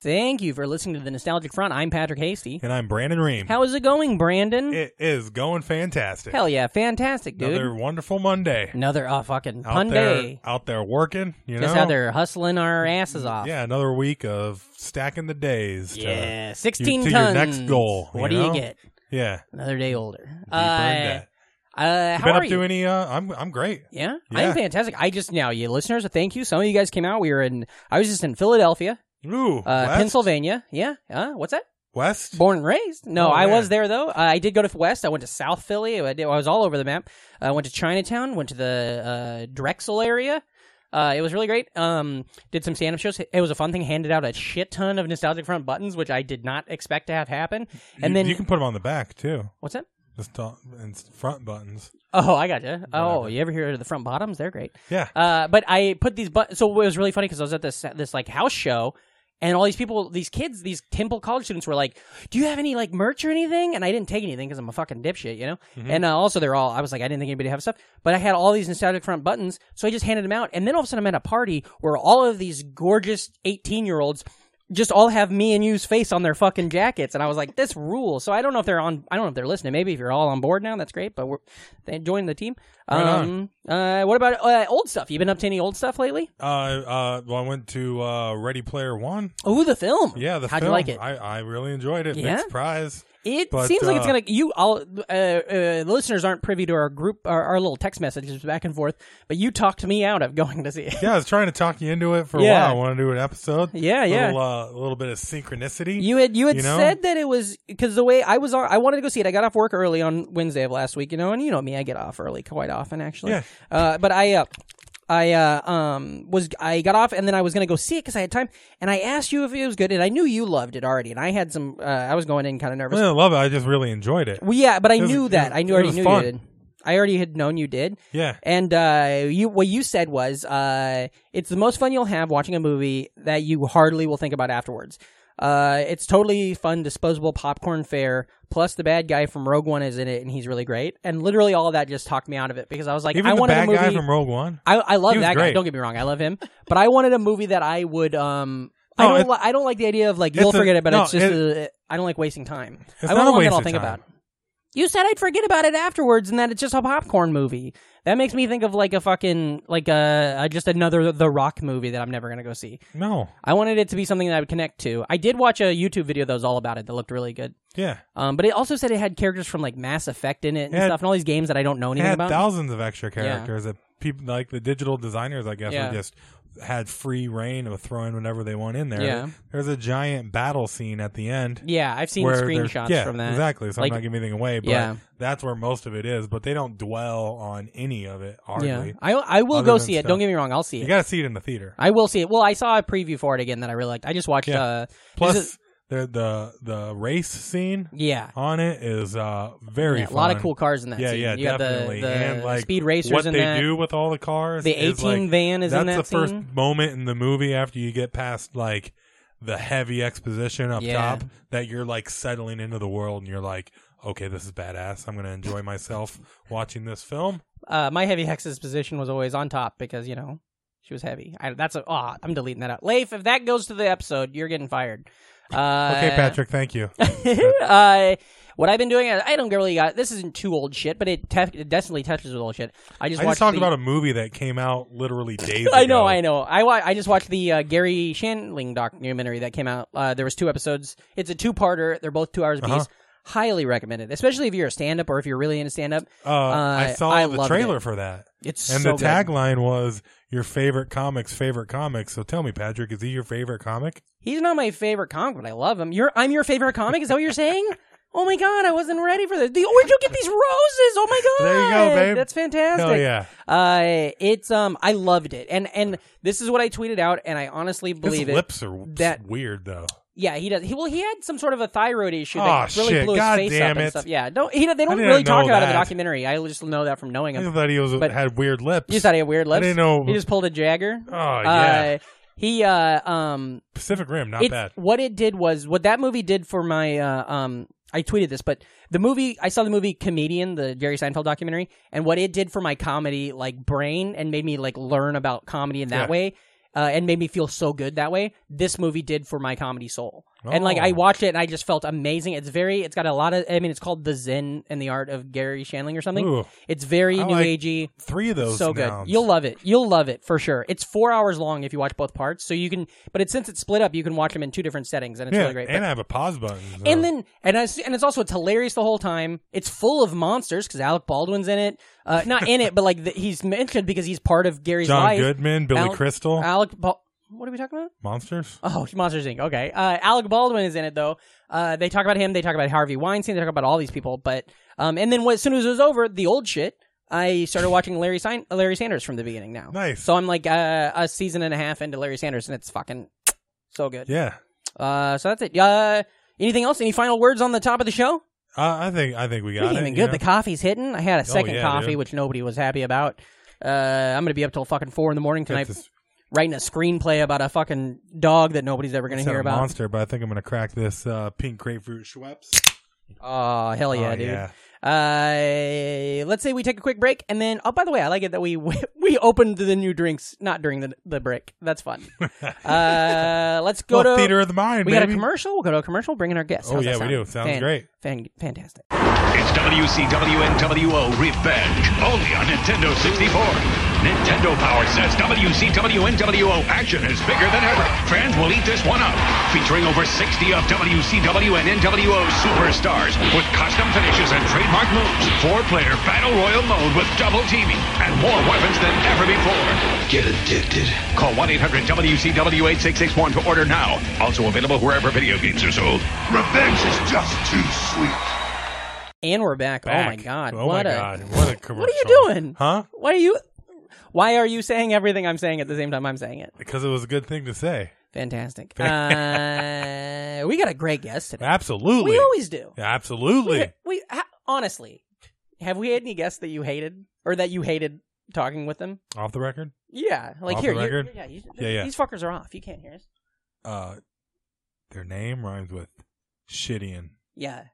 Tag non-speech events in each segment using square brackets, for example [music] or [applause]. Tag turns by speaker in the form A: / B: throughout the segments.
A: Thank you for listening to the Nostalgic Front. I'm Patrick Hasty.
B: And I'm Brandon Ream.
A: How is it going, Brandon?
B: it is going fantastic.
A: Hell yeah, fantastic, dude.
B: Another wonderful Monday.
A: Another oh fucking
B: Out
A: pun
B: there,
A: day.
B: out there working. You
A: Just
B: know,
A: how they're hustling our asses off.
B: yeah, another week of stacking the days. To,
A: Yeah, sixteen
B: to your
A: tons.
B: next goal, you
A: What do
B: know?
A: you get?
B: yeah.
A: Another day older.
B: Deep earned that.
A: uh,
B: You
A: how
B: been
A: are
B: up
A: you?
B: to any? Uh, I'm I'm great.
A: yeah?
B: Yeah.
A: I'm fantastic. I just now, you listeners, thank you. Some of you guys came out. We were in. I was just in Philadelphia,
B: Ooh,
A: uh,
B: West?
A: Pennsylvania. Yeah. Uh, what's that?
B: West.
A: Born and raised. No,
B: Oh,
A: I
B: man.
A: was there though. Uh, I did go to West. I went to South Philly. I, did, I was all over the map. I went to Chinatown. Went to the uh, Drexel area. Uh, it was really great. Um, did some stand-up shows. It was a fun thing. Handed out a shit ton of nostalgic front buttons, which I did not expect to have happen. And
B: You-
A: then
B: you can put them on the back too.
A: what's that?
B: Just on- and s- front buttons.
A: Oh, I gotcha. Oh, you ever hear of the front bottoms? They're great.
B: Yeah.
A: Uh, but I put these buttons. So it was really funny because I was at this this like house show, and all these people, these kids, these Temple college students were like, "Do you have any like merch or anything?" And I didn't take anything because I'm a fucking dipshit, you know. And uh, also, they're all. I was like, I didn't think anybody had stuff, but I had all these nostalgic front buttons, so I just handed them out. And then all of a sudden, I'm at a party where all of these gorgeous 18 year olds. Just all have me and you's face on their fucking jackets, and I was like, "This rules." So I don't know if they're on. I don't know if they're listening. Maybe if you're all on board now, that's great. But we're they joined the team.
B: Right on.
A: Um, uh, what about uh, old stuff? You been up to any old stuff lately?
B: Uh, uh, well, I went to uh, Ready Player One.
A: Oh, the film.
B: Yeah, the
A: how'd
B: film.
A: you like it?
B: I, I really enjoyed it.
A: Yeah?
B: Big surprise.
A: it
B: but,
A: seems like it's
B: uh,
A: gonna. You all uh, uh, listeners aren't privy to our group, our, our little text messages back and forth, but you talked me out of going to see it. [laughs]
B: Yeah, I was trying to talk you into it for a
A: Yeah.
B: while. I want to do an episode.
A: Yeah, yeah.
B: Little, uh, a little bit of synchronicity.
A: You had you had
B: You know?
A: said that it was because the way I was on, I wanted to go see it. I got off work early on Wednesday of last week, you know, and you know me, I get off early quite often actually.
B: Yeah.
A: Uh, but I uh, I uh, um was I got off and then I was gonna go see it because I had time, and I asked you if it was good, and I knew you loved it already, and I had some uh, I was going in kind of nervous.
B: I didn't love it. I just really enjoyed it.
A: Well, yeah, but I
B: was-
A: knew
B: it
A: that.
B: was-
A: I knew
B: it
A: already
B: was
A: knew
B: fun.
A: you did. I already had known you did.
B: Yeah.
A: And uh, you, what you said was, uh, it's the most fun you'll have watching a movie that you hardly will think about afterwards. Uh, it's totally fun, disposable popcorn fare. Plus, the bad guy from Rogue One is in it, and he's really great. And literally, all that just talked me out of it because I was like,
B: Even
A: I
B: the
A: wanted
B: bad
A: a movie.
B: guy from Rogue One.
A: I, I love
B: He was
A: that guy.
B: great.
A: Don't get me wrong, I love him. But I wanted a movie that I would. Um, I
B: No,
A: don't.
B: it-
A: li- I don't like the idea of like you'll
B: it's a-
A: forget it, but
B: no,
A: it's just
B: it-
A: a, I don't like wasting time.
B: It's
A: I
B: not
A: want
B: a
A: one that
B: waste
A: I'll
B: of
A: think
B: time.
A: about. You said I'd forget about it afterwards, and that it's just a popcorn movie. That makes me think of like a fucking like a, a just another The Rock movie that I'm never gonna go see.
B: No.
A: I wanted it to be something that I would connect to. I did watch a YouTube video that was all about it that looked really good.
B: Yeah.
A: Um, but it also said it had characters from like Mass Effect in it and
B: It had-
A: stuff, and all these games that I don't know
B: It
A: anything
B: had
A: about.
B: thousands of extra characters that people like the digital designers, I guess,
A: Yeah.
B: were just had free reign of throwing whatever they want in there.
A: Yeah.
B: There's a giant battle scene at the end.
A: yeah, I've seen
B: where they're-
A: screenshots
B: yeah,
A: from that.
B: Exactly. So
A: Like-
B: I'm not giving anything away, but
A: Yeah.
B: that's where most of it is. But they don't dwell on any of it hardly.
A: Yeah, Uh, I I will
B: Other
A: go
B: than
A: see it.
B: stuff.
A: Don't get me wrong, I'll see
B: You
A: it.
B: gotta see it in the theater.
A: I will see it. Well, I saw a preview for it again that I really liked. I just watched.
B: Yeah.
A: Uh, is
B: Plus
A: it-
B: the the the race scene
A: yeah,
B: on it is uh very
A: Yeah, a lot of
B: fun.
A: cool cars in that.
B: Yeah,
A: scene.
B: yeah,
A: you got
B: definitely.
A: The, the
B: and like
A: speed racers
B: what
A: in
B: they
A: that.
B: do with all the cars.
A: The
B: is,
A: 18
B: like,
A: van is in
B: that's
A: that
B: the
A: scene.
B: first moment in the movie after you get past like the heavy exposition up
A: Yeah.
B: top that you're like settling into the world and you're like, okay, this is badass. I'm gonna enjoy myself watching this film.
A: Uh, my heavy hex's position was always on top because you know she was heavy. I, that's a. Oh, I'm deleting that out. Leif, if that goes to the episode, you're getting fired. Uh,
B: Okay, Patrick, thank you.
A: [laughs] uh, what I've been doing, I I don't really got this. Isn't too old shit, but it, tef- it definitely touches with old shit. I just
B: I
A: watched
B: just talked
A: the-
B: about a movie that came out literally days ago.
A: [laughs] I know, I know. I wa- I just watched the uh, Gary Shandling documentary that came out. Uh, there was two episodes. It's a two parter. They're both two hours apiece.
B: Uh-huh.
A: Highly recommended, especially if you're a stand up or if you're really into stand up.
B: Uh, I saw
A: I
B: the
A: loved
B: trailer
A: it.
B: for that.
A: It's
B: And
A: so
B: the
A: good.
B: tagline was your favorite comic's favorite comic. So tell me, Patrick, is he your favorite comic?
A: He's not my favorite comic, but I love him. You're I'm your favorite comic. Is that what you're saying? [laughs] Oh my god, I wasn't ready for this. The, where'd you get these roses? Oh my god,
B: There you go, babe.
A: That's fantastic.
B: Hell yeah.
A: Uh, it's um, I loved it, and and this is what I tweeted out, and I honestly
B: His
A: believe it.
B: lips are
A: That-
B: weird though.
A: Yeah, he does. He well, he had some sort of a thyroid issue that
B: Aw,
A: really
B: shit.
A: blew his
B: God
A: face
B: damn
A: up and
B: it.
A: stuff. Yeah, don't he, they don't
B: didn't
A: really talk
B: know
A: about it in the
B: that.
A: documentary. I just know that from knowing
B: I
A: him.
B: thought he was
A: But-
B: had weird lips.
A: You just thought he had weird lips.
B: didn't know-
A: He just pulled a Jagger.
B: oh yeah,
A: Uh, he uh um
B: Pacific Rim, not
A: it's,
B: bad.
A: What it did was what that movie did for my uh, um. I tweeted this, but the movie I saw the movie Comedian, the Jerry Seinfeld documentary, and what it did for my comedy like brain and made me like learn about comedy in that
B: Yeah.
A: way. Uh, and made me feel so good that way. This movie did for my comedy soul, and like
B: Oh.
A: I watched it and I just felt amazing. It's very, it's got a lot of. I mean, it's called The Zen and the Art of Gary Shandling or something.
B: Ooh.
A: It's very
B: I
A: new
B: like
A: agey
B: Three of those.
A: so good.
B: nouns.
A: You'll love it. You'll love it for sure. It's four hours long if you watch both parts. So you can, but it's since it's split up, you can watch them in two different settings, and it's
B: yeah,
A: really great. But-
B: and I have a pause button. so-
A: and then, and I, s- and it's also it's hilarious the whole time. It's full of monsters because Alec Baldwin's in it. Uh, not in it, but like the, he's mentioned because he's part of Gary's
B: John
A: life.
B: Goodman, Billy
A: Al-
B: Crystal,
A: Alec, ba- what are we talking about?
B: monsters.
A: Oh, Monsters Inc. Okay. Uh, Alec Baldwin is in it though. Uh, they talk about him. They talk about Harvey Weinstein. They talk about all these people. But um, and then when- as soon as it was over, the old shit. I started watching Larry Sein- Larry Sanders from the beginning now.
B: Nice.
A: So I'm like uh, a season and a half into Larry Sanders, and it's fucking so good.
B: Yeah,
A: Uh, so that's it. Uh, anything else? Any final words on the top of the show?
B: uh, I think I think we got
A: Pretty
B: it.
A: even
B: you
A: good.
B: know?
A: The coffee's hitting. I had a second
B: yeah,
A: coffee,
B: dude.
A: which nobody was happy about. Uh, I'm gonna be up till fucking four in the morning
B: Got
A: tonight,
B: this-
A: writing a screenplay about a fucking dog that nobody's ever gonna
B: said
A: hear
B: a
A: about.
B: monster, but I think I'm gonna crack this uh, pink grapefruit Schweppes.
A: Oh, hell yeah,
B: Oh,
A: dude.
B: yeah.
A: Uh, let's say we take a quick break, and then oh, by the way, I like it that we [laughs] we opened the new drinks not during the the break. That's
B: [laughs]
A: fun. uh, let's go
B: Little
A: to
B: theater of the mind.
A: We got a
B: baby.
A: commercial. We'll go to a commercial. Bring in our guests.
B: Oh,
A: How's that
B: yeah, we
A: sound?
B: do. Sounds great.
A: Fan, fantastic.
C: It's WCW NWO Revenge, only on Nintendo 64. Nintendo Power says WCW NWO action is bigger than ever. Fans will eat this one up. Featuring over 60 of WCW and NWO superstars with custom finishes and trademark moves. Four player battle royal mode with double teaming and more weapons than ever before. Get addicted. Call 1 800 WCW 8661 to order now. Also available wherever video games are sold. Revenge is just too sweet.
A: And we're back. Oh my
B: Back.
A: god.
B: Oh
A: what
B: my
A: a,
B: god. What a commercial.
A: What are you doing?
B: Huh?
A: Why are you? Why are you saying everything I'm saying at the same time I'm saying it?
B: Because it was a good thing to say.
A: Fantastic. uh, we got a great guest today.
B: Absolutely.
A: We always do.
B: Yeah, absolutely.
A: We ha- honestly, have we had any guests that you hated or that you hated talking with them?
B: Off the record.
A: Yeah, like
B: Off
A: here,
B: the
A: you-
B: record?
A: yeah, you-
B: Yeah, yeah.
A: these fuckers are off. You can't hear us.
B: Uh, their name rhymes with Shittian.
A: Yeah,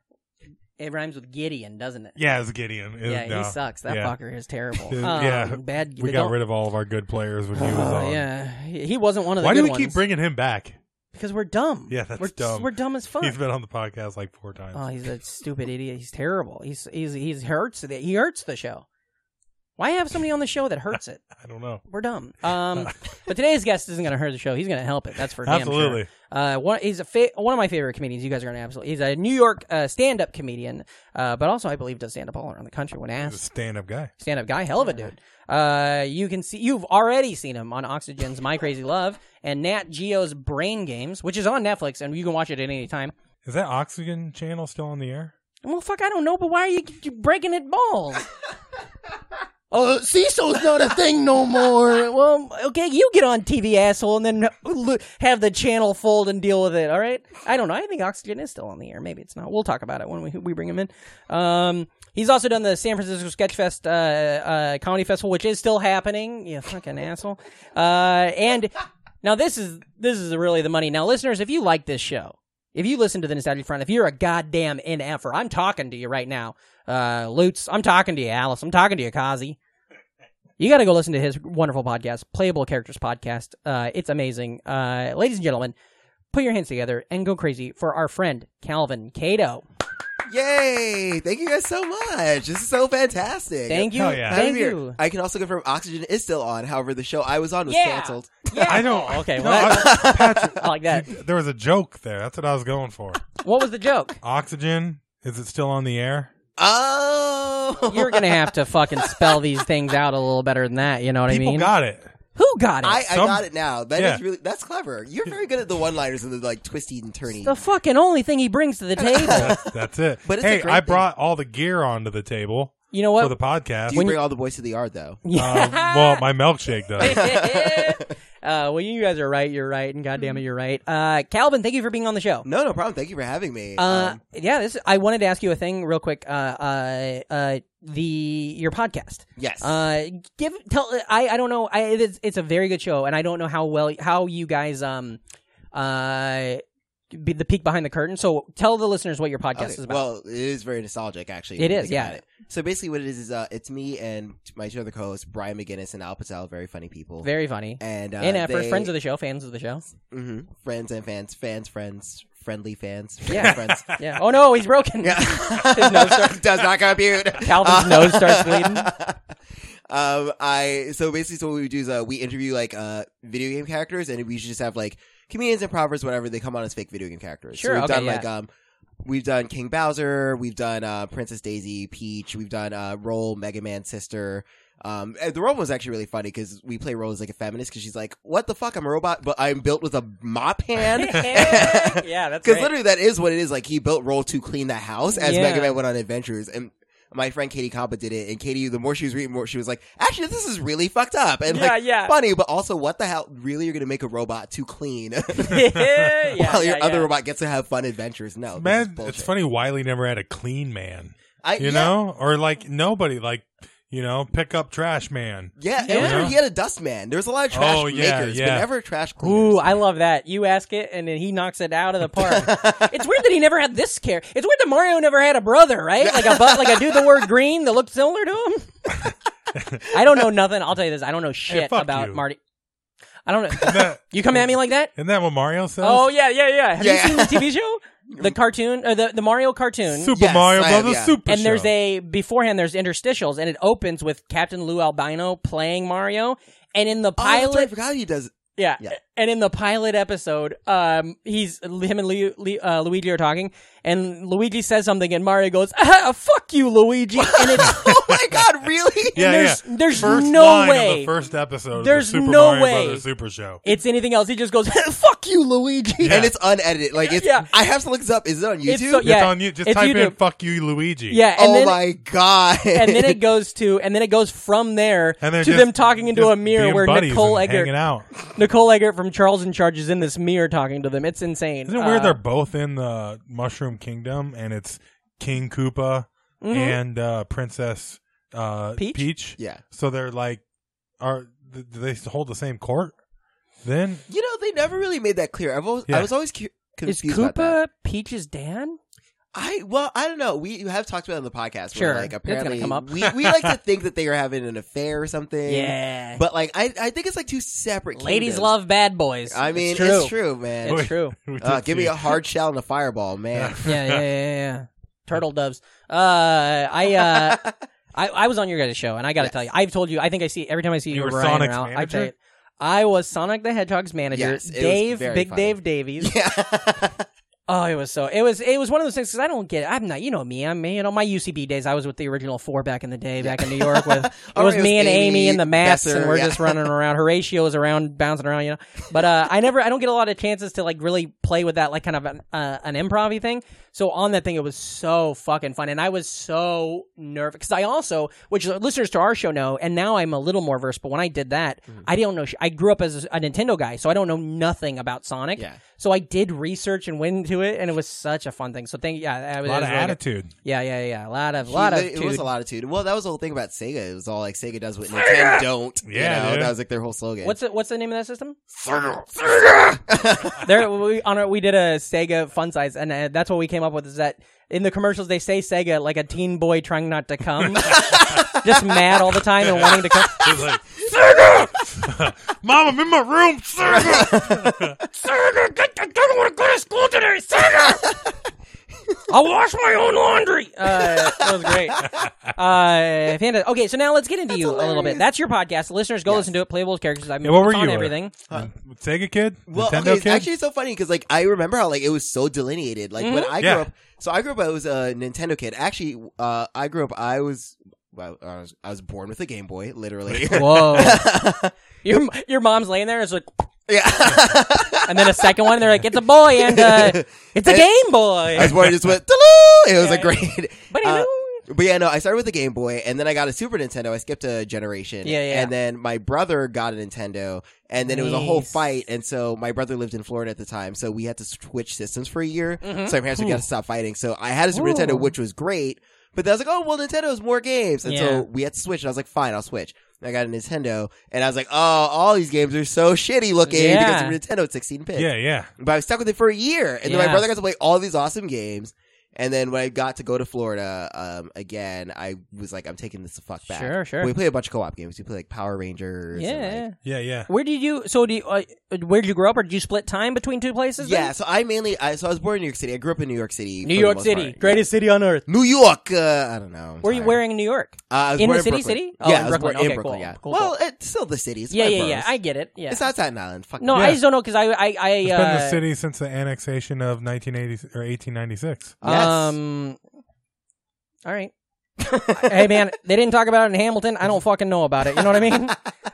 A: it rhymes with Gideon, doesn't it?
B: Yeah, it's Gideon. It-
A: Yeah,
B: no.
A: he sucks. That
B: Yeah.
A: fucker is terrible.
B: Dude,
A: Um,
B: [laughs] yeah.
A: bad.
B: We
A: but
B: got
A: don't-
B: rid of all of our good players when he was
A: Oh,
B: on.
A: Yeah, he he wasn't one of the
B: Why do
A: good
B: we keep
A: ones.
B: bringing him back?
A: Because we're dumb.
B: Yeah, that's
A: we're,
B: dumb.
A: We're dumb as fuck.
B: He's been on the podcast like four times.
A: oh, he's
B: [laughs]
A: a stupid idiot. He's terrible. He's he's he's hurts the he hurts the show. Why have somebody on the show that hurts it?
B: I don't know.
A: We're dumb. Um, but today's guest isn't going to hurt the show. He's going to help it. That's for damn
B: Absolutely.
A: sure. Uh, one, he's a fa- one of my favorite comedians. You guys are going to absolutely. He's a New York uh, stand-up comedian, uh, but also I believe does stand-up all around the country when
B: He's a
A: asked.
B: stand up guy.
A: Stand-up guy, hell of a dude. Uh, you can see you've already seen him on Oxygen's My Crazy Love and Nat Geo's Brain Games, which is on Netflix, and you can watch it at any time.
B: Is that Oxygen channel still on the air?
A: Well, fuck, I don't know, but why are you, you breaking it balls? [laughs] Oh, Cecil's not a thing no more. [laughs] Well, okay, you get on TV, asshole, and then lo- have the channel fold and deal with it. All right. I don't know. I think Oxygen is still on the air. Maybe it's not. We'll talk about it when we we bring him in. Um, he's also done the San Francisco Sketchfest uh, uh, comedy festival, which is still happening. You fucking asshole. Uh, and now this is this is really the money. Now, listeners, if you like this show, if you listen to the Nostalgia Front, if you're a goddamn NFer, I'm talking to you right now, uh, Lutz. I'm talking to you, Alice. I'm talking to you, Kazi you got to go listen to his wonderful podcast, Playable Characters Podcast. Uh, it's amazing. Uh, ladies and gentlemen, put your hands together and go crazy for our friend, Calvin Cato.
D: Yay! Thank you guys so much. This is so fantastic.
A: Thank you.
B: Hell Oh, yeah.
D: Happy
A: Thank
D: New Year.
A: you.
D: I can also confirm Oxygen is still on. However, the show I was on was
A: Yeah.
D: canceled.
A: Yeah.
B: I don't.
A: Oh, okay,
B: No,
A: well, that- [laughs]
B: I- Patrick,
A: I like that.
B: there was a joke there. That's what I was
A: [laughs]
B: going for.
A: What was the joke?
B: Oxygen, is it still on the air?
D: Oh,
A: You're going to have to fucking spell these things out a little better than that. You know what I
B: People
A: mean? [laughs]
B: got it.
A: Who got it?
D: [laughs] I, I
B: Some-
D: got it now. That is
B: Yeah.
D: really that's clever. You're very good at the one-liners and the like twisty and turny.
A: the fucking only thing he brings to the table.
B: That's it.
D: But it's a
B: hey,
D: great
B: I brought all the gear onto the table
A: You know
B: for the
A: what?
B: podcast.
D: Do you bring all the boys to the yard though?
A: [laughs]
B: Um, well, my milkshake does.
D: [laughs]
A: uh, well, [laughs] you guys are right. You're right, and goddamn
D: Mm-hmm.
A: it, you're right. Uh, Calvin, thank you for being on the show.
D: No, no problem. Thank you for having me.
A: Uh,
D: Um,
A: yeah, this. I wanted to ask you a thing real quick. Uh, uh, uh, the your podcast.
D: yes.
A: Uh, give tell. I I don't know. I it's, it's a very good show, and I don't know how well how you guys um uh be the peek behind the curtain. So tell the listeners what your podcast
D: Okay,
A: is about.
D: Well, it is very nostalgic, actually.
A: It
D: when you
A: is,
D: think about
A: yeah.
D: it. So basically, what it is is uh, it's me and my two other co-hosts, Brian McGinnis and Al Patel, very funny people,
A: very funny.
D: and uh,
A: and at first,
D: they-
A: friends of the show, fans of the
D: [laughs]
A: show.
D: Mhm. friends and fans, fans, friends, friendly fans,
A: Yeah.
D: friends.
A: Yeah. Oh no, he's broken. [laughs]
D: Yeah,
A: nose starts-
D: [laughs] does not compute. [laughs]
A: Calvin's nose starts bleeding.
D: Um, I so basically, so what we do is uh, we interview like uh video game characters, and we usually just have like comedians, improvers, whatever. They come on as fake video game characters.
A: Sure,
D: so we've
A: okay,
D: done
A: yeah.
D: like um, we've done King Bowser, we've done uh, Princess Daisy, Peach, we've done uh, Roll, Mega Man sister. Um, and the role was actually really funny because we play Roll as like a feminist because she's like, "What the fuck? I'm a robot, but I'm built with a
A: [laughs]
D: mop hand."
A: yeah, that's
D: Because
A: great.
D: literally, that is what it is. Like he built Roll to clean the house as
A: Yeah.
D: Mega Man went on adventures, and my friend Katie Compa did it. And Katie, the more she was reading, more she was like, "Actually, this is really fucked up and
A: Yeah,
D: like
A: yeah.
D: funny, but also, what the hell? Really, you're gonna make a robot to
A: [laughs]
D: clean [laughs]
A: yeah, yeah,
D: while your
A: yeah.
D: other robot gets to have fun adventures? No, this is
B: Man,
D: bullshit.
B: it's funny Wiley never had a clean man.
A: [laughs]
D: I,
B: You
D: yeah,
B: know? Or like nobody like you know, pick up trash man.
D: Yeah,
A: Yeah.
D: and remember he had a dust man. There was a lot of trash
B: Oh, yeah,
D: makers,
B: yeah.
D: but never trash cleaners. Oh,
A: Ooh, I love that. You ask it, and then he knocks it out of the
D: [laughs]
A: park. it's weird that he never had this care. It's weird that Mario never had a brother, right? Like a bu- like a dude the word green that looked similar to
D: [laughs]
A: him. I don't know nothing. I'll tell you this. I don't know shit
B: fuck
A: about
B: you.
A: Marty. I don't
B: [laughs]
A: know.
B: That-
A: you come at me like that?
B: Isn't that what Mario says?
A: Oh yeah, yeah, yeah. Have
D: Yeah.
A: you seen the TV
D: [laughs]
A: show? The cartoon, or the the Mario cartoon.
B: Super
D: Yes,
B: Mario
D: I have,
B: Brothers
D: yeah.
B: Super
A: Oh, and there's
B: Show.
A: a beforehand there's interstitials and it opens with captain lou albino playing mario and in the
D: Oh, that's right, I
A: pilot
D: forgot he does. [laughs]
A: yeah.
D: Yeah.
A: And in the pilot episode, um, he's him and Lu- Lu- uh, Luigi are talking, and Luigi says something, and Mario goes, ah, "Fuck you, Luigi!" And it's
B: [laughs]
D: Oh my god, really?
B: yeah,
A: there's-
B: yeah.
A: there's
B: first
A: no
B: line Of
A: way.
B: the first episode.
A: There's
B: of the Super
A: no
B: Mario
A: way.
B: Brothers Super Show.
A: it's anything else. He just goes, [laughs] "Fuck you, Luigi!"
D: And it's unedited. Like it's.
A: Yeah.
D: I have to look this up. Is it on YouTube?
A: It's so-
B: It's
A: yeah,
B: on you. Just
A: it's
B: type in
A: YouTube.
B: "fuck you, Luigi."
A: Yeah, and
D: oh
A: then
B: [laughs]
D: my god!
A: and then it goes to and then it goes from there
B: and
A: to
B: they're just-
A: them talking into
B: just
A: a mirror
B: being
A: where
B: buddies
A: Nicole
B: and hanging
A: Eggert,
B: out.
A: Nicole Eggert from Charles in Charge is in this mirror talking to them. It's insane.
B: Isn't it
A: Uh,
B: weird? They're both in the Mushroom Kingdom, and it's King Koopa and uh, Princess uh,
A: Mm-hmm. Peach?
D: [laughs] Yeah.
B: So they're like, are th- do they hold the same court? Then
D: You know, they never really made that clear. I've always,
B: Yeah.
D: I was always cu-
A: is
D: confused about that.
A: Koopa Peach's dad?
D: I well, I don't know. We you have talked about it on the podcast.
A: Sure.
D: Where, like
A: It's gonna
D: apparently,
A: come up.
D: we we like to think that they are having an affair or something.
A: Yeah.
D: But like, I I think it's like two separate.
A: Ladies
D: kingdoms.
A: love bad boys.
D: I mean,
A: it's
D: it's
A: true.
D: true, man.
A: It's
B: [laughs]
A: true.
B: [laughs] we
D: Uh,
B: did
D: give me
B: see-
D: a hard shell and a fireball, man.
A: yeah, yeah, yeah, yeah, yeah. Turtle doves. Uh, I,
D: [laughs]
A: uh, I, I was on your guys' show, and I got to tell you, I've told you. I think I see every time I see you,
B: You were
A: Ryan
B: Sonic's
A: around, I tell
B: manager?
A: you, I was Sonic the Hedgehog's manager,
D: Yes, it was
A: Dave,
D: very
A: Big
D: funny.
A: Dave
D: [laughs]
A: Davies.
D: Yeah.
A: Oh, it was so. It was. It was one of those things because I don't get. It. I'm not. You know me. I'm. You know my UCB days. I was with the original four back in the day, back in New York.
D: [laughs]
A: With it
D: Or
A: was
D: it was
A: me and Amy,
D: Amy,
A: and the masks, and
D: Besser,
A: we're
D: yeah.
A: just running around. Horatio was around, bouncing around, you know. But uh, I never. I don't get a lot of chances to like really play with that like kind of an uh, an improv thing. So on that thing, it was so fucking fun, and I was so nervous because I also, which listeners to our show know, and now I'm a little more versed. But when I did that, I don't know. sh- I grew up as a Nintendo guy, so I don't know nothing about Sonic.
D: Yeah.
A: So I did research and went into it, and it was such a fun thing. So thank yeah, I
B: a
A: was,
B: lot
A: it was
B: of
A: really good.
B: attitude. [laughs]
A: Yeah, yeah, yeah. A lot of, lot of.
D: it was
A: dude.
D: a lot of two. Well, that was the whole thing about Sega. It was all like Sega does what Nintendo don't.
B: Yeah,
D: you know?
B: dude.
D: that was like their whole slogan.
A: What's the, what's the name of that system? [laughs] there, we, on our, we did a Sega fun size, and uh, that's what we came up with. Is that in the commercials they say Sega like a teen boy trying not to
D: [laughs]
A: come, just mad all the time and wanting to come.
B: It's like, Sega! [laughs] Mom, I'm in my room. Sega!
A: [laughs] I'll wash my own laundry. Uh, that was
D: [laughs]
A: great. Uh, fantastic. Okay, so now let's get into you a little bit.
D: hilarious.
A: That's your podcast. Listeners, go listen to it. Playable characters. I mean,
B: Yeah, what were
A: it's on
B: you, uh, [laughs]
A: everything.
B: Sega kid?
D: Well,
B: Nintendo
D: okay, it's
B: kid?
D: actually so funny because like I remember how like it was so delineated. Like when I grew
B: Yeah.
D: up, so I grew up. I was a Nintendo kid. Actually, uh, I grew up. I was well, I was, I was born with a Game Boy, literally. [laughs]
A: Whoa. your your mom's laying there. It's like,
B: [laughs]
D: yeah.
A: and then a second one. They're like, it's a boy and uh, it's a Game Boy.
D: I was born, it just went, "Doo-doo!" it was a
A: Yeah.
D: great.
A: But
D: uh,
A: uh,
D: But yeah, no, I started with the Game Boy, and then I got a Super Nintendo. I skipped a generation.
A: Yeah, yeah.
D: And then my brother got a Nintendo, and then it was a whole
A: Nice.
D: fight. And so my brother lived in Florida at the time, so we had to switch systems for a year. So my parents would got to stop fighting. So I had a Super
A: Mm-hmm. Ooh.
D: Nintendo, which was great. But then I was like, oh well, Nintendo's more games, and
A: Yeah.
D: so we had to switch. And I was like, fine, I'll switch. And I got a Nintendo, and I was like, oh, all these games are so shitty looking
A: Yeah.
D: because of Nintendo 16 bit.
B: Yeah, yeah.
D: But I was stuck with it for a year, and then my
A: Yeah.
D: brother got to play all these awesome games. And then when I got to go to Florida um, again, I was like, I'm taking this the fuck back.
A: Sure, sure.
D: We play a bunch of co-op games. We play like Power Rangers. and, like-
A: yeah.
B: Yeah, yeah.
A: Where did you? So do you, uh, where did you grow up, or did you split time between two places? then?
D: yeah. So I mainly, I, so I was born in New York City. I grew up in New York City. for
A: New
D: the
A: York
D: most
A: City,
D: part.
A: greatest city on earth.
D: New York. Uh, I don't know. I'm
A: Were you
D: tired.
A: wearing in New York?
D: Uh, I was
A: in the
D: born
A: city,
D: Brooklyn.
A: city?
D: yeah,
A: Oh, in
D: I was
A: Brooklyn.
D: born in
A: Okay,
D: Brooklyn.
A: cool,
D: Yeah.
A: cool,
D: well, it's still the city. It's
A: Yeah,
D: my
A: yeah,
D: boroughs.
A: yeah. I get it. Yeah.
D: It's not Staten Island. Fuck
A: no,
D: it.
A: I just don't know because I, I, I.
B: It's
A: uh,
B: been the city since the annexation of 1980 or 1896.
D: Yes.
A: Um. All
D: [laughs]
A: right. hey man, they didn't talk about it in Hamilton. I don't fucking know about it. You know what I
D: [laughs]
A: mean?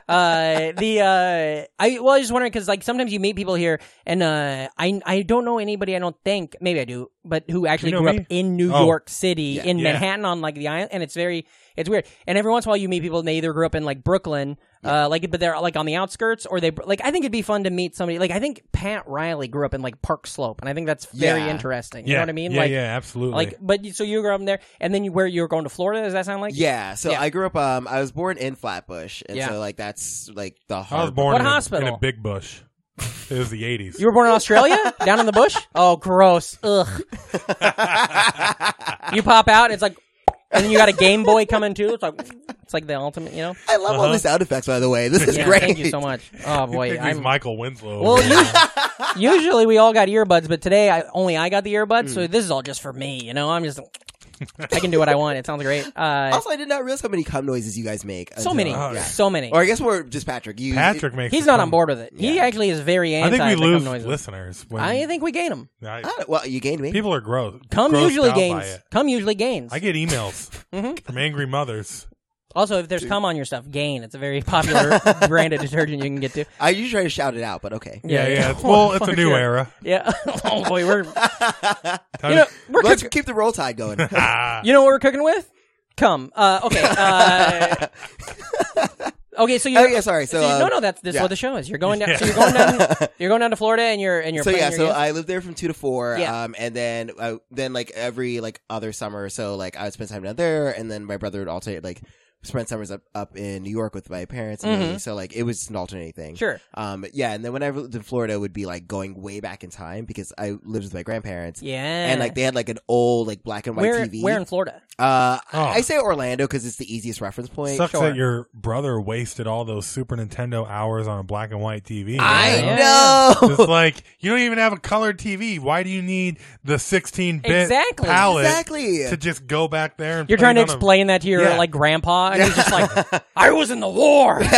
A: uh, the uh, I well, I was just wondering because like sometimes you meet people here, and uh, I I don't know anybody. I don't think maybe I do, but who actually
B: know
A: grew
B: me?
A: up in New
B: Oh.
A: York City in
B: Yeah.
A: Manhattan on like the island, and it's very it's weird. And every once in a while you meet people, and they either grew up in like Brooklyn. Uh, like, but they're like on the outskirts, or they like. I think it'd be fun to meet somebody. Like, I think Pat Riley grew up in like Park Slope, and I think that's very
D: Yeah.
A: interesting. You
B: yeah,
A: know what I mean?
B: Yeah,
A: like,
B: yeah, absolutely.
A: like, but you- so you grew up there, and then you where you were going to Florida? Does that sound like?
D: Yeah. So
A: Yeah.
D: I grew up. Um, I was born in Flatbush, and
A: Yeah.
D: so like that's like the
B: I was
D: hard.
B: born
A: What
B: in, a-
A: hospital?
B: in a big bush. It was the 80s.
A: You were born in
B: [laughs]
A: Australia, down in the bush. Oh, gross! Ugh. you pop out, it's like, and then you got a Game Boy coming too. It's like, it's like the ultimate, you know.
D: I love all the sound effects, by the way. This is
A: Uh-huh. Yeah,
D: great.
A: thank you so
B: [laughs]
A: much. Oh [laughs] boy,
B: Think he's
A: I'm.
B: Michael Winslow.
A: Well, you, usually we all got earbuds, but today I only I got the earbuds,
B: Hmm.
A: so this is all just for me. You know, I'm just. I can do what I want. It sounds great. Uh,
D: Also, I did not realize how many cum noises you guys make.
A: so
D: until-
A: many,
B: Oh, yeah.
A: so many.
D: Or I guess we're just Patrick. You,
B: Patrick makes.
A: He's
B: it
A: not
B: come-
A: on board with it. He actually is very
B: I
A: anti.
B: think we
A: the cum
B: lose
A: noises.
B: listeners. When
A: I think we gain him.
B: I-
D: I don't- well, you gained me.
B: people are gross.
A: Come
B: grossed
A: usually Mm-hmm.
B: out by
A: gains.
B: it.
A: Come usually gains.
B: I
A: [laughs]
B: get emails from angry mothers.
A: also, if there's cum on your stuff, gain. It's a very popular brand of detergent you can get to.
D: I usually try to shout it out, but okay.
B: Yeah, yeah. It's, well, it's a new era.
A: [laughs] Yeah. oh boy, [laughs] we're
B: Time
A: you know
B: to-
A: we're
D: Let's
A: cook-
D: keep the roll tide going.
A: [laughs]
B: ah,
A: you know what we're cooking with? Cum. Uh, okay. Uh, okay. So you.
D: Oh, yeah, sorry. So,
A: you- no,
D: um,
A: no, that's that's
D: yeah.
A: what the show is. You're going down. So you're going down. You're going down to Florida, and you're and you're.
D: so
A: playing
D: yeah,
A: your
D: so
A: games?
D: I lived there from two to four,
A: Yeah.
D: um, and then uh, then like every like other summer, so like I would spend time down there, and then my brother would alternate like spend summers up, up in New York with my parents, and everything. so like it was just an alternating thing.
A: Mm-hmm. Sure.
D: Um, but yeah, and then whenever I lived in Florida, it would be like going way back in time because I lived with my grandparents.
A: yeah.
D: And like they had like an old like black and white
A: where
D: TV.
A: where in Florida?
D: Uh,
B: Oh.
D: I I say Orlando because it's the easiest reference point.
B: sucks
A: sure.
B: that your brother wasted all those Super Nintendo hours on a black and white TV.
D: I
B: you know? [laughs]
D: know. [laughs]
B: It's like you don't even have a colored TV. Why do you need the 16-bit
A: Exactly.
B: palette
D: Exactly.
B: to just go back there? And
A: You're
B: play
A: trying to
B: it on a-
A: explain that to your
B: Yeah.
A: like grandpa, and he's just like, "I was in the war." [laughs]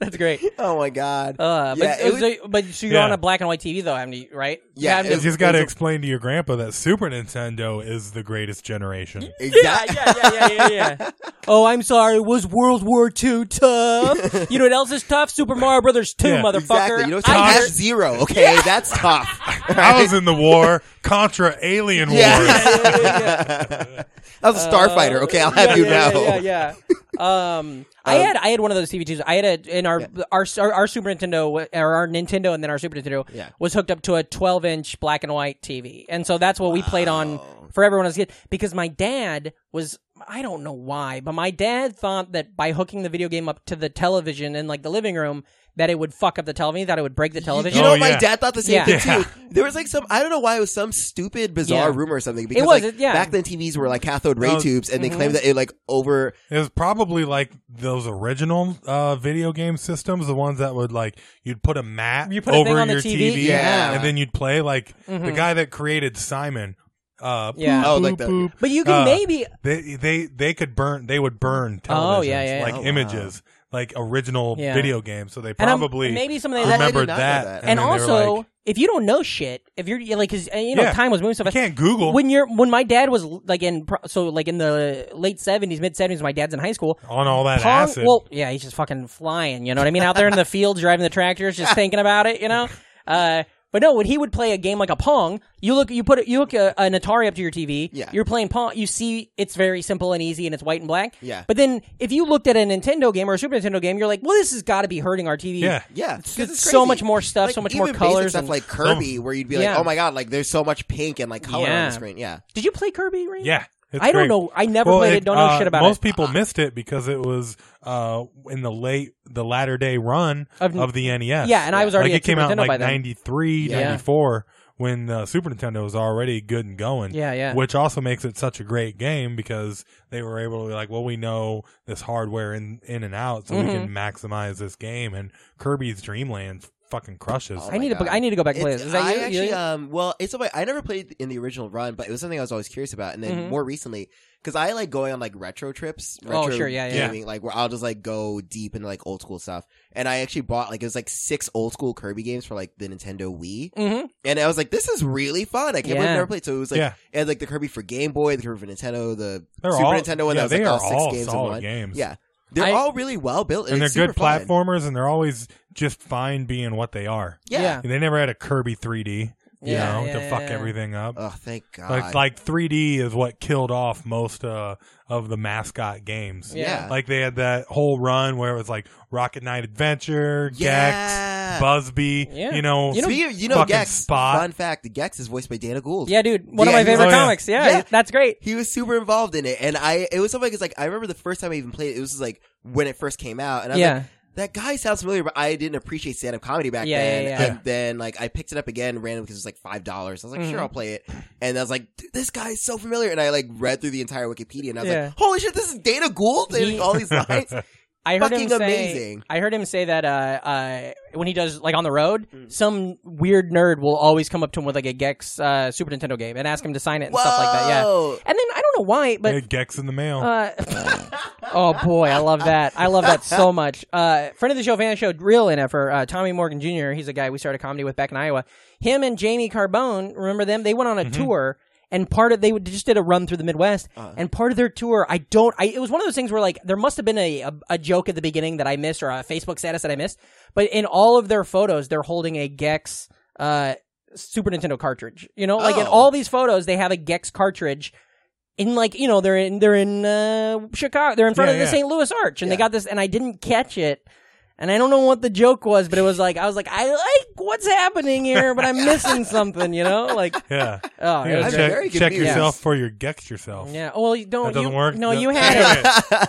A: That's great.
D: Oh my god.
A: Uh, but,
D: Yeah, it
A: it was
D: was-
A: a- but so you're
B: Yeah.
A: on a black and white TV though, haven't you? Right?
D: Yeah,
A: Haven't
B: you
D: it
A: you-
D: was-
B: just got to
D: it's a-
B: explain to your grandpa that Super Nintendo is the greatest generation.
A: yeah, yeah, yeah, yeah, yeah,
D: [laughs]
A: yeah. oh, I'm sorry. Was World War II
D: [laughs]
A: tough? you know what else is tough? Super Mario Brothers 2,
B: Yeah,
A: motherfucker.
D: Exactly. You know, it's
A: I
D: hash
A: heard-
D: zero. Okay, that's tough.
A: [laughs]
D: [laughs]
B: I was in the war, Contra Alien Wars.
D: Yeah.
A: [laughs] yeah, yeah, yeah.
D: I was a starfighter. Okay, I'll have you
A: yeah,
D: know.
A: Yeah, yeah, yeah. Um, I had I had one of those TV2s. I had a in our our our our Super Nintendo wa- or our Nintendo and then our Super Nintendo
D: Yeah.
A: was hooked up to a 12 inch black and white TV, and so that's what we played on for everyone as a kid. Because my dad was I don't know why, but my dad thought that by hooking the video game up to the television in like the living room that it would fuck up the television, that it would break the television.
D: You know,
B: Oh,
D: my
B: yeah.
D: dad thought the same
A: Yeah.
D: thing too. There was like some I don't know why it was some stupid bizarre
A: Yeah.
D: rumor or something because
A: was,
D: like,
A: it- yeah. mm-hmm.
D: back then TVs were like cathode ray
B: Oh,
D: tubes and they claimed that it like over
B: It was probably like those original uh, video game systems, the ones that would like you'd put a mat
A: You put a
B: over
A: thing on the
B: your
A: TV,
D: yeah.
B: and then you'd play like the guy that created Simon. Uh,
A: Mm-hmm. Yeah.
B: boop,
D: Oh, like
B: boop,
D: the-
B: boop.
A: But you can
B: Uh,
A: maybe
B: they they they could burn. They would burn televisions,
A: Oh, yeah, yeah, yeah.
B: like
A: Oh,
B: images. like original
A: Yeah.
B: video game, so they
A: And I'm-
B: probably
A: and maybe something
D: Oh,
A: like
D: I
A: that.
D: did
B: remembered
D: not know
B: that.
D: that.
A: And,
B: then they were
A: also,
B: like,
A: if you don't know shit, if you're yeah, like, because you know,
B: Yeah.
A: time was moving so
B: you
A: fast.
B: can't Google
A: When you're when my dad was like in pro- so like in the late seventies, mid seventies, my dad's in high school.
B: on all that
A: Pong-
B: acid.
A: Well, yeah, he's just fucking flying. You know what I mean? Out there
B: [laughs]
A: in the fields, driving the tractors, just thinking about it. You know. Uh, but no, when he would play a game like a Pong, you look, you put, it- you hook a, an Atari up to your TV.
D: Yeah.
A: You're playing Pong. You see, it's very simple and easy, and it's white and black.
D: Yeah.
A: But then, if you looked at a Nintendo game or a Super Nintendo game, you're like, well, this has got to be hurting our TV.
B: yeah,
D: Yeah, 'cause
A: It's
D: it's
A: so
D: crazy.
A: much more stuff,
D: Like,
A: so much
D: even
A: more
D: basic
A: colors
D: stuff
A: and-
D: like Kirby, where you'd be like,
A: Yeah.
D: "Oh my god!" Like there's so much pink and like color on
A: Yeah.
D: the screen. Yeah,
A: Did you play Kirby? Ray?
B: yeah. It's
A: I don't
B: great.
A: know. I never
B: Well,
A: played it. Don't know
B: uh,
A: shit about
B: most
A: it.
B: people missed it because it was uh, in the late, the latter day run
A: Of-
B: of, the NES.
A: Yeah, and I was already
B: like
A: at
B: it came
A: Super
B: out
A: Nintendo
B: in
A: by
B: like
A: then.
B: 93,
A: Yeah.
B: 94 when the Super Nintendo was already good and going.
A: Yeah, yeah.
B: Which also makes it such a great game because they were able to be like, well, we know this hardware in in and out, so we can
A: Mm-hmm.
B: maximize this game. And Kirby's Dream Land fucking crushes.
D: Oh
A: I need
D: my
A: to. bu-
D: God.
A: I need to go back and play
D: It's-
A: this. Is that
D: I
A: you? You-
D: actually, um, well, it's something I never played in the original run, but it was something I was always curious about, and then
A: Mhm.
D: more recently because I like going on like retro trips.
A: Oh,
D: Retro
A: sure, yeah, yeah, yeah.
D: gaming, like where I'll just like go deep into like old school stuff, and I actually bought like it was like six old school Kirby games for like the Nintendo Wii,
A: Mhm.
D: and I was like, this is really fun. I can't believe I
A: Yeah.
D: never played. So it was like,
B: Yeah.
D: it had like the Kirby for Game Boy, the Kirby for Nintendo, the
B: They're
D: Super
B: all-
D: Nintendo one.
B: yeah,
D: that was like
B: they
D: all
B: are
D: six
B: all
D: games in
B: solid
D: one.
B: games.
D: Yeah, they're
A: I-
D: all really well built,
B: and they're
D: it's
B: good
D: super fun.
B: platformers, and they're always just fine being what they are.
D: Yeah.
B: They never had a Kirby 3D, you
A: Yeah,
B: know,
A: yeah,
B: to
A: yeah,
B: fuck
A: yeah.
B: everything up.
D: Oh, thank God.
B: like, like 3D is what killed off most uh, of the mascot games.
A: Yeah.
B: Like they had that whole run where it was like Rocket Knight Adventure,
D: Yeah.
B: Gex, Busby,
A: Yeah.
B: you know,
A: You know-
D: Speaking of- you know
B: fucking
D: Gex.
B: Spot.
D: Fun fact: Gex is voiced by Dana Gould.
A: Yeah, dude. One of
D: Yeah,
A: my
D: he's-
A: favorite
B: oh, yeah.
A: comics. Yeah,
D: Yeah.
A: that's great.
D: he was super involved in it, and I it was something because like I remember the first time I even played it, it was just, like when it first came out, and I was
A: Yeah.
D: like, that guy sounds familiar, but I didn't appreciate stand up comedy back
A: Yeah,
D: then.
A: yeah, yeah.
D: And then like I picked it up again randomly because it was like five dollars. I was like,
A: Mm-hmm.
D: sure, I'll play it, and I was like, "Dude, this guy is so familiar, and I like read through the entire Wikipedia, and I was
A: Yeah.
D: like, holy shit, this is Dana Gould and
A: He-
D: all these
A: [laughs]
D: [laughs] lines.
A: I heard him
D: fucking
A: say,
D: amazing.
A: I heard him say that uh, uh, when he does like on the road,
D: Mm.
A: some weird nerd will always come up to him with like a Gex uh, Super Nintendo game and ask him to sign it and stuff like that. Yeah,
D: Whoa.
A: and then I don't know why,
B: They
A: but
B: had Gex in the mail.
A: uh, oh boy, I love that. I love that so much. Uh, friend of the show, fan of the show, real NFer, uh, Tommy Morgan Jr. He's a guy we started comedy with back in Iowa. Him and Jamie Carbone, remember them? They went on a tour. And part of they would- just did a run through the Midwest, and part of their tour, I don't. I, it was one of those things where like there must have been a, a a joke at the beginning that I missed or a Facebook status that I missed. But in all of their photos, they're holding a Gex uh, Super Nintendo cartridge. You know, like in
D: Oh.
A: all these photos, they have a Gex cartridge in like you know they're in they're in uh, Chicago they're in front
B: Yeah,
A: of the
B: yeah.
A: St. Louis Arch and they got this and I didn't catch it and I don't know what the joke was but it was like I was like I like what's happening here but I'm
B: [laughs]
A: missing something you know like [laughs]
B: yeah.
A: oh
B: You
A: yeah,
B: gotta
D: I'm
B: check
D: very
B: check
D: confused.
B: yourself for your Gex yourself.
A: yeah. Oh, well you don't
B: That doesn't
A: you,
B: work?
A: no
B: No.
A: you
B: [laughs]
A: had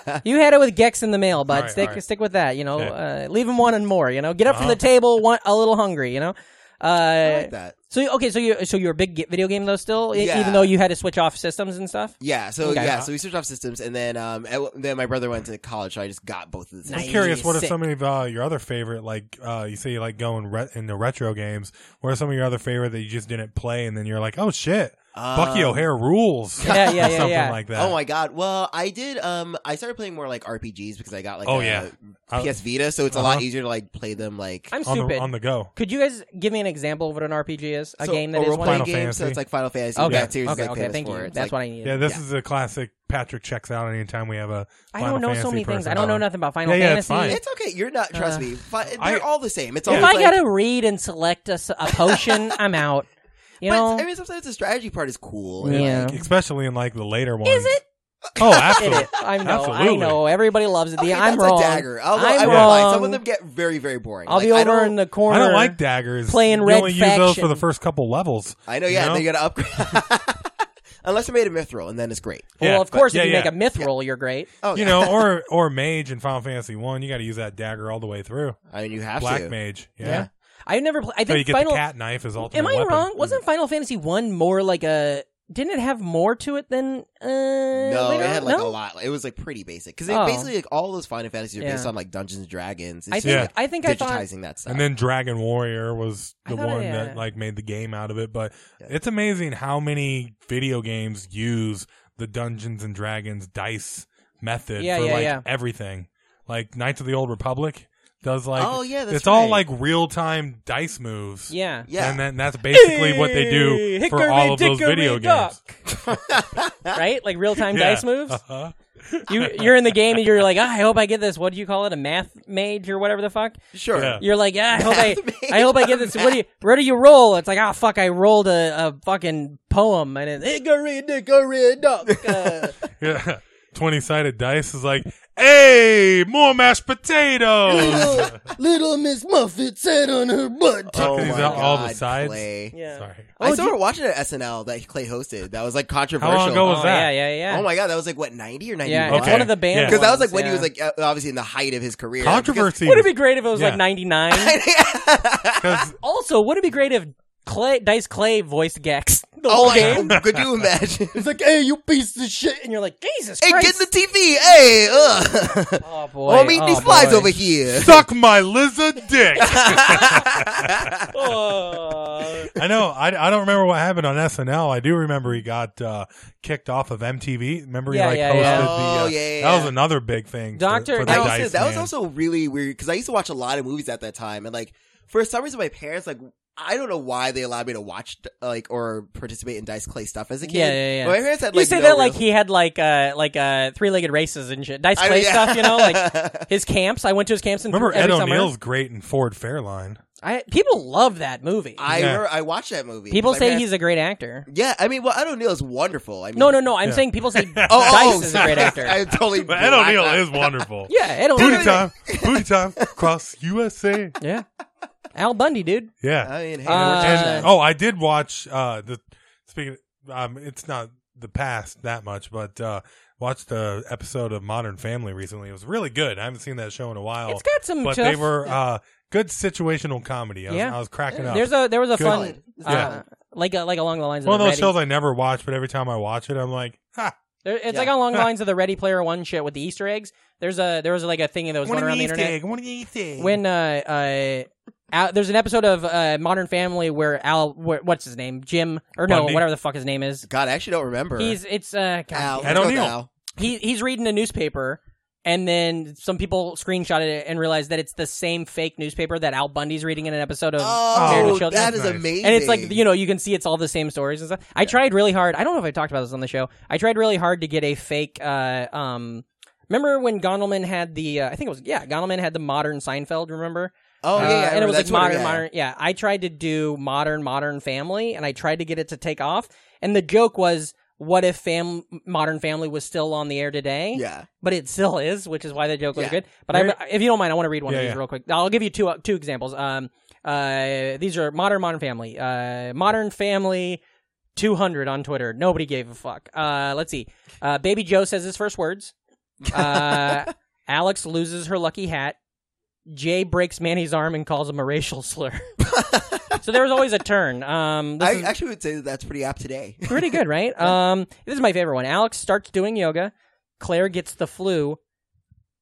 A: it you had it with Gex in the mail bud
B: All right,
A: stick
B: all right. Uh-huh.
A: stick with that you know
B: Okay.
A: uh, leave him wanting more you know get up from the table want a little hungry you know uh,
D: I like that.
A: so you- okay so you so you're a big ge- video game though still e-
D: Yeah.
A: even though you had to switch off systems and stuff
D: Yeah, so
A: Okay.
D: yeah, so we switched off systems, and then um, I- then my brother went to college, so I just got both of the
A: Nice.
D: systems.
B: I'm curious, what are
A: Sick.
B: some of uh, your other favorite, like, uh, you say you like going re- into retro games. What are some of your other favorite that you just didn't play and then you're like, oh shit, Bucky O'Hare rules?
A: Um, Yeah,
B: [laughs]
A: yeah,
B: Or
A: yeah,
B: Something
A: yeah.
B: like that.
D: Oh my god! Well, I did. Um, I started playing more like RPGs because I got like
B: Oh,
D: a
B: yeah. I-
D: PS Vita, so it's a
B: Uh-huh.
D: lot easier to like play them like
A: I'm
B: on
A: stupid
B: the, on the go.
A: Could you guys give me an example of what an RPG is? A
D: so,
A: game that
D: a
A: is
D: role-playing
A: one
B: Final
D: game. So
B: Fantasy.
D: it's like Final Fantasy.
A: Okay,
D: That series is,
A: okay,
D: like,
A: okay.
D: famous
A: Thank you.
D: for it.
A: That's
D: It's,
A: what
D: like,
A: I needed.
B: Yeah, this is a classic. Patrick checks out anytime we have a.
A: I
B: Final
A: don't know so
B: Fantasy
A: many things.
B: person
A: I don't know
B: on.
A: nothing about Final
B: Yeah, yeah, it's
A: Fantasy.
B: fine.
D: It's okay. You're not. Trust me. Fi- they're
B: I-
D: all the same. It's all.
A: Uh, If
D: like,
A: I gotta read and select a, s- a potion, I'm out. You
D: but
A: know,
D: I mean, sometimes the strategy part is cool. and,
A: Yeah.
D: like,
B: especially in like the later ones. Is it?
A: [laughs]
B: Oh, absolutely.
A: I know, I
B: Absolutely.
A: know. Everybody loves it.
D: okay,
A: The- I'm
D: that's
A: wrong.
D: a dagger. Although
A: I'm
D: I won't
A: wrong.
D: lie, some of them get very, very boring.
A: I'll
D: Like,
A: be
D: I
A: over
D: don't-
A: in the corner.
B: I don't like daggers.
A: Playing
B: you
A: Red
B: only use those for
A: Faction.
B: the first couple levels.
D: I know.
B: you
D: Yeah, they gotta upgrade. [laughs] Unless you made a mithril, and then it's great.
A: Well,
B: Yeah,
A: of course,
B: but-
A: if you
B: yeah,
A: make a myth roll, you're great.
D: Oh,
B: You
D: yeah.
B: know, or or mage in Final Fantasy One, you got to use that dagger all the way through.
D: I mean, you have
B: Black
D: to.
B: mage, yeah.
A: I've never. Pl- I
B: So
A: think
B: Oh, you get
A: Final.
B: the cat knife as ultimate.
A: Am I
B: weapon.
A: wrong? Wasn't Final Fantasy One more like a? Didn't it have more to it than? Uh,
D: No,
A: later
D: it had
A: on?
D: like
A: no?
D: a lot. It was like pretty basic because
A: Oh.
D: basically like all those Final Fantasies are
A: Yeah.
D: based on like Dungeons and Dragons. It's
A: I
D: just,
A: think.
B: Yeah.
A: I think I
D: like,
A: thought.
D: digitizing that stuff.
B: And then Dragon Warrior was
A: I
B: the
A: thought I-
B: one
A: yeah.
B: that like made the game out of it. But
D: Yeah.
B: it's amazing how many video games use the Dungeons and Dragons dice method
A: Yeah,
B: for
A: yeah,
B: like
A: yeah.
B: everything. like Knights of the Old Republic does like
D: oh yeah, that's
B: it's all like
D: right.
B: real time dice moves.
A: Yeah.
D: yeah,
B: And then that's basically what they do
A: Hey,
B: for
A: hickory
B: all of those
A: dickory
B: video games.
A: dock. [laughs]
D: [laughs]
A: right? Like real time
B: Yeah.
A: dice moves.
B: Uh-huh.
A: You you're in the game and you're like, ah, I hope I get this. What do you call it? A math mage or whatever the fuck.
D: sure.
B: Yeah.
A: You're like, ah, I hope I
D: Math mage
A: I hope I get this. What do you? Where do you roll? It's like, ah, fuck, I rolled a, a fucking poem and it's hickory dickory dock.
B: [laughs]
A: Uh,
B: Yeah. 20 sided dice is like, hey, more
A: [laughs]
B: mashed
D: [laughs]
B: potatoes.
A: Little Miss Muffet sat on her butt.
D: Oh
B: He's
D: my
B: out
D: God,
B: all the sides.
D: Clay.
A: Yeah.
B: Sorry.
D: I
A: Oh,
D: saw
A: do-
D: her watching an SNL that Clay hosted. That was like
B: How
D: controversial.
B: long ago was
A: Oh,
B: that?
A: yeah, yeah, yeah.
D: Oh my god, that was like what ninety or ninety
A: Yeah,
D: one.
A: it's
B: Okay.
A: one of the band.
B: Yeah.
D: Because that was like
A: ones,
D: when he
A: yeah.
D: was like uh, obviously in the height of his career. [laughs]
B: Controversy.
A: Would it be great if it was like
B: Yeah.
A: 99?
D: [laughs]
B: Because
A: also, would it be great if Clay, Dice Clay voiced Gex [laughs] the whole
D: Oh,
A: game?
D: I, could you imagine?
A: It's like, hey, you piece of shit. And you're like, Jesus
D: hey,
A: Christ.
D: get the TV. Hey, ugh.
A: oh, boy.
D: oh, meet me slides
A: boy.
D: over
A: [laughs]
D: here.
B: suck my lizard
D: [laughs]
B: dick.
A: Uh, Oh.
B: I know. I, I don't remember what happened on SNL. I do remember he got uh, kicked off of MTV. Remember
A: Yeah,
B: he like
A: yeah,
B: hosted
A: yeah.
B: the.
D: Oh,
B: uh,
D: yeah, yeah,
B: That was
D: yeah.
B: another big thing. for-
A: Dr.
B: for the
D: that, was,
B: dice,
D: that was
B: man.
D: also really weird because I used to watch a lot of movies at that time, and like for some reason, my parents like I don't know why they allowed me to watch like or participate in Dice Clay stuff as a kid.
A: Yeah, yeah, yeah.
D: But My parents had
A: You
D: like
A: say
D: no
A: that like
D: real-
A: he had like uh like uh three legged races and shit. Dice
D: [laughs] I-
A: Clay
D: yeah.
A: stuff, you know, like his camps. I went to his camps and
B: Remember Ed
A: every summer.
B: O'Neill's great in Ford
D: [laughs]
B: Fairline.
A: I, people love that movie.
D: [laughs] I
B: Yeah.
D: remember I watched that movie.
A: people
D: My
A: say
D: parents-
A: he's a great
D: [laughs]
A: actor.
D: Yeah, I mean, well, I don't know. It's wonderful. I mean,
A: No, no, no. I'm
B: Yeah.
A: saying people say Dice
D: [laughs] Oh, oh,
A: is a great actor.
D: [laughs] I uh, totally.
B: But [laughs] Ed
D: blacked
B: O'Neill
D: out.
B: is
D: [laughs]
B: wonderful.
A: yeah, Ed O'Neill.
B: Booty time, booty time, cross
D: [laughs]
B: USA.
A: Yeah. Al Bundy, dude.
B: Yeah.
D: I mean, hey,
A: Uh,
D: we're just-
B: and oh, I did watch uh the speaking. um, it's not the past that much, but uh watched the episode of Modern Family recently. It was really good. I haven't seen that show in a
D: Oh,
B: while.
A: It's got some
B: but
A: tough-
B: they were uh good situational comedy. I was,
A: Yeah.
B: I was cracking up.
A: There's a there was a
B: Good.
A: fun uh,
B: Yeah.
A: like uh, like along the lines
B: one of
A: of
B: those
A: the
B: shows
A: Ready.
B: I never watch, but every time I watch it, I'm like, [laughs] ha,
A: There- it's
D: Yeah.
A: like
B: [laughs]
A: along the lines of the Ready Player One shit with the Easter eggs. There's a there was like a thing that was
B: what
A: going
B: an
A: around the
B: Easter
A: internet
B: egg, what an Easter egg.
A: when uh uh. Al, there's an episode of uh, Modern Family where Al, wh- what's his name, Jim or no,
B: Bundy?
A: whatever the fuck his name is.
D: God, I actually don't remember.
A: He's it's uh, God,
D: Al.
B: Ed
D: Let's go with
B: O'Neill.
D: Al. Oh,
A: he he's reading a newspaper and then some people screenshotted it and realized that it's the same fake newspaper that Al Bundy's reading in an episode of Married with
D: Oh,
A: Children.
D: that is
B: Nice.
D: amazing.
A: and it's like you know you can see it's all the same stories and stuff. I tried really hard. I don't know if I talked about this on the show. I tried really hard to get a fake. Uh, um, remember when Gondelman had the? Uh, I think it was yeah. Gondelman had the modern Seinfeld. Remember?
D: Oh yeah,
A: Uh,
D: yeah, I
A: and it
D: remember
A: was
D: that
A: like
D: Twitter,
A: modern,
D: yeah.
A: modern. Yeah, I tried to do modern, modern family, and I tried to get it to take off. And the joke was, what if fam- modern family was still on the air today?
D: Yeah.
A: but it still is, which is why the joke was
D: Yeah.
A: good. But I, if you don't mind, I want to read one of
B: Yeah,
A: these
B: yeah.
A: real quick. I'll give you two two examples. Um, uh, these are modern, modern family, uh, modern family. 200 on Twitter. Nobody gave a fuck. Uh, let's see. Uh, Baby Joe says his first words. Uh,
D: [laughs]
A: Alex loses her lucky hat. Jay breaks Manny's arm and calls him a racial
D: [laughs]
A: slur. so there was always a turn. Um, this
D: I
A: is
D: actually would say that that's pretty apt today. [laughs]
A: pretty good, right? Um, this is my favorite one. Alex starts doing yoga. Claire gets the flu.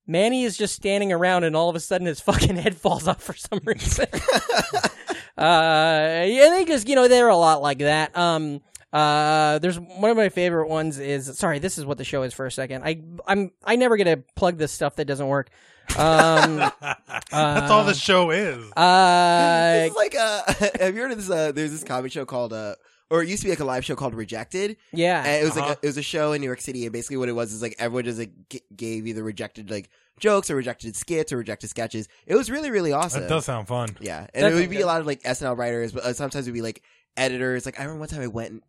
A: Manny is just standing around, and all of a sudden, his [laughs] fucking head falls off for some
D: [laughs]
A: reason. Uh, yeah, they just you know they're a lot like that. Um, uh, there's one of my favorite ones is sorry, this is what the show is for a second. I I'm I never get to plug this stuff that doesn't work.
D: [laughs]
A: Um,
B: That's all the show is.
A: uh,
D: it's like uh, [laughs] have you heard of this? Uh, there's this comedy show called uh, or it used to be like a live show called Rejected.
A: yeah,
D: And it was
B: Uh-huh.
D: like a, it was a show in New York City, and basically what it was is like everyone just like g- gave either rejected like jokes or rejected skits or rejected sketches. It was really really awesome.
B: That does sound fun.
D: Yeah, and
A: That
D: it would
A: sounds
D: be
A: good.
D: a lot of like SNL writers, but uh, sometimes it'd be like editors. Like I remember one time I went, and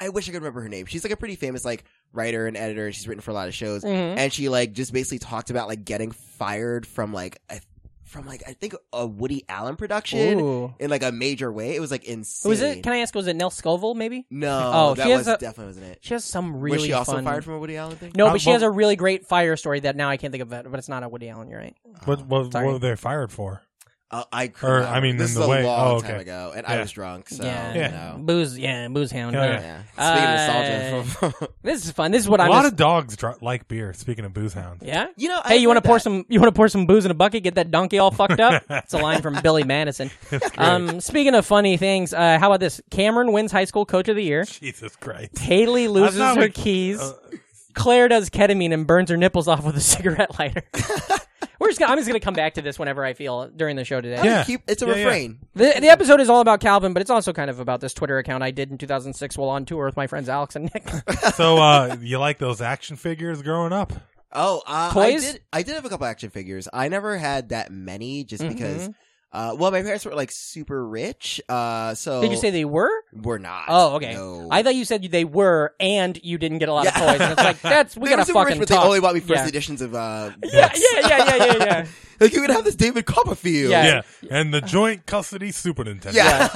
D: I wish I could remember her name. She's like a pretty famous like writer and editor. She's written for a lot of shows,
A: Mhm.
D: and she like just basically talked about like getting fired from like I, from like I think a Woody Allen production
A: Ooh.
D: in like a major way. It was like insane.
A: was it? Can I ask? Was it Nell Scoville? Maybe
D: no,
A: Oh,
D: that
A: she has
D: was
A: a-
D: definitely wasn't it.
A: she has some really
D: was she also
A: fun.
D: fired from a Woody Allen thing?
A: No,
B: Uh,
A: but she
B: well-
A: has a really great fire story that now I can't think of it, but it's not a Woody Allen. You're right.
B: What, what, what
A: sorry.
B: were they fired for?
D: uh, I could
B: Or,
D: not
B: I mean,
D: this
B: in
D: is
B: the
D: a
B: way-
D: long
B: oh,
D: time
B: okay.
D: ago, and
B: Yeah.
D: I was drunk, so
A: yeah,
D: you
B: Yeah.
D: know.
A: booze. Yeah, booze hound.
B: Hell
A: uh,
B: yeah.
D: Yeah. Speaking
A: Uh, [laughs]
D: of [laughs] nostalgia,
A: This is fun. This is what I'm.
B: a lot
A: just-
B: of dogs dr- like beer. Speaking of booze hounds,
A: yeah.
D: you know,
A: Hey,
D: I
A: you want
D: heard
A: to pour
D: that.
A: some? You want to pour some booze in a bucket? Get that donkey all fucked
B: [laughs]
A: up. It's a line from Billy Madison. Um, speaking of funny things, uh, how about this? Cameron wins high school coach of the year.
B: Jesus Christ.
A: Haley loses
B: not
A: her
B: uh,
A: [laughs]
B: like- [laughs]
A: keys. Claire does ketamine and burns her nipples off with a cigarette lighter. We're just gonna, I'm just gonna come back to this whenever I feel during the show today.
B: Yeah.
D: Oh, Keep, it's a
B: Yeah, yeah.
D: refrain.
A: The, the episode is all about Calvin, but it's also kind of about this Twitter account I did in 2006 while on tour with my friends Alex and Nick. [laughs]
B: So uh, you like those action figures growing up?
D: Oh, uh,
A: Toys?
D: I did. I did have a couple action figures. I never had that many, just
A: Mm-hmm.
D: because. Uh, well, my parents were like super rich. Uh, so
A: Did you say they were?
D: we're not?
A: Oh, okay.
D: No.
A: I thought you said they were, and you didn't get a lot of
D: Yeah.
A: toys. And it's like that's we
D: They were
A: gotta
D: super rich,
A: fucking
D: but
A: talk.
D: They only bought me first
A: yeah.
D: editions of. Uh,
A: Yeah, yeah, yeah, yeah, yeah, [laughs] yeah.
D: [laughs] like you could have this David Copperfield.
A: Yeah.
B: Yeah, [laughs] and the joint custody Super Nintendo.
D: [laughs] Yeah.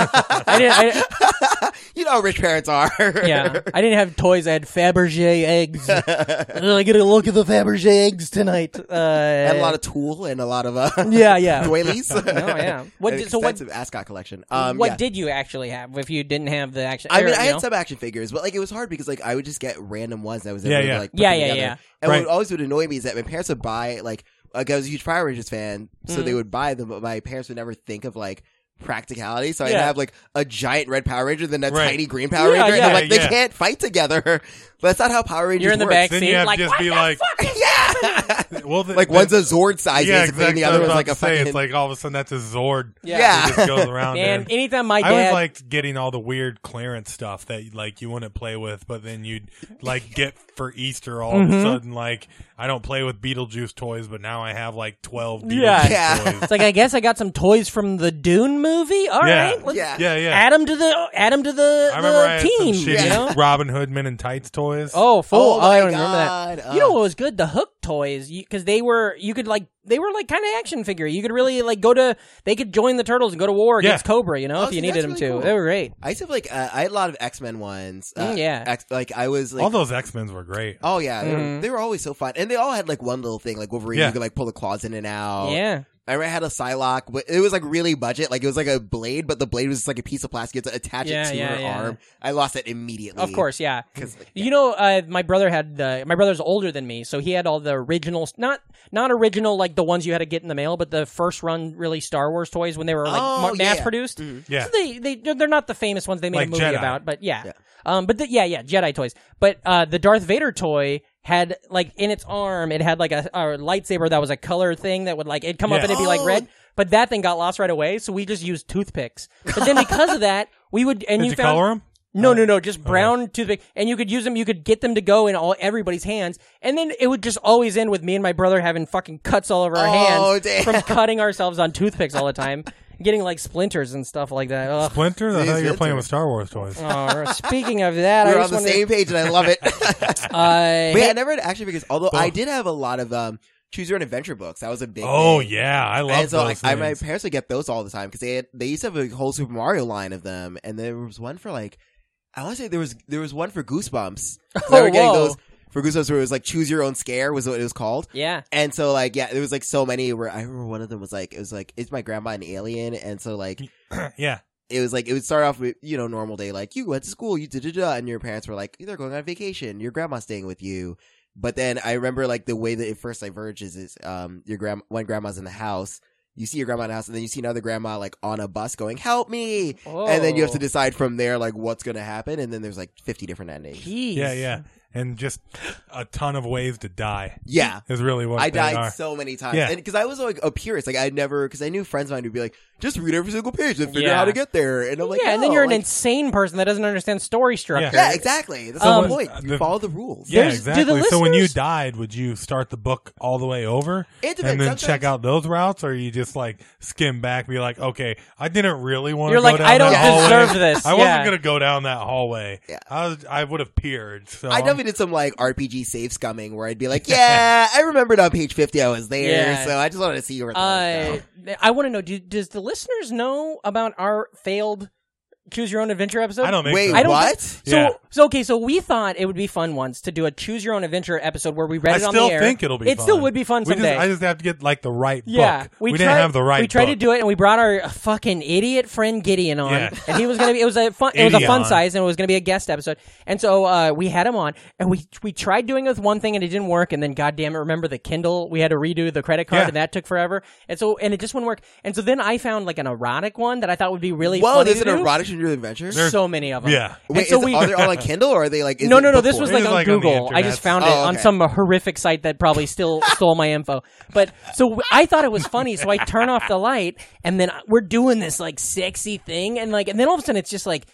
A: I didn't. I, didn't-
D: [laughs] you know how rich parents are. [laughs]
A: yeah, I didn't have toys. I had Fabergé eggs. I get a look at the Fabergé eggs
D: [laughs]
A: tonight. Uh,
D: and a lot of Tool and a lot of uh,
A: Yeah, yeah. [laughs]
D: [laughs] doilies. oh [laughs]
A: yeah. What did- so what-
D: expensive Ascot collection? Um,
A: what
D: yeah.
A: did you actually have if you didn't have the action?
D: I mean,
A: or,
D: I
A: you
D: had
A: know?
D: some action figures, but like it was hard because like I would just get random ones that I was
B: Yeah,
D: able
B: yeah.
D: to like put
A: Yeah,
D: them
A: yeah,
D: together.
A: yeah.
D: And
B: Right.
D: what always would annoy me is that my parents would buy like like I was a huge Power Rangers fan, so
A: Mm.
D: they would buy them, but my parents would never think of like practicality. So I'd
A: Yeah.
D: have like a giant red Power Ranger, then a
B: Right.
D: tiny green Power
A: Yeah,
D: Ranger, and I'm
A: yeah,
D: like, they
B: yeah.
D: can't fight together. [laughs] That's not how Power Rangers
A: You're in the
D: works.
A: back
B: Then
A: seat,
B: you have
A: like
B: to just
A: what
B: be
A: the
B: like-
A: fuck is
D: [laughs] Yeah,
B: Well, the,
D: like
B: the-
D: one's a Zord size,
B: yeah,
D: basically,
B: exactly.
D: and the other
B: I was
D: one's
B: about
D: like
B: to
D: a
B: say,
D: fucking.
B: it's like all of a sudden that's a Zord.
A: Yeah.
B: that just
D: [laughs]
B: goes around.
A: Man,
B: there.
A: anytime my
B: I
A: dad
B: always liked getting all the weird clearance stuff that like you wouldn't play with, but then you'd like get for Easter all
D: Mm-hmm.
B: of a sudden. Like I don't play with Beetlejuice toys, but now I have like twelve Beetlejuice
A: Yeah.
D: Yeah.
B: toys.
D: [laughs]
A: It's like I guess I got some toys from the Dune movie. All
B: Yeah.
A: right, let's
D: Yeah.
B: yeah, yeah.
A: add 'em to the add 'em to the,
B: I
A: the
B: remember I had
A: team.
B: some
A: You
B: shitty
A: know?
B: Robin Hood men in tights toys.
A: Oh, full.
D: Oh
A: Oh, I
D: my
A: don't remember that.
D: God.
A: you know
D: Uh.
A: what was good? The hook toys, because they were you could like they were like kind of action figure. You could really like go to they could join the turtles and go to war
B: Yeah.
A: against Cobra. You know,
D: Oh,
A: if you
D: see,
A: needed them
D: that's really
A: to,
D: cool.
A: they were great.
D: I used to have like uh, I had a lot of X Men ones. Uh,
A: Mm, yeah.
D: X, like I was like
B: all those X Men's were great.
D: Oh yeah, they,
A: Mm-hmm.
D: were, they were always so fun, and they all had like one little thing, like Wolverine,
B: Yeah.
D: you could like pull the claws in and out.
A: Yeah,
D: I remember I had a Psylocke, but it was like really budget, like it was like a blade, but the blade was just like a piece of plastic you had to attach
A: Yeah,
D: it to
A: yeah,
D: her
A: yeah.
D: arm. I lost it immediately.
A: of course. Yeah,
D: 'Cause, like,
A: You know, uh, my brother had the. My brother's older than me, so he had all the original, not not original like the ones you had to get in the mail, but the first run really Star Wars toys when they were like
D: Oh, yeah.
A: mass produced.
B: Yeah.
A: so they they they're not the famous ones they made
B: Like
A: a movie
B: Jedi.
A: about, but yeah, um, but the, yeah, yeah, Jedi toys. But uh, the Darth Vader toy had like in its arm, it had like a, a lightsaber that was a color thing that would like it'd come up
B: Yeah.
A: and it'd be like
D: Oh.
A: red. But that thing got lost right away, so we just used toothpicks. But
D: [laughs]
A: then because of that, we would and
B: Did
A: you,
B: you
A: found
B: color 'em?
D: Oh.
A: no, no, no. Just brown toothpick, and you could use them. You could get them to go in all everybody's hands, and then it would just always end with me and my brother having fucking cuts all over our
D: Oh,
A: hands
D: [laughs] damn.
A: from cutting ourselves on toothpicks all the time, getting like splinters and stuff like that. Ugh.
B: Splinter, I
D: These
B: thought you were playing
D: Splinter.
B: with Star Wars toys.
D: [laughs]
A: Oh, speaking of that,
D: we
A: I
D: were
A: just
D: on the
A: wanted-
D: same page, and I love
A: [laughs]
D: it. [laughs] but [laughs]
A: Uh,
D: yeah,
A: hey-
D: I never had action figures, although I did have a lot of um, choose your own adventure books. That was a big.
B: Oh
D: thing.
B: yeah, I love
D: And so like
B: those.
D: I, my
B: things.
D: parents would get those all the time because they had, they used to have a whole Super Mario line of them, and there was one for like I want to say there was there was one for Goosebumps. Oh,
A: Oh,
D: getting
A: whoa.
D: those for Goosebumps where it was like choose your own scare was what it was called.
A: yeah,
D: And so like yeah, there was like so many where I remember one of them was like it was like is my grandma an alien? And so like
B: yeah,
D: it was like it would start off with you know normal day like you went to school you da da da and your parents were like they're going on vacation your grandma's staying with you but then i remember like the way that it first diverges is um your grand when grandma's in the house you see your grandma in the house and then you see another grandma like on a bus going help me and then you have to
A: Oh.
D: decide from there like what's gonna happen and then there's like 50 different endings
A: Oh, Jeez.
B: yeah, yeah, and just a ton of ways to die.
D: yeah
B: Is really what
D: I
B: they
D: died
B: are.
D: so many times,
B: Yeah.
D: and because I was like a purist, like I never, because I knew friends of mine would be like, just read every single page and figure
A: Yeah.
D: out how to get there, and I'm like,
A: yeah, and then
D: "No,
A: you're an
D: like-
A: insane person that doesn't understand story structure.
D: yeah, exactly. That's
B: So
D: the
B: when-
D: point. You
B: the-
D: follow the rules.
B: Yeah,
A: There's- do the
B: exactly. so when you
A: listeners-
B: died, would you start the book all the way over
D: It depends.
B: and then
D: Sometimes-
B: check out those routes, or you just like skim back, be like, okay, I didn't really want
A: You're
B: to. go
A: like,
B: down
A: I don't
B: that hallway.
A: deserve this.
B: I wasn't
A: Yeah.
B: gonna go down that hallway.
D: Yeah.
B: I, was, I would have peered. So
D: I
B: I'm-
D: definitely did some like RPG save scumming where I'd
A: [laughs]
D: be like, yeah, I remembered on page 50 I was there,
A: Yeah.
D: so I just wanted to see where uh,
A: Uh, I want to know. Do, does the listeners know about our failed choose your own adventure episode?
B: I don't make.
D: Wait,
B: those.
A: I don't
D: what?
A: So,
B: Yeah.
A: so okay, so we thought it would be fun once to do a choose your own adventure episode where we read
B: I
A: it on
B: still
A: the air.
B: think it'll be.
A: It
B: fun.
A: still would be fun
B: We just-
A: someday.
B: I just have to get like the right
A: yeah,
B: book. We, didn't
A: tried-
B: have the right.
A: We tried
B: book.
A: to do it, and we brought our fucking idiot friend Gideon on,
B: Yeah.
A: and he was gonna be. It was a fun. It was a fun
B: Idion.
A: size, and it was gonna be a guest episode. And so uh, we had him on, and we we tried doing it with one thing, and it didn't work. And then, goddamn it, remember the Kindle? We had to redo the credit card,
B: Yeah.
A: and that took forever. And so, and it just wouldn't work. And so then I found like an erotic one that I thought would be really.
D: Whoa,
A: funny
D: there's
A: to
D: an
A: do.
D: erotic New Adventure?
B: There's-
A: so many of them.
B: Yeah.
A: And
D: Wait,
A: so
D: is,
A: we
D: are they
A: [laughs]
D: all on Kindle or are they like? is
A: no,
D: it
A: no, no.
D: book
A: This was
D: form?
B: It
A: like
B: was,
A: on
B: like, on the
A: Google. I just
B: internets.
A: found it
D: Oh,
A: on
D: okay.
A: some horrific site that probably
B: [laughs]
A: still stole my info. But so w- I thought it was funny, so I turn off the light, and then I- we're doing this like sexy thing, and like, and then all of a sudden it's just like.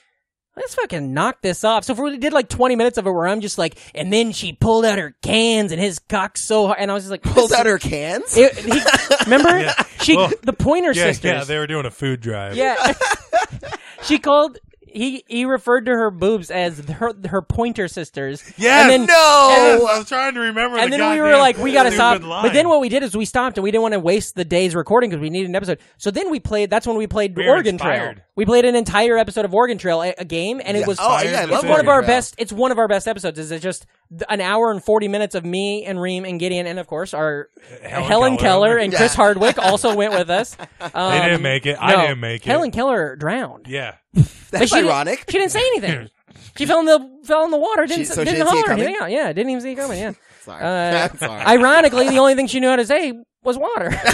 A: Let's fucking knock this off. So if we did like 20 minutes of it where I'm just like, and then she pulled out her cans and his cock so hard, and I was just like,
D: pulled
A: this-
D: out her cans.
A: It, he-
B: [laughs]
A: remember? She,
B: Well,
A: the Pointer
B: Yeah,
A: Sisters.
B: yeah, they were doing a food drive.
D: [laughs]
A: Yeah. she called. He he referred to her boobs as her her pointer sisters.
B: Yes,
A: And then,
B: Yes,
D: no. Oh,
B: I was trying to remember.
A: And
B: the
A: then we were
B: goddamn
A: like, we gotta
B: stupid
A: stop.
B: line.
A: But then what we did is we stopped and we didn't want to waste the day's recording because we needed an episode. So then we played. That's when we played
B: We were
A: Oregon Trail.
B: inspired.
A: We played an entire episode of Oregon Trail, a, a game, and it was
D: Oh yeah, I
A: it's
B: It's
D: love
A: one of
D: Oregon
A: our
D: Trail.
A: best. It's one of our best episodes. Is it just th- an hour and forty minutes of me and Reem and Gideon and of course our Helen,
B: Helen
A: Keller.
B: Keller.
A: and Chris Hardwick also went with us. Um,
B: didn't make it. I
A: no,
B: didn't make it.
A: Helen Keller drowned.
B: yeah,
D: That's
A: Like, she
D: ironic.
A: Didn't, she didn't say
B: [laughs]
A: anything. she fell in the fell in the water. Didn't
D: She-
A: s-
D: so she
A: didn't
D: didn't see
A: holler
D: it
A: or
D: coming?
A: anything out. Yeah, didn't even see it coming. Yeah.
D: [laughs] Sorry.
A: Uh,
D: [laughs] I'm sorry.
A: Ironically, the only thing she knew how to say was
B: [laughs]
A: water. [laughs]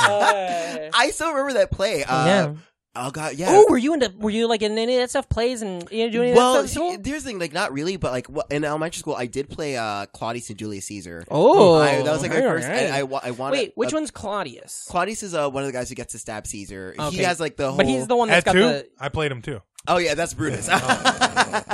A: uh,
D: I still remember that play. Uh,
A: yeah.
D: Oh god, yeah.
A: Oh, were you into? Were you like in any of that stuff? Plays and you know, doing any
D: well,
A: of that stuff?
D: see, here's the thing, like not really, but like wh- in elementary school, I did play uh, Claudius and Julius Caesar.
A: Oh,
D: I, that was like my
A: all
D: first.
A: right.
D: I, I, wa- I wanted.
A: Wait, which
D: uh,
A: one's Claudius?
D: Claudius is uh, one of the guys who gets to stab Caesar.
A: Okay.
D: He has like the whole.
A: but he's the one that's got
B: at two,
A: the.
B: I played him too.
D: Oh yeah, that's Brutus. [laughs]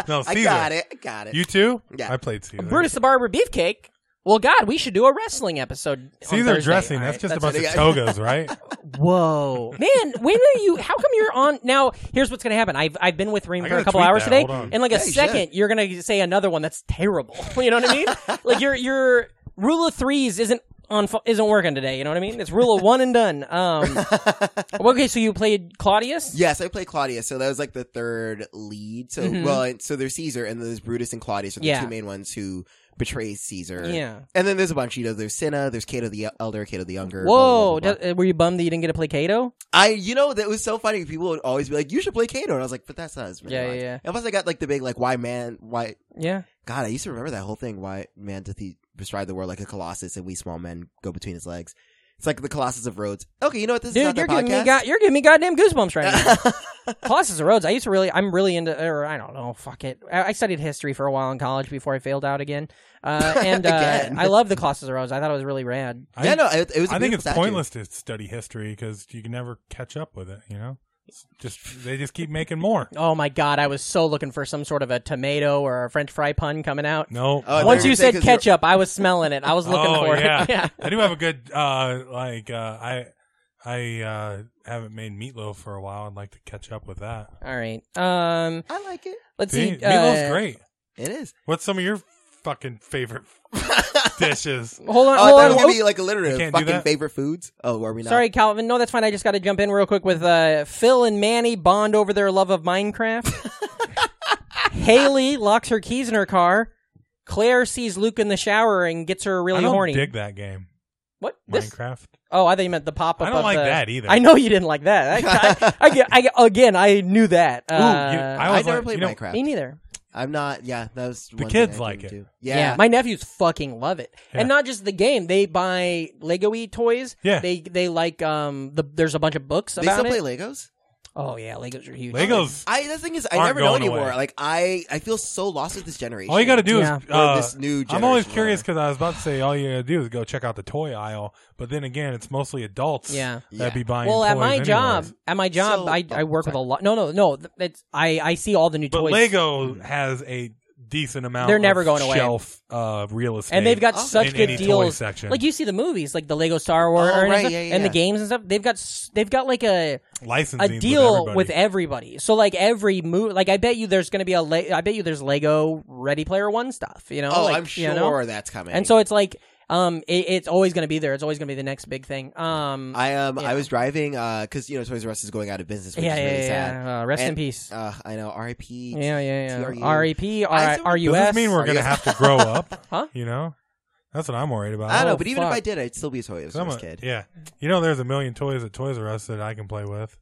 B: No,
D: I
B: Caesar.
D: got it. I got it.
B: You too?
D: Yeah.
B: I played Caesar.
A: Brutus the Barber Beefcake. Well, God, we should do a wrestling episode. on
B: Caesar
A: Thursday.
B: dressing.
A: All
B: That's
A: right,
B: just a
A: it.
B: bunch of
D: it.
B: togas,
D: [laughs]
B: right?
A: Whoa, man! When are you? How come you're on now? Here's what's gonna happen. I've I've been with Reem
B: I
A: for a
B: gotta
A: couple
B: tweet
A: hours
B: that.
A: today.
B: Hold on.
A: In like a
D: you should.
A: second, you're gonna say another one that's terrible. [laughs] you know what I mean?
D: [laughs]
A: like your your rule of threes isn't on fu- isn't working today. You know what I mean? It's rule of one and done. Um,
D: [laughs]
A: okay, so you played Claudius.
D: Yes, I played Claudius, so that was like the third lead. So well, and- so there's Caesar, and then there's Brutus and Claudius are the
A: Mm-hmm. Yeah.
D: two main ones who betrays Caesar.
A: Yeah.
D: and then there's a bunch. You know, there's Cinna, there's Cato the Elder, Cato the Younger. blah, blah,
A: Whoa,
D: blah, blah, blah.
A: d- uh, were you bummed that you didn't get to play Cato?
D: I you know that was so funny. People would always be like, "You should play Cato," and I was like, "But that's not as many
A: Yeah, yeah,
D: lines."
A: yeah.
D: And plus, I got like the big like, "Why man? Why
A: Yeah.
D: God?" I used to remember that whole thing. Why man doth he bestride the world like a colossus, and we small men go between his legs? It's like the colossus of Rhodes. Okay, you know what? This is
A: Dude,
D: not
A: you're
D: the
A: giving me
D: podcast.
A: god, you're giving me goddamn goosebumps right now.
D: [laughs]
A: Colossus of Rhodes. I used to really, I'm really into, or I don't know, fuck it. I, I studied history for a while in college before I failed out again.
D: [laughs]
A: Uh, and uh,
D: Again.
A: I love the Colossus of Rhodes. I thought it was really rad.
B: I,
D: yeah, no, it, it was. a
B: I think
D: beautiful
B: it's
D: statue.
B: pointless to study history because you can never catch up with it. You know, It's just they just keep making more.
A: Oh my god, I was so looking for some sort of a tomato or a French fry pun coming out.
B: No,
D: Oh, I
A: Once
D: thought
A: you
D: were saying
A: said
D: 'cause you're-
A: ketchup, I was smelling it. I was looking
B: oh,
A: for
B: yeah.
A: it. [laughs] Yeah.
B: I do have a good uh, like uh, I I uh, haven't made meatloaf for a while. I'd like to catch up with that.
A: All right. Um.
D: I like it.
A: Let's
B: See,
A: see.
B: meatloaf's
A: uh,
B: great.
D: It is.
B: What's some of your fucking
A: [laughs]
B: favorite dishes?
A: Hold on.
D: Oh, I
A: hold
D: thought
A: on.
D: it was
A: Oh,
D: gonna be like
B: You
D: alliterative.
B: can't do
D: Fucking
B: that?
D: favorite foods. Oh, are we not?
A: Sorry, Calvin. No, that's fine. I just got to jump in real quick with uh, Phil and Manny bond over their love of
D: [laughs]
A: Minecraft. Haley locks her keys in her car. Claire sees Luke in the shower and gets her really
B: I don't
A: horny.
B: dig that game.
A: what? This?
B: Minecraft.
A: Oh, I thought you meant the pop up.
B: I don't
A: of
B: like
A: the-
B: that either.
A: I know you didn't like that. I,
D: [laughs]
A: I- I get- I- again, I knew that. Uh,
B: Ooh, you- I
D: I
B: always
D: never
B: like-
D: played
B: you know,
D: Minecraft.
A: me neither.
D: I'm not. Yeah, that was the
B: kids like it.
D: Yeah.
A: my nephews fucking love it,
B: Yeah.
A: and not just the game. They buy Lego-y toys.
B: Yeah.
A: they they like um. The, there's a bunch of books
D: they
A: about
D: still
A: it.
D: play Legos.
A: oh yeah, Legos are huge.
B: Legos.
D: I the thing is, I
B: Aren't
D: never know
B: going
D: anymore.
B: away.
D: Like I, I feel so lost with this generation.
B: All you got to do
A: Yeah.
B: is uh,
D: Or this new
B: I'm always
D: generation,
B: curious because I was about to say all you got to do is go check out the toy aisle, but then again, it's mostly adults.
A: Yeah.
B: that be buying.
A: Well, at
B: toys
A: my
B: anyways.
A: job, at my job,
D: So-
A: I, I
D: oh,
A: work with a lot. No, no, no. th- It's, I I see all the new
B: but
A: toys.
B: Lego has a decent amount.
A: They're never
B: of
A: going away.
B: Shelf uh, real estate,
A: and they've got
D: Okay.
A: such
B: in
A: good
B: any toy
A: deals.
B: section.
A: Like you see the movies, like the Lego Star Wars
D: Oh,
A: and,
D: right,
A: stuff,
D: yeah, yeah,
A: and the
D: yeah.
A: games and stuff. They've got s- they've got like a a
B: licensing
A: deal
B: with,
A: with everybody. So like every movie, like I bet you there's going to be a Le- I bet you there's Lego Ready Player One stuff. You know,
D: Oh,
A: like,
D: I'm sure
A: You know?
D: that's coming.
A: And so it's like um, it, it's always going to be there. It's always going to be the next big thing. Um,
D: I um,
A: Yeah.
D: I was driving uh, because you know Toys R Us is going out of business, which
A: yeah,
D: is
A: yeah,
D: really
A: yeah,
D: sad.
A: yeah. Uh, rest in
D: And-
A: peace.
D: Uh, I know. R.I.P.
A: yeah, yeah, E
D: TRU.
A: yeah. R.E.P.
D: I still-
B: Does
A: R.U.S.
B: this mean we're going to have to
A: [laughs]
B: grow up?
A: Huh?
B: You know, that's what I'm worried about.
D: I don't
A: Oh,
D: know, but even if
A: fuck.
D: I did, I'd still be a Toys
B: I'm
D: R Us
B: a-
D: kid.
B: Yeah, you know, there's a million toys at Toys R Us that I can play
A: [laughs]
B: with.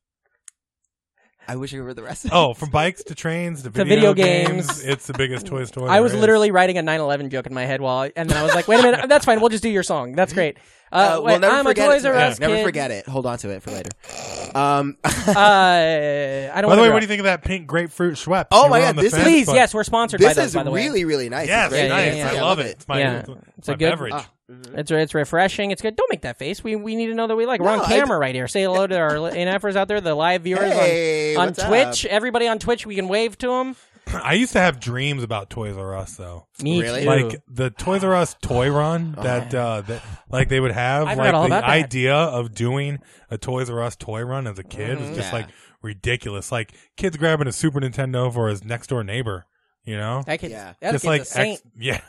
D: I wish I remembered the [laughs] rest. of Uh,
B: Oh,
D: it.
B: from bikes to trains
A: To
B: to video,
A: video
B: games,
A: games.
B: it's the biggest toys toy.
A: I
B: there
A: was
B: is.
A: literally writing a 9/11 joke in my head while, and then I was like, "Wait a minute, that's fine. We'll just do your song. That's great." Uh, wait,
D: Mm-hmm. we'll never
A: I'm a
D: forget
A: Toys
D: it.
A: R Us
D: Never
A: kid.
D: forget it. Hold on to it for
A: [laughs]
D: later. Um, [laughs]
A: Uh, I don't.
B: By the way,
A: wanna
B: what do you
A: interrupt.
B: think of that pink grapefruit Schweppes?
D: Oh
B: You
D: my
B: were
D: God,
B: on the
D: this is-
B: fence,
A: Please,
B: but-
A: yes, we're sponsored by
D: this
A: those.
D: is
A: By the way,
D: really, really nice.
B: Yes,
A: Yeah, yeah,
D: it's
B: nice.
A: yeah, yeah.
B: I love it. It's my,
A: Yeah.
B: it's my
A: It's a good-
B: beverage.
D: Ah.
A: It's it's refreshing. It's good. Don't make that face. We we need to know that we like. We're
D: No,
A: on
D: I-
A: camera right here. Say hello to our NFers out there, the live viewers
D: Hey,
A: on, on
D: what's up?
A: Twitch. Everybody on Twitch, we can wave to them.
B: [clears throat] I used to have dreams about Toys R Us though.
A: Me
D: Really?
A: too.
B: Like the Toys R Us
A: [sighs]
B: toy run that, uh, that like they would have,
A: I forgot
B: like
A: all
B: the
A: about that.
B: idea of doing a Toys R Us toy run as a kid was just
A: Mm-hmm.
D: Yeah.
B: like ridiculous. Like kids grabbing a Super Nintendo for his next door neighbor, you know,
A: that kid's,
D: Yeah.
A: that kid's
B: just like
A: a saint.
B: ex- [laughs] yeah,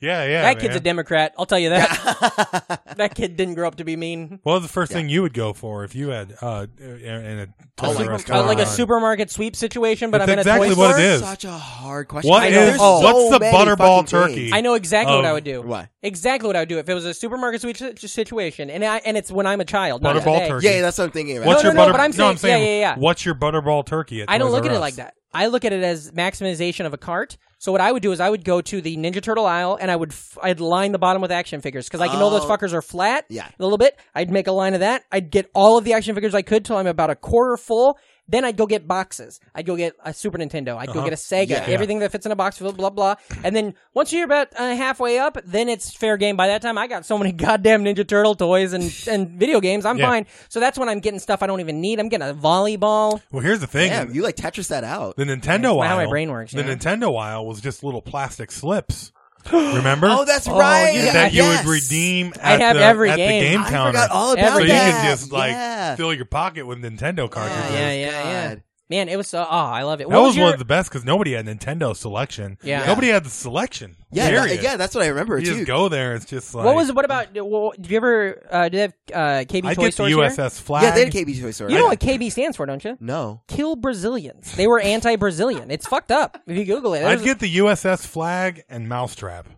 B: yeah, yeah.
A: that kid's
B: man.
A: a Democrat. I'll tell you that.
D: [laughs]
A: that kid didn't grow up to be mean.
B: What was the first thing you would go for if you had uh, in a
D: Oh
B: Toys
D: my
B: R Us
D: God.
B: toy
A: Uh, like a
B: run?
A: supermarket sweep situation, but
B: That's
A: I'm in a
B: exactly
A: toy
B: what
A: store.
B: it is.
D: Such a hard question.
B: What
D: I
B: is
D: know, there's so
B: what's the
D: many
B: butterball
D: fucking
B: turkey?
D: things.
A: I know exactly what
B: Of-
A: I would do.
D: What?
A: Exactly what I would do if it was a supermarket sweep si- situation, and I, and it's when I'm a child. not
B: Butterball
A: today.
B: turkey.
D: Yeah, that's what I'm thinking about.
B: What's
A: No,
B: your
A: no,
B: butter?
A: no, but I'm
B: no,
A: saying-
B: I'm saying,
A: yeah, yeah, yeah.
B: What's your butterball turkey? At
A: I don't
B: Toys
A: look
B: R
A: at it
B: Us?
A: like that. I look at it as maximization of a cart. So what I would do is I would go to the Ninja Turtle aisle and I would f- I'd line the bottom with action figures because I can know those fuckers are flat.
D: Yeah.
A: a little bit. I'd make a line of that. I'd get all of the action figures I could till I'm about a quarter full. Then I'd go get boxes. I'd go get a Super Nintendo. I'd
B: Uh-huh.
A: go get a Sega. Everything that fits in a box, blah blah blah. And then once you're about uh, halfway up, then it's fair game. By that time, I got so many [laughs] goddamn Ninja Turtle toys and and video games. I'm fine. So that's when I'm getting stuff I don't even need. I'm getting a volleyball.
B: Well, here's the thing.
D: Damn, you like Tetris that out.
B: the Nintendo
A: That's
B: aisle.
A: how my brain works,
B: The
A: yeah.
B: Nintendo aisle was just little plastic
A: [gasps]
B: slips. Remember?
D: Oh, that's right.
A: yeah.
B: that you
D: Yes.
B: would redeem. At
A: I have
B: the,
A: every
B: at
A: game.
B: The game
D: I
B: counter.
D: forgot all about
B: so
A: Every
B: you
A: game.
D: that.
B: could just like
D: yeah.
B: fill your pocket with Nintendo cartridges.
A: Yeah, yeah, yeah.
D: Oh, God.
A: Man, it was so. Oh, I love it.
B: That
A: What
B: was
A: your-
B: one of the best because nobody had Nintendo selection.
A: Yeah.
B: Nobody had the selection.
D: Yeah,
B: period.
D: that- yeah, that's what I remember
B: You
D: too.
B: just go there. It's just like
A: What was? What about? Well, did you ever? Uh, did they have uh, KB
B: I
A: toy
B: get the
A: stores
B: USS
A: here?
B: flag.
D: yeah, they had KB Toy Store.
A: You know what KB stands for, don't you?
D: No.
A: Kill Brazilians. They were anti-Brazilian. it's fucked up. If you Google it,
B: I'd
A: There's
B: get the USS flag and mousetrap.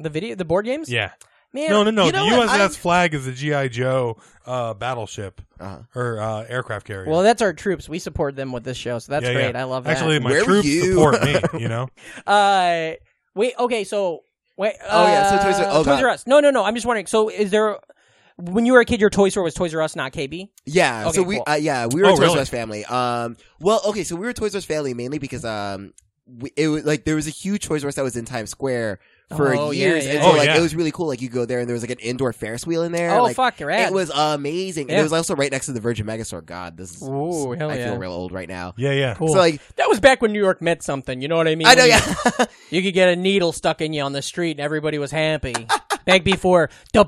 A: the video, the board games.
B: Yeah.
A: man.
B: No, no, no.
D: You know
B: the
D: what?
B: USS
D: I-
B: flag is the GI Joe uh, battleship
D: Uh-huh.
B: or uh, aircraft carrier.
A: Well, that's our troops. We support them with this show, so that's
B: Yeah, yeah.
A: great. I love that.
B: Actually, my
D: Where were
B: troops
D: you?
B: support me. You know,
A: uh, wait. Okay, so wait.
D: Oh, yeah, so Toys R-
A: uh,
D: oh, God.
A: Toys R Us. No, no, no. I'm just wondering. So, is there? When you were a kid, your toy store was Toys R Us, not KB.
D: Yeah.
A: Okay,
D: so we
A: cool.
D: uh, yeah, we were
B: Oh,
D: a Toys
B: really?
D: R Us family. Um well, okay, so we were a Toys R Us family mainly because um we, it was like there was a huge Toys R Us that was in Times Square for
A: Oh, yeah,
D: years
A: yeah,
D: and so
B: yeah.
D: like
B: Oh, yeah.
D: it was really cool like you go there and there was like an indoor Ferris wheel in there.
A: Oh,
D: like,
A: fuck, rad.
D: It was amazing. And
A: Yeah.
D: it was also right next to the Virgin Megastore. God, this is
A: Ooh, hell
D: I
A: yeah.
D: feel real old right now.
B: yeah, yeah.
A: Cool.
D: So like
A: That was back when New York meant something. You know what I mean?
D: I know
A: When you-
D: yeah.
A: [laughs] You could get a needle stuck in you on the street, and everybody was happy. Back before De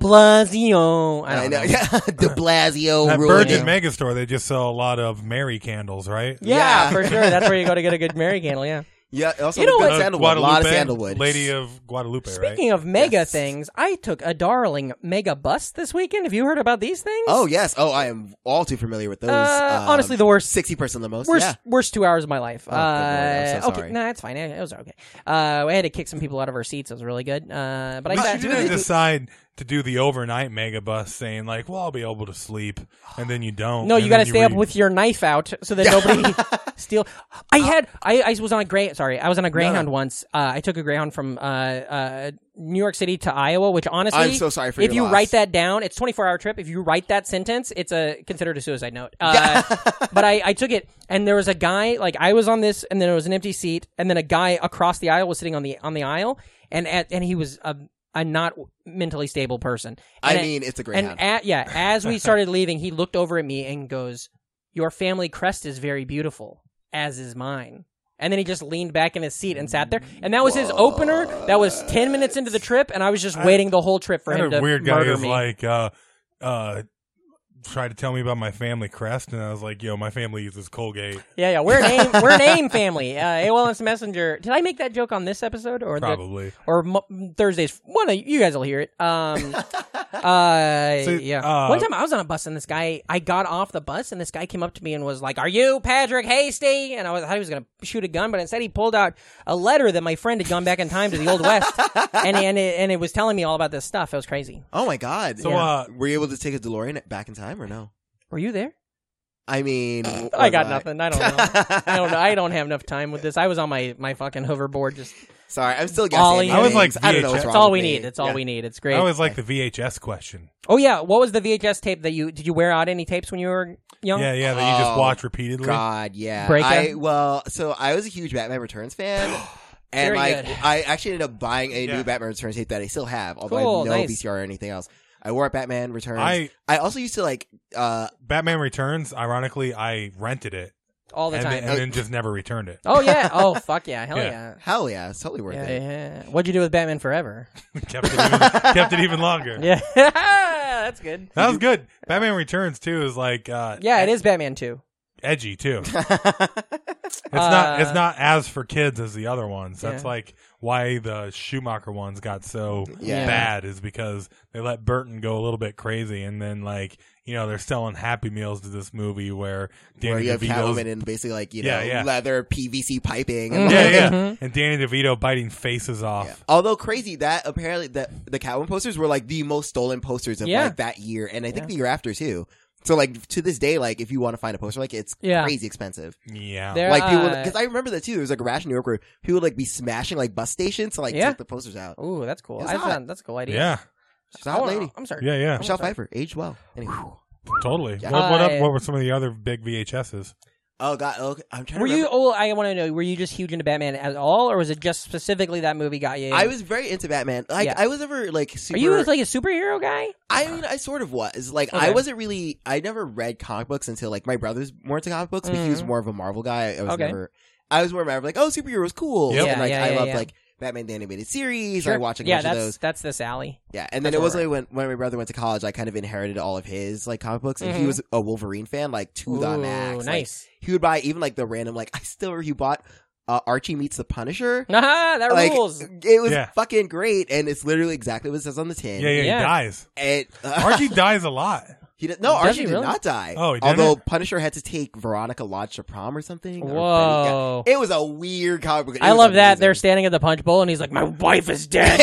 A: Blasio, I don't
D: I
A: know.
D: know. [laughs] Yeah. De Blasio
B: At
D: ruined
B: Virgin
D: it.
B: Megastore, they just sell a lot of Mary candles, right?
A: Yeah,
D: Yeah.
A: for sure. That's where you go to get a good Mary candle.
D: [laughs]
A: Yeah.
D: Yeah, also
A: You know
D: good
A: what?
D: sandalwood, a lot of
B: Uh, Guadalupe,
D: sandalwood.
B: Lady of Guadalupe.
A: Speaking
B: right?
A: of mega things, I took a darling mega bus this weekend. Have you heard about these things?
D: Oh yes. Oh, I am all too familiar with those.
A: Uh,
D: Um,
A: honestly, the worst.
D: sixty percent the most.
A: Worst,
D: yeah. Oh,
A: worst two hours of my life. Uh,
D: good lord, I'm so
A: okay,
D: sorry.
A: no, it's fine. It was okay. Uh, I had to kick some people out of our seats. It was really good. Uh, but I
B: But
A: got
B: you didn't decide to do the overnight mega bus, saying like, "Well, I'll be able to sleep," and then you don't.
A: No,
B: and
A: you
B: then
A: got to stay up
B: read.
A: with your knife out so that nobody
D: [laughs]
A: steal. I had I, I was on a gray sorry I was on a Greyhound once. Uh, I took a Greyhound from uh, uh, New York City to Iowa, which honestly
D: I'm so sorry for
A: If you
D: your
A: write
D: loss.
A: that down, it's 24 hour trip. If you write that sentence, it's a considered a suicide note.
D: [laughs]
A: Uh, but I, I took it and there was a guy like I was on this and then there was an empty seat and then a guy across the aisle was sitting on the on the aisle and at, and he was a, a not mentally stable person.
D: I
A: And it-
D: mean, it's a great.
A: and at, yeah, as we started leaving, he looked over at me and goes, "Your family crest is very beautiful, as is mine." And then he just leaned back in his seat and sat there. And that was his opener. That was ten minutes into the trip, and I was just waiting the whole trip for
B: I had
A: him to
B: a weird guy
A: murder
B: who's
A: me.
B: like uh uh tried to tell me about my family crest and i was like yo my family uses colgate
A: yeah, yeah, we're an AIM, we're an AIM family. Uh, AOL Instant Messenger. Did I make that joke on this episode or the,
B: probably
A: or m- Thursdays? One of you guys will hear it.
D: [laughs]
A: Um, uh,
B: So,
A: yeah.
B: uh,
A: One time I was on a bus and this guy, I got off the bus and this guy came up to me and was like, "Are you Patrick Hasty?" And I, was, I thought he was going to shoot a gun, but instead he pulled out a letter that my friend had gone back in time to the old
D: [laughs]
A: west, and and it, and it was telling me all about this stuff. It was crazy.
D: oh my god.
B: so
A: Yeah.
B: uh
D: were you able to take a DeLorean back in time or no?
A: Were you there?
D: I mean, w-
A: I got [laughs]
D: was
A: nothing. I don't know. I don't. know. I don't have enough time with this. I was on my my fucking hoverboard just
D: [laughs] Sorry, I'm still guessing.
A: All he-
D: at
A: I was
D: things.
B: like
D: I don't know what's
B: VHS.
A: That's
D: wrong
A: all
D: with
A: we
D: me.
A: need. That's all
D: Yeah.
A: we need. It's
B: I
A: great.
B: always like the VHS question.
A: oh yeah, what was the VHS tape that you did you wear out any tapes when you were young?
B: Yeah, yeah, that you just
D: Oh,
B: watch repeatedly.
D: God, yeah.
A: Breaker?
D: I well, so I was a huge Batman
A: [gasps]
D: Returns fan. And
A: Very
D: like,
A: good.
D: I actually ended up buying a
B: Yeah.
D: new Batman Returns tape that I still have, although
A: Cool,
D: I have no
A: nice.
D: VCR or anything else. I wore Batman Returns. I,
B: I
D: also used to like, uh,
B: Batman Returns. Ironically, I rented it
A: all the
B: and,
A: time.
B: Then, and then just never returned it.
A: [laughs] oh yeah. Oh fuck yeah. Hell
B: [laughs] Yeah.
A: yeah.
D: hell yeah, it's totally worth
A: Yeah,
D: it.
A: yeah. What'd you do with Batman Forever?
B: kept it even, kept it even longer.
A: Yeah, [laughs] that's good.
B: That was good. Batman Returns too is like uh,
A: Yeah, it is Uh, Batman Two.
B: edgy
A: [laughs]
B: too. it's not it's not as for kids as the other ones. That's
A: Yeah.
B: like why the Schumacher ones got so
D: Yeah.
B: bad is because they let Burton go a little bit crazy, and then like you know they're selling Happy Meals to this movie where
D: Where
B: Danny
D: you have
B: DeVito's
D: Catwoman and basically like, you know,
B: Yeah, yeah.
D: leather PVC piping.
A: Mhm.
D: And
B: yeah
D: like,
B: yeah,
A: Mhm.
B: and Danny DeVito biting faces off.
D: Yeah. Although crazy that apparently the the Catwoman posters were like the most stolen posters of
A: Yeah.
D: like that year, and I think
A: Yeah.
D: the year after too. So like to this day, like if you want to find a poster, like it's
A: Yeah.
D: crazy expensive.
B: Yeah.
A: There-
D: Like people,
A: Uh,
D: because I remember that too. There was like a rash in New York where people would like be smashing like bus stations to like
A: Yeah.
D: take the posters out.
A: Ooh, that's cool.
D: It's
A: I
D: hot.
A: found that's a cool idea.
B: yeah,
D: She's a hot
A: Oh,
D: lady.
A: I'm sorry.
B: yeah, yeah,
A: Oh,
D: Michelle Pfeiffer aged well. Anyway.
A: [laughs]
B: totally.
D: Yeah.
B: What, what up?
A: I-
B: What were some of the other big VHSs?
D: Oh god, oh, I'm trying
A: Were
D: to
A: you?
D: remember.
A: Oh, I want to know. Were you just huge into Batman at all, or was it just specifically that movie got you?
D: I was very into Batman. Like
A: Yeah.
D: I was never like super.
A: Are you like a superhero guy?
D: I mean, I sort of was. Like,
A: Okay.
D: I wasn't really. I never read comic books until like my brother's more into comic books, but he was
A: Mhm.
D: more of a Marvel guy. I was
A: Okay.
D: never. I was more Marvel, like, oh, superheroes, cool.
B: Yep.
D: And like,
A: Yeah, yeah,
D: I
A: yeah,
D: loved
A: yeah.
D: like Batman the animated series. I watched like, a
A: yeah,
D: bunch
A: that's
D: of those.
A: that's this alley.
D: Yeah, and then
A: that's
D: it was
A: all
D: like when when my brother went to college, I kind of inherited all of his like comic books, and
A: Mhm.
D: he was a Wolverine fan, like to the
A: Ooh,
D: max. Like,
A: nice. [laughs]
D: he would buy even like the random like [laughs] I still remember he bought uh, Archie meets the Punisher.
A: Nah, Mm, that
D: Like
A: rules.
D: it was
B: Yeah.
D: fucking great, and it's literally exactly what it says on the tin.
B: Yeah, yeah,
A: Yeah. [laughs]
B: he dies.
D: And, [laughs] uh,
B: Archie dies a lot.
D: He did, no,
A: Does
D: Archie
A: he
D: did
A: really?
D: not die.
B: Oh, he didn't?
D: although Punisher had to take Veronica Lodge to prom or something. or Betty- yeah.
A: Whoa.
D: it was a weird comic book. It
A: I
D: was
A: love that.
D: amazing.
A: They're standing at the punch bowl, and he's like, "My wife is
D: [laughs]
A: dead,"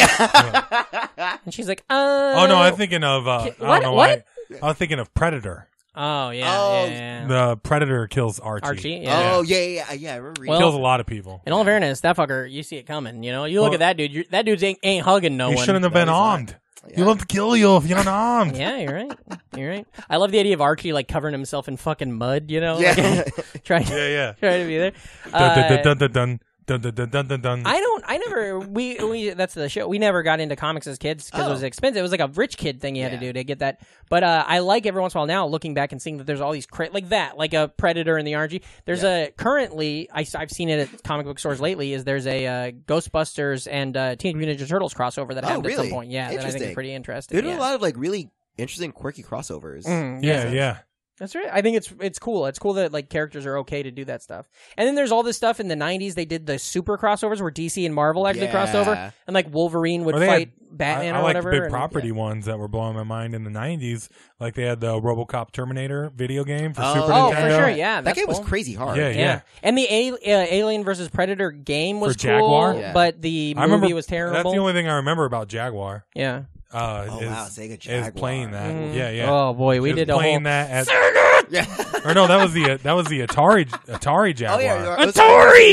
A: and she's like, "Uh."
B: Oh no, I'm thinking of uh,
A: Ki-
B: I
A: what-
B: don't know
A: what?
B: why. I was thinking of Predator.
A: Oh yeah,
D: Oh,
A: yeah, yeah.
B: The Predator kills Archie.
A: Archie. Yeah.
D: Oh yeah, yeah, yeah. yeah I remember. reading
A: Well-
B: kills a lot of people.
A: In all fairness, that fucker, you see it coming. You know, you look
B: Well-
A: at that dude. you that dude ain't, ain't hugging no
B: you
A: one.
B: shouldn't have been
D: he's not.
B: armed. You love to kill you if
A: [laughs]
B: you're unarmed.
A: Yeah, you're right. You're right. I love the idea of Archie like covering himself in fucking mud. You know,
D: Yeah.
A: like, [laughs] trying
B: yeah, yeah.
A: trying to be there.
B: Dun,
A: Uh,
B: dun, dun, dun, dun, dun, dun, dun, dun, dun.
A: I don't. I never. We we. That's the show. We never got into comics as kids because it
D: Oh.
A: was expensive. It was like a rich kid thing you had to do to get that. But uh, I like every once in a while now looking back and seeing that there's all these cra- like that, like a Predator in the RNG. There's a currently. I, have seen it at comic book stores lately. Is there's a uh, Ghostbusters and uh, Teenage Mutant Ninja Turtles crossover that
D: Oh,
A: happened at some
D: really?
A: point. Yeah, that I think is
D: Interesting.
A: pretty interesting.
D: They did
A: yeah.
D: a lot of like really interesting, quirky crossovers.
A: Mm,
B: yeah, yeah,
A: that's right. I think it's it's cool. It's cool that like characters are okay to do that stuff. And then there's all this stuff in the '90s. They did the super crossovers where DC and Marvel actually
D: Yeah.
A: crossed over, and like Wolverine would
B: Or they
A: fight
B: I,
A: Batman
B: I
A: or
B: like the
A: whatever.
B: big
A: and-
B: property ones that were blowing my mind in the '90s. Like they had the RoboCop Terminator video game for
D: Oh,
B: Super
A: Oh,
B: Nintendo.
A: for sure. Yeah,
D: that
A: that's
D: game was
A: cool.
D: crazy hard.
B: Yeah,
A: Yeah. and the a- uh, Alien versus Predator game was
B: For Jaguar?
A: cool,
D: Yeah.
A: but the movie
B: I remember
A: was
B: That's
A: terrible.
B: the only thing I remember about Jaguar.
A: yeah.
B: Uh,
D: Oh
B: is,
D: wow, Sega Jaguar.
B: is
D: [laughs]
B: playing that.
A: Mhm.
B: Yeah, yeah.
A: Oh boy, we
B: Is
A: did a whole. [laughs]
B: playing that at
D: Yeah.
B: or no, that was the uh, that was the Atari Atari Jaguar.
D: oh yeah.
A: Atari!
D: it was- it was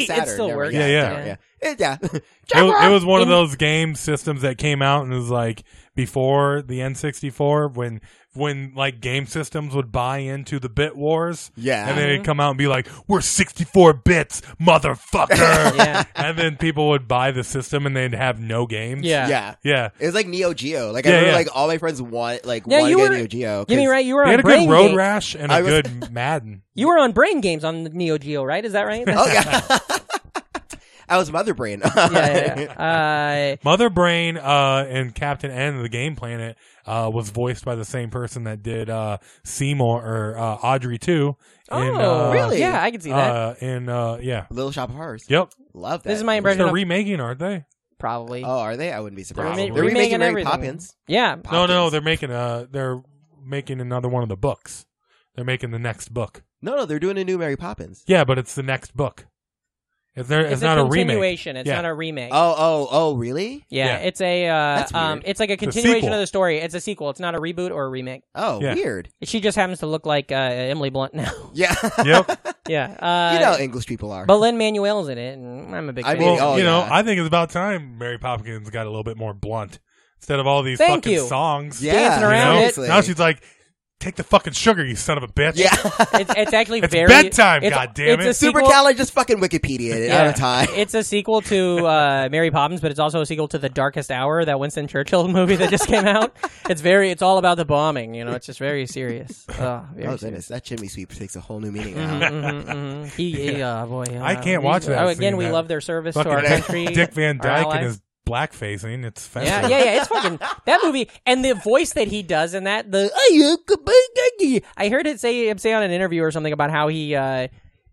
D: Saturn,
A: It still
D: never-
A: works.
B: Yeah, yeah.
D: Saturn, yeah. It- yeah. [laughs]
B: It, wa- it was one of
A: In-
B: those game systems that came out and was like before the N64 when when like game systems would buy into the bit wars.
D: Yeah.
B: And then
A: Mm-hmm.
B: they'd come out and be like, "We're 64 bits, motherfucker."
A: [laughs]
B: [laughs]
A: Yeah.
B: And then people would buy the system and they'd have no games.
A: Yeah.
D: yeah.
B: Yeah.
D: It was like Neo Geo. Like
B: Yeah,
D: I remember,
B: yeah.
D: like all my friends want like
A: Yeah,
D: wanted
A: you
D: to get
A: were-
D: Neo Geo.
A: Give me
D: 'cause-
A: right. You were
B: They
A: on
B: had a
A: Brain
B: good Road
A: Games.
B: Rash and
D: I
B: a
D: was- [laughs]
B: good Madden.
A: You were on Brain Games on the Neo Geo, right? Is that right?
B: [laughs]
D: Oh
A: [laughs]
D: yeah. I was mother brain.
A: yeah. yeah, yeah. Uh,
B: Mother Brain uh, and Captain N of the Game Planet uh, was voiced by the same person that did uh, Seymour or uh, Audrey too.
A: oh,
B: in, uh,
D: really?
A: Yeah, I can see that.
B: Uh, and uh, yeah,
D: [laughs] Little Shop of Horrors.
B: yep.
D: Love that.
A: This is my
B: Which
A: impression.
B: they're
A: of-
B: remaking, aren't they?
A: probably.
D: Oh, are they? I wouldn't be surprised.
B: Probably.
D: They're
A: Remaking
D: remaking Mary
A: everything.
D: Poppins.
A: yeah.
B: No, no,
D: Poppins.
B: they're making a they're making another one of the books. They're making the next book.
D: No, no, they're doing a new Mary Poppins.
B: Yeah, but it's the next book. If there, it's,
A: it's
B: not
A: a
B: a remake.
A: continuation. It's
B: Yeah.
A: not a remake.
D: Oh, oh, oh, really?
A: yeah,
B: yeah.
A: it's a uh,
D: That's weird.
A: um, it's like a
B: a
A: continuation
B: sequel.
A: of the story. It's a sequel. It's not a reboot or a remake.
D: Oh,
B: Yeah.
D: weird.
A: She just happens to look like uh, Emily Blunt now. [laughs]
D: Yeah. [laughs]
B: Yep.
A: yeah, uh,
D: you know how English people are.
A: but Lin Manuel's in it, and I'm a big
D: I
A: fan.
D: mean,
B: Well,
D: oh,
B: you know,
D: yeah.
B: I think it's about time Mary Poppins got a little bit more blunt instead of all these
A: Thank
B: fucking
A: you.
B: songs.
D: yeah,
A: dancing
B: you
A: around
B: know?
A: it.
D: seriously.
B: Now she's like, "Take the fucking sugar, you son of a bitch."
D: yeah.
A: it's, it's actually
B: [laughs] It's
A: very
B: bedtime,
A: It's,
B: goddammit.
A: it's a
D: [laughs] Super
A: sequel-
D: Cali just fucking Wikipedia it out
A: Yeah.
D: of time.
A: [laughs] It's a sequel to uh, Mary Poppins, but it's also a sequel to The Darkest Hour, that Winston Churchill [laughs] movie that just came out. It's very, it's all about the bombing. You know, it's just very
D: [laughs]
A: serious. Oh, very
D: Oh
A: serious.
D: goodness, that chimney sweep takes a whole new meaning now.
A: Mhm, mhm. He,
B: [laughs]
A: he, uh, boy, uh,
B: I can't watch
A: these-
B: that
A: Oh, again,
B: scene,
A: we
B: that
A: love their service to
B: Fucking [laughs]
A: our country.
B: Dick Van
A: our
B: Dyke and
A: allies.
B: his blackfacing. It's
A: Yeah,
B: offensive.
A: yeah, yeah. It's
D: [laughs]
A: fucking that movie, and the voice that he does in that. The "Ay, uh, kabay-gagi." I heard it say him say on an interview or something about how he uh,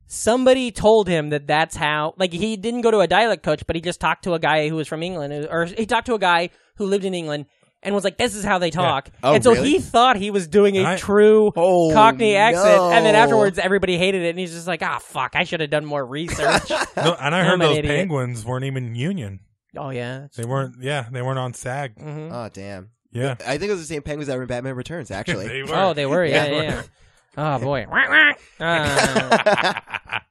A: somebody told him that that's how like he didn't go to a dialect coach, but he just talked to a guy who was from England, or he talked to a guy who lived in England. And was like, this is how they talk,
D: Oh,
A: and so
D: really?
A: he thought he was doing a
B: And I-
A: true
D: Oh,
A: Cockney accent, and then
D: no.
A: afterwards everybody hated it, and he's just like, ah, fuck, I should have done more
D: [laughs]
A: research.
B: No, and I
A: I'm
B: heard
A: an
B: those
A: idiot.
B: penguins weren't even union.
A: oh yeah,
B: They weren't. Yeah, they weren't on SAG.
A: hmm
D: Oh damn!
B: Yeah,
D: I think it was the same penguins that were in
B: [laughs]
D: Batman Returns. Actually,
B: they were.
A: Oh, they were. Yeah,
D: Yeah.
A: yeah. yeah. Oh
B: [laughs]
A: boy. Uh,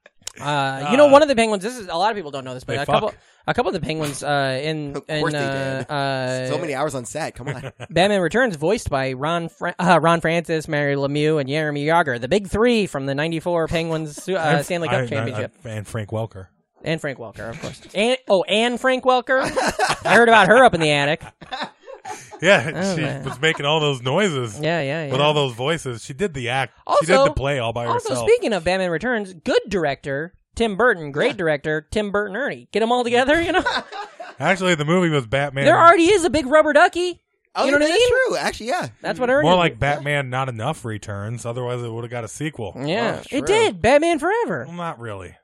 B: [laughs]
A: uh, you know, one of the penguins. This is a lot of people don't know this, but
B: They
A: a couple,
B: fuck.
A: a couple of the penguins uh, in
D: Of
A: in
D: course they
A: uh,
D: did.
A: uh,
D: so many hours on set. Come
B: [laughs]
D: on.
A: Batman Returns, voiced by Ron Fra- uh, Ron Francis, Mary Lemieux, and Jeremy Yager, the big three from the '94 Penguins uh,
B: And-
A: Stanley
B: [laughs] I-
A: Cup
B: I- I-
A: Championship,
B: and Frank Welker.
A: and Frank Welker, of course. And oh, and Frank Welker. I heard about her up in the attic.
B: Yeah, she
A: Oh, man.
B: was making all those noises
A: Yeah, yeah, yeah.
B: with all those voices. She did the act. she did
A: Also-
B: the play all by
A: Also,
B: herself.
A: speaking of Batman Returns, good director Tim Burton, great director Tim Burton Ernie. Get them all together, you know.
B: Actually, the movie was Batman.
A: there already is a big rubber ducky.
D: Oh,
A: You know
D: yeah,
A: what I
D: that's
A: mean?
D: True. Actually, yeah.
A: That's what Ernie.
B: more like Batman Not Enough Returns. Otherwise, it would have got a sequel.
A: yeah,
D: Oh, true.
A: it did Batman Forever.
B: Well, not really.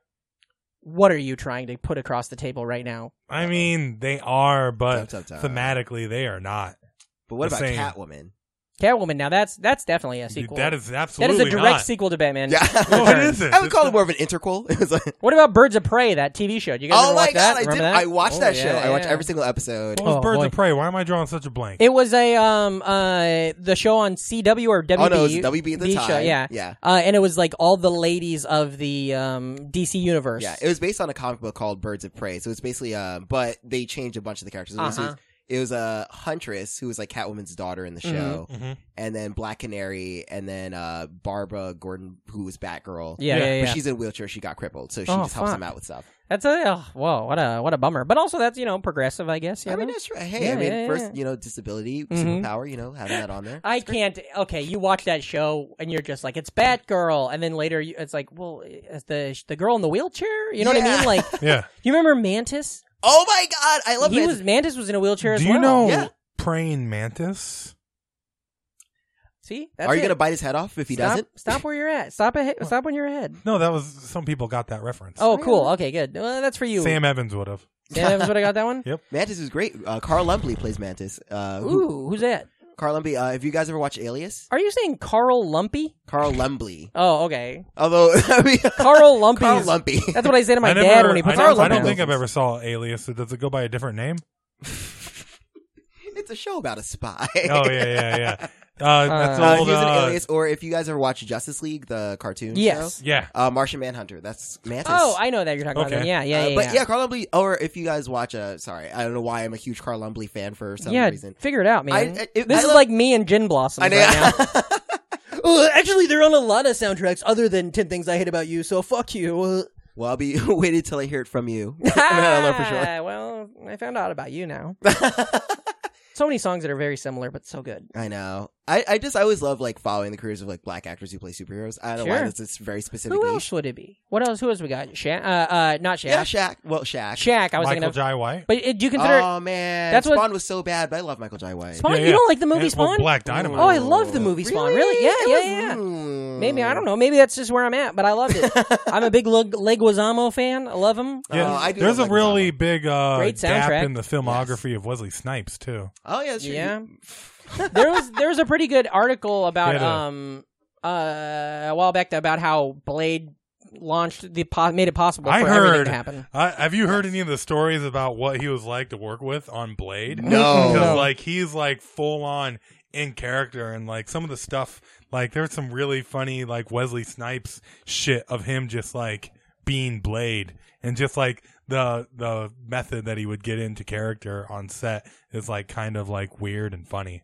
A: What are you trying to put across the table right now?
B: I mean, they are, but
D: Dun, dun, dun.
B: thematically, they are not.
D: But what
B: The
D: about
B: same.
D: Catwoman?
A: Catwoman. Now that's that's definitely a sequel.
B: That is
A: That
B: absolutely
A: is a direct
B: not.
A: sequel to Batman.
D: [laughs] Yeah.
B: No, it
A: Returns.
B: isn't.
D: I would
B: It's
D: call
B: not-
D: it more of an [laughs] interquel. It was like,
A: What about Birds of Prey? That TV show. Did you guys
D: oh
A: ever
D: my
A: watch
D: god,
A: that?
D: I did.
A: Remember that?
D: I watched
A: Oh,
D: that
A: yeah,
D: show. I watched
A: yeah.
D: every single episode.
B: What was
A: Oh,
B: Birds
A: boy.
B: of Prey? Why am I drawing such a blank?
A: It was a um uh the show on CW or WB.
D: Oh, no, it was WB at the
A: the
D: time.
A: Show, yeah,
D: Yeah.
A: Uh, and it was like all the ladies of the um DC universe.
D: Yeah, it was based on a comic book called Birds of Prey. So it's basically, uh, but they changed a bunch of the characters. It was,
A: Uh-huh.
D: it was a huntress who was like Catwoman's daughter in the
A: Mhm.
D: show,
B: Mhm.
D: and then Black Canary, and then uh, Barbara Gordon, who was Batgirl.
A: yeah,
B: Yeah.
A: yeah. yeah.
D: But she's in a wheelchair. She got crippled, so she
A: Oh,
D: just helps
A: fuck.
D: them out with stuff.
A: That's a oh, whoa, what a what a bummer. But also that's you know progressive, I guess. You
D: I mean,
A: know?
D: that's right. Hey,
A: Yeah,
D: I mean,
A: yeah, yeah.
D: first, you know, disability,
A: Mhm.
D: superpower, you know, having that on there.
A: I can't. Okay, you watch that show and you're just like, it's Batgirl, and then later you, it's like, well, it's the the girl in the wheelchair. You know what I
D: Yeah.
A: mean? Like,
B: [laughs] yeah.
A: you remember [laughs] Mantis?
D: Oh my god, I love
A: he
D: it.
A: was Mantis was in a wheelchair as
B: Do you
A: well.
B: know
D: Yeah.
B: praying mantis?
A: See, that's
D: Are you
A: it.
D: gonna bite his head off if he
A: stop,
D: doesn't?
A: [laughs] Stop where you're at. Stop ahead. Stop when you're ahead.
B: No, that was some people got that reference.
A: Oh, cool. Okay, good. Well, that's for you.
B: Sam Evans would have.
A: Sam Evans would have got that [laughs] one.
B: Yep.
D: Mantis is great. Uh, Carl Lumpley plays Mantis. Uh, who-
A: Ooh, who's that?
D: Carl Lumpley. Uh, have you guys ever watched Alias?
A: Are you saying Carl Lumpy?
D: Carl Lumpley.
A: Oh, okay.
D: Although [laughs] I mean,
A: [laughs] Carl Lumpy.
D: Carl Lumpy.
A: That's what I say to my
B: I
A: dad
B: never,
A: when he puts
B: I,
A: Carl
B: don't, I
A: Lumpy.
B: don't
D: down.
B: think I've ever saw Alias. So does it go by a
A: [laughs]
B: different name?
D: [laughs] it's a show about a spy.
B: Oh yeah, yeah, yeah. Uh, that's
D: [laughs] Uh, he
B: old.
D: was an
B: uh,
D: alias, or if you guys ever watched Justice League, the cartoon
A: Yes.
D: show,
B: Yeah.
D: uh, Martian Manhunter. That's Mantis.
A: Oh, I know that you're talking
B: Okay.
A: about. Him. Yeah, yeah,
D: Uh,
A: yeah.
D: but yeah, Carl Lumbly, or if you guys watch, uh, sorry, I don't know why I'm a huge Carl Lumbly fan for some
A: yeah,
D: reason.
A: figure it out, man.
D: I- I- it-
A: this
D: I
A: is
D: love-
A: like me and Gin Blossoms
D: I know.
A: right [laughs] now. Uh, actually, they're on a lot of soundtracks other than 10 Things I Hate About You, so fuck you. [laughs] Uh.
D: [laughs] well, I'll be [laughs] waiting till I hear it
A: [laughs]
D: from you. [laughs] I don't know for sure.
A: Ah, [laughs] well, I found out about you [laughs] now. so many songs that are very similar, but so good.
D: I know. I, I just I always love like following the careers of like black actors who play superheroes. I don't know
A: Sure.
D: why that's it's very specific.
A: Who
D: niche.
A: else would it be? What else? Who else we got? Shaq? Uh, uh, not Shaq.
D: Yeah, Shaq. Well, Shaq.
A: Shaq, I was thinking
B: Michael
A: of.
B: Jai White.
A: But uh, do you consider
D: Oh man,
A: That's what-
D: Spawn was so bad, but I love Michael Jai White.
A: Spawn?
B: Yeah,
A: You
B: yeah.
A: don't like the movie
B: Yeah, well,
A: Spawn?
B: Black Dynamite.
A: Oh, I love the movie Spawn. Really? Yeah, yeah, yeah.
D: Hmm.
A: Maybe
D: Mm.
A: I don't know. Maybe that's just where I'm at, but I loved it. I'm a big Leg- Leguizamo fan. I love him.
B: Yeah,
D: Oh, I do
B: there's a
D: love Michael
B: really
D: Jai White.
B: big uh,
A: Great
B: gap
A: soundtrack.
B: in the filmography of Wesley Snipes too.
D: Oh yeah, that's true.
A: Yeah. there was there was a pretty good article about
B: Yeah, there.
A: um uh a while back about how Blade launched the po- made it possible
B: I
A: for everything
B: heard.
A: to happen.
B: I, have you heard any of the stories about what he was like to work with on Blade? [laughs]
D: [laughs] No.
B: because
A: No.
B: like he's like full on in character, and like some of the stuff, like there's some really funny like Wesley Snipes shit of him just like being Blade, and just like the the method that he would get into character on set is like kind of like weird and funny.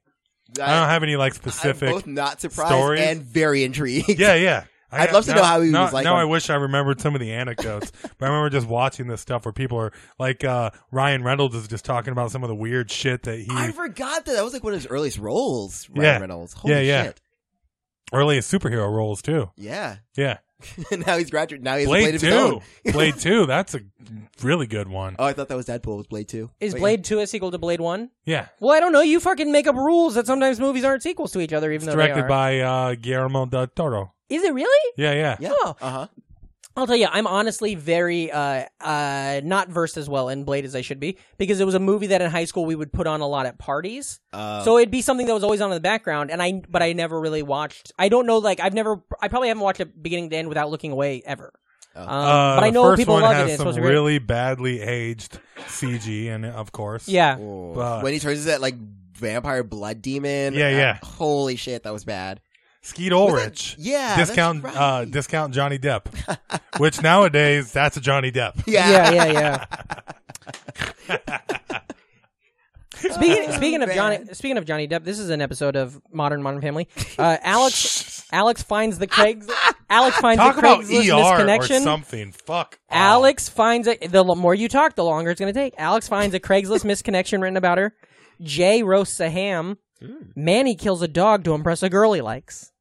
B: I, don't have any like specific.
D: I'm both not surprised
B: stories.
D: and very intrigued.
B: Yeah, yeah. I,
D: I'd love to know how he
B: now-
D: was like
B: Now
D: on-
B: I wish I remembered some of the anecdotes, but I remember just watching this stuff where people are like uh, Ryan Reynolds is just talking about some of the weird shit that he
D: [laughs] I forgot that that was like one of his earliest roles. Ryan
B: Yeah.
D: Reynolds. Holy
B: Yeah, yeah.
D: shit.
B: earliest superhero roles too.
D: Yeah. [laughs]
B: Yeah,
D: now he's graduated. Now he's
B: Blade
D: Blade, of his
B: Two,
D: own.
B: [laughs] Blade
D: [laughs]
B: Two. That's a really good one.
D: Oh, I thought that was Deadpool. Was Blade Two?
A: Is
D: But
A: Blade Two a sequel to Blade One?
B: Yeah,
A: Well, I don't know. You fucking make up rules that sometimes movies aren't sequels to each other, even though they
B: directed
A: are.
B: by uh, Guillermo del Toro.
A: Is it really?
B: Yeah, yeah.
D: Yeah.
A: Oh.
D: Uh huh.
A: I'll tell you, I'm honestly very uh, uh, not versed as well in Blade as I should be because it was a movie that in high school we would put on a lot at parties.
D: Uh,
A: so it'd be something that was always on in the background, and I but I never really watched. I don't know, like I've never, I probably haven't watched it beginning to end without looking away ever. Um,
B: Uh,
A: but I
B: the
A: know
B: first
A: people
B: one
A: love it.
B: has
A: and It's
B: some
A: supposed to be great.
B: really badly aged CG, and of course,
A: yeah.
B: Fuck.
D: when he turns into that like vampire blood demon.
B: Yeah,
D: uh,
B: yeah.
D: holy shit, that was bad.
B: Skeet
D: Was that-
B: Ulrich.
D: yeah. that's
B: discount
D: right.
B: uh, discount Johnny Depp, which nowadays that's a Johnny Depp.
D: [laughs] yeah.
A: yeah, yeah, yeah. speaking speaking of
D: man.
A: Johnny speaking of Johnny Depp, this is an episode of Modern Modern Family. Uh, Alex Alex finds the Craigs Alex finds
B: Talk
A: the
B: about
A: Craigslist
B: ER or
A: misconnection.
B: something. Fuck. off.
A: Alex finds a the l- more you talk, the longer it's going to take. Alex finds a Craigslist misconnection written about her. Jay roasts a ham. Manny kills a dog to impress a girl he likes.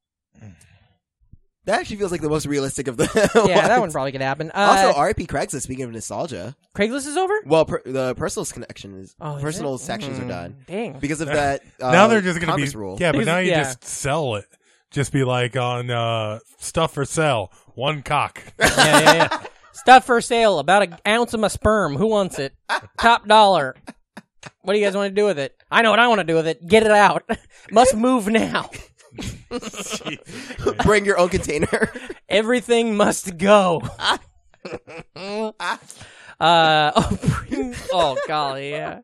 D: That actually feels like the most realistic of the. [laughs]
A: Yeah, that one
D: ones.
A: probably could happen. Uh,
D: Also, RIP Craigslist. Speaking of nostalgia,
A: Craigslist is over.
D: well, per- the personal connection is
A: Oh, is
D: personal
A: it?
D: sections are
A: Mm,
D: done
A: Dang.
D: because of that.
B: [laughs]
D: Uh,
B: now they're just gonna be
D: Congress rule.
B: yeah, but
A: Because-
B: now you
A: yeah.
B: just sell it. Just be like on uh, stuff for sale. One
D: [laughs]
B: cock. [laughs]
A: yeah, yeah, yeah. Stuff for sale, about an ounce of my sperm. Who wants it? Top dollar. What do you guys want to do with it? I know what I want to do with it. Get it out. [laughs] Must move now.
D: [laughs] Bring your
A: [laughs]
D: own container.
A: Everything must
D: [laughs]
A: go. uh, oh, [laughs] bring- oh, golly, yeah.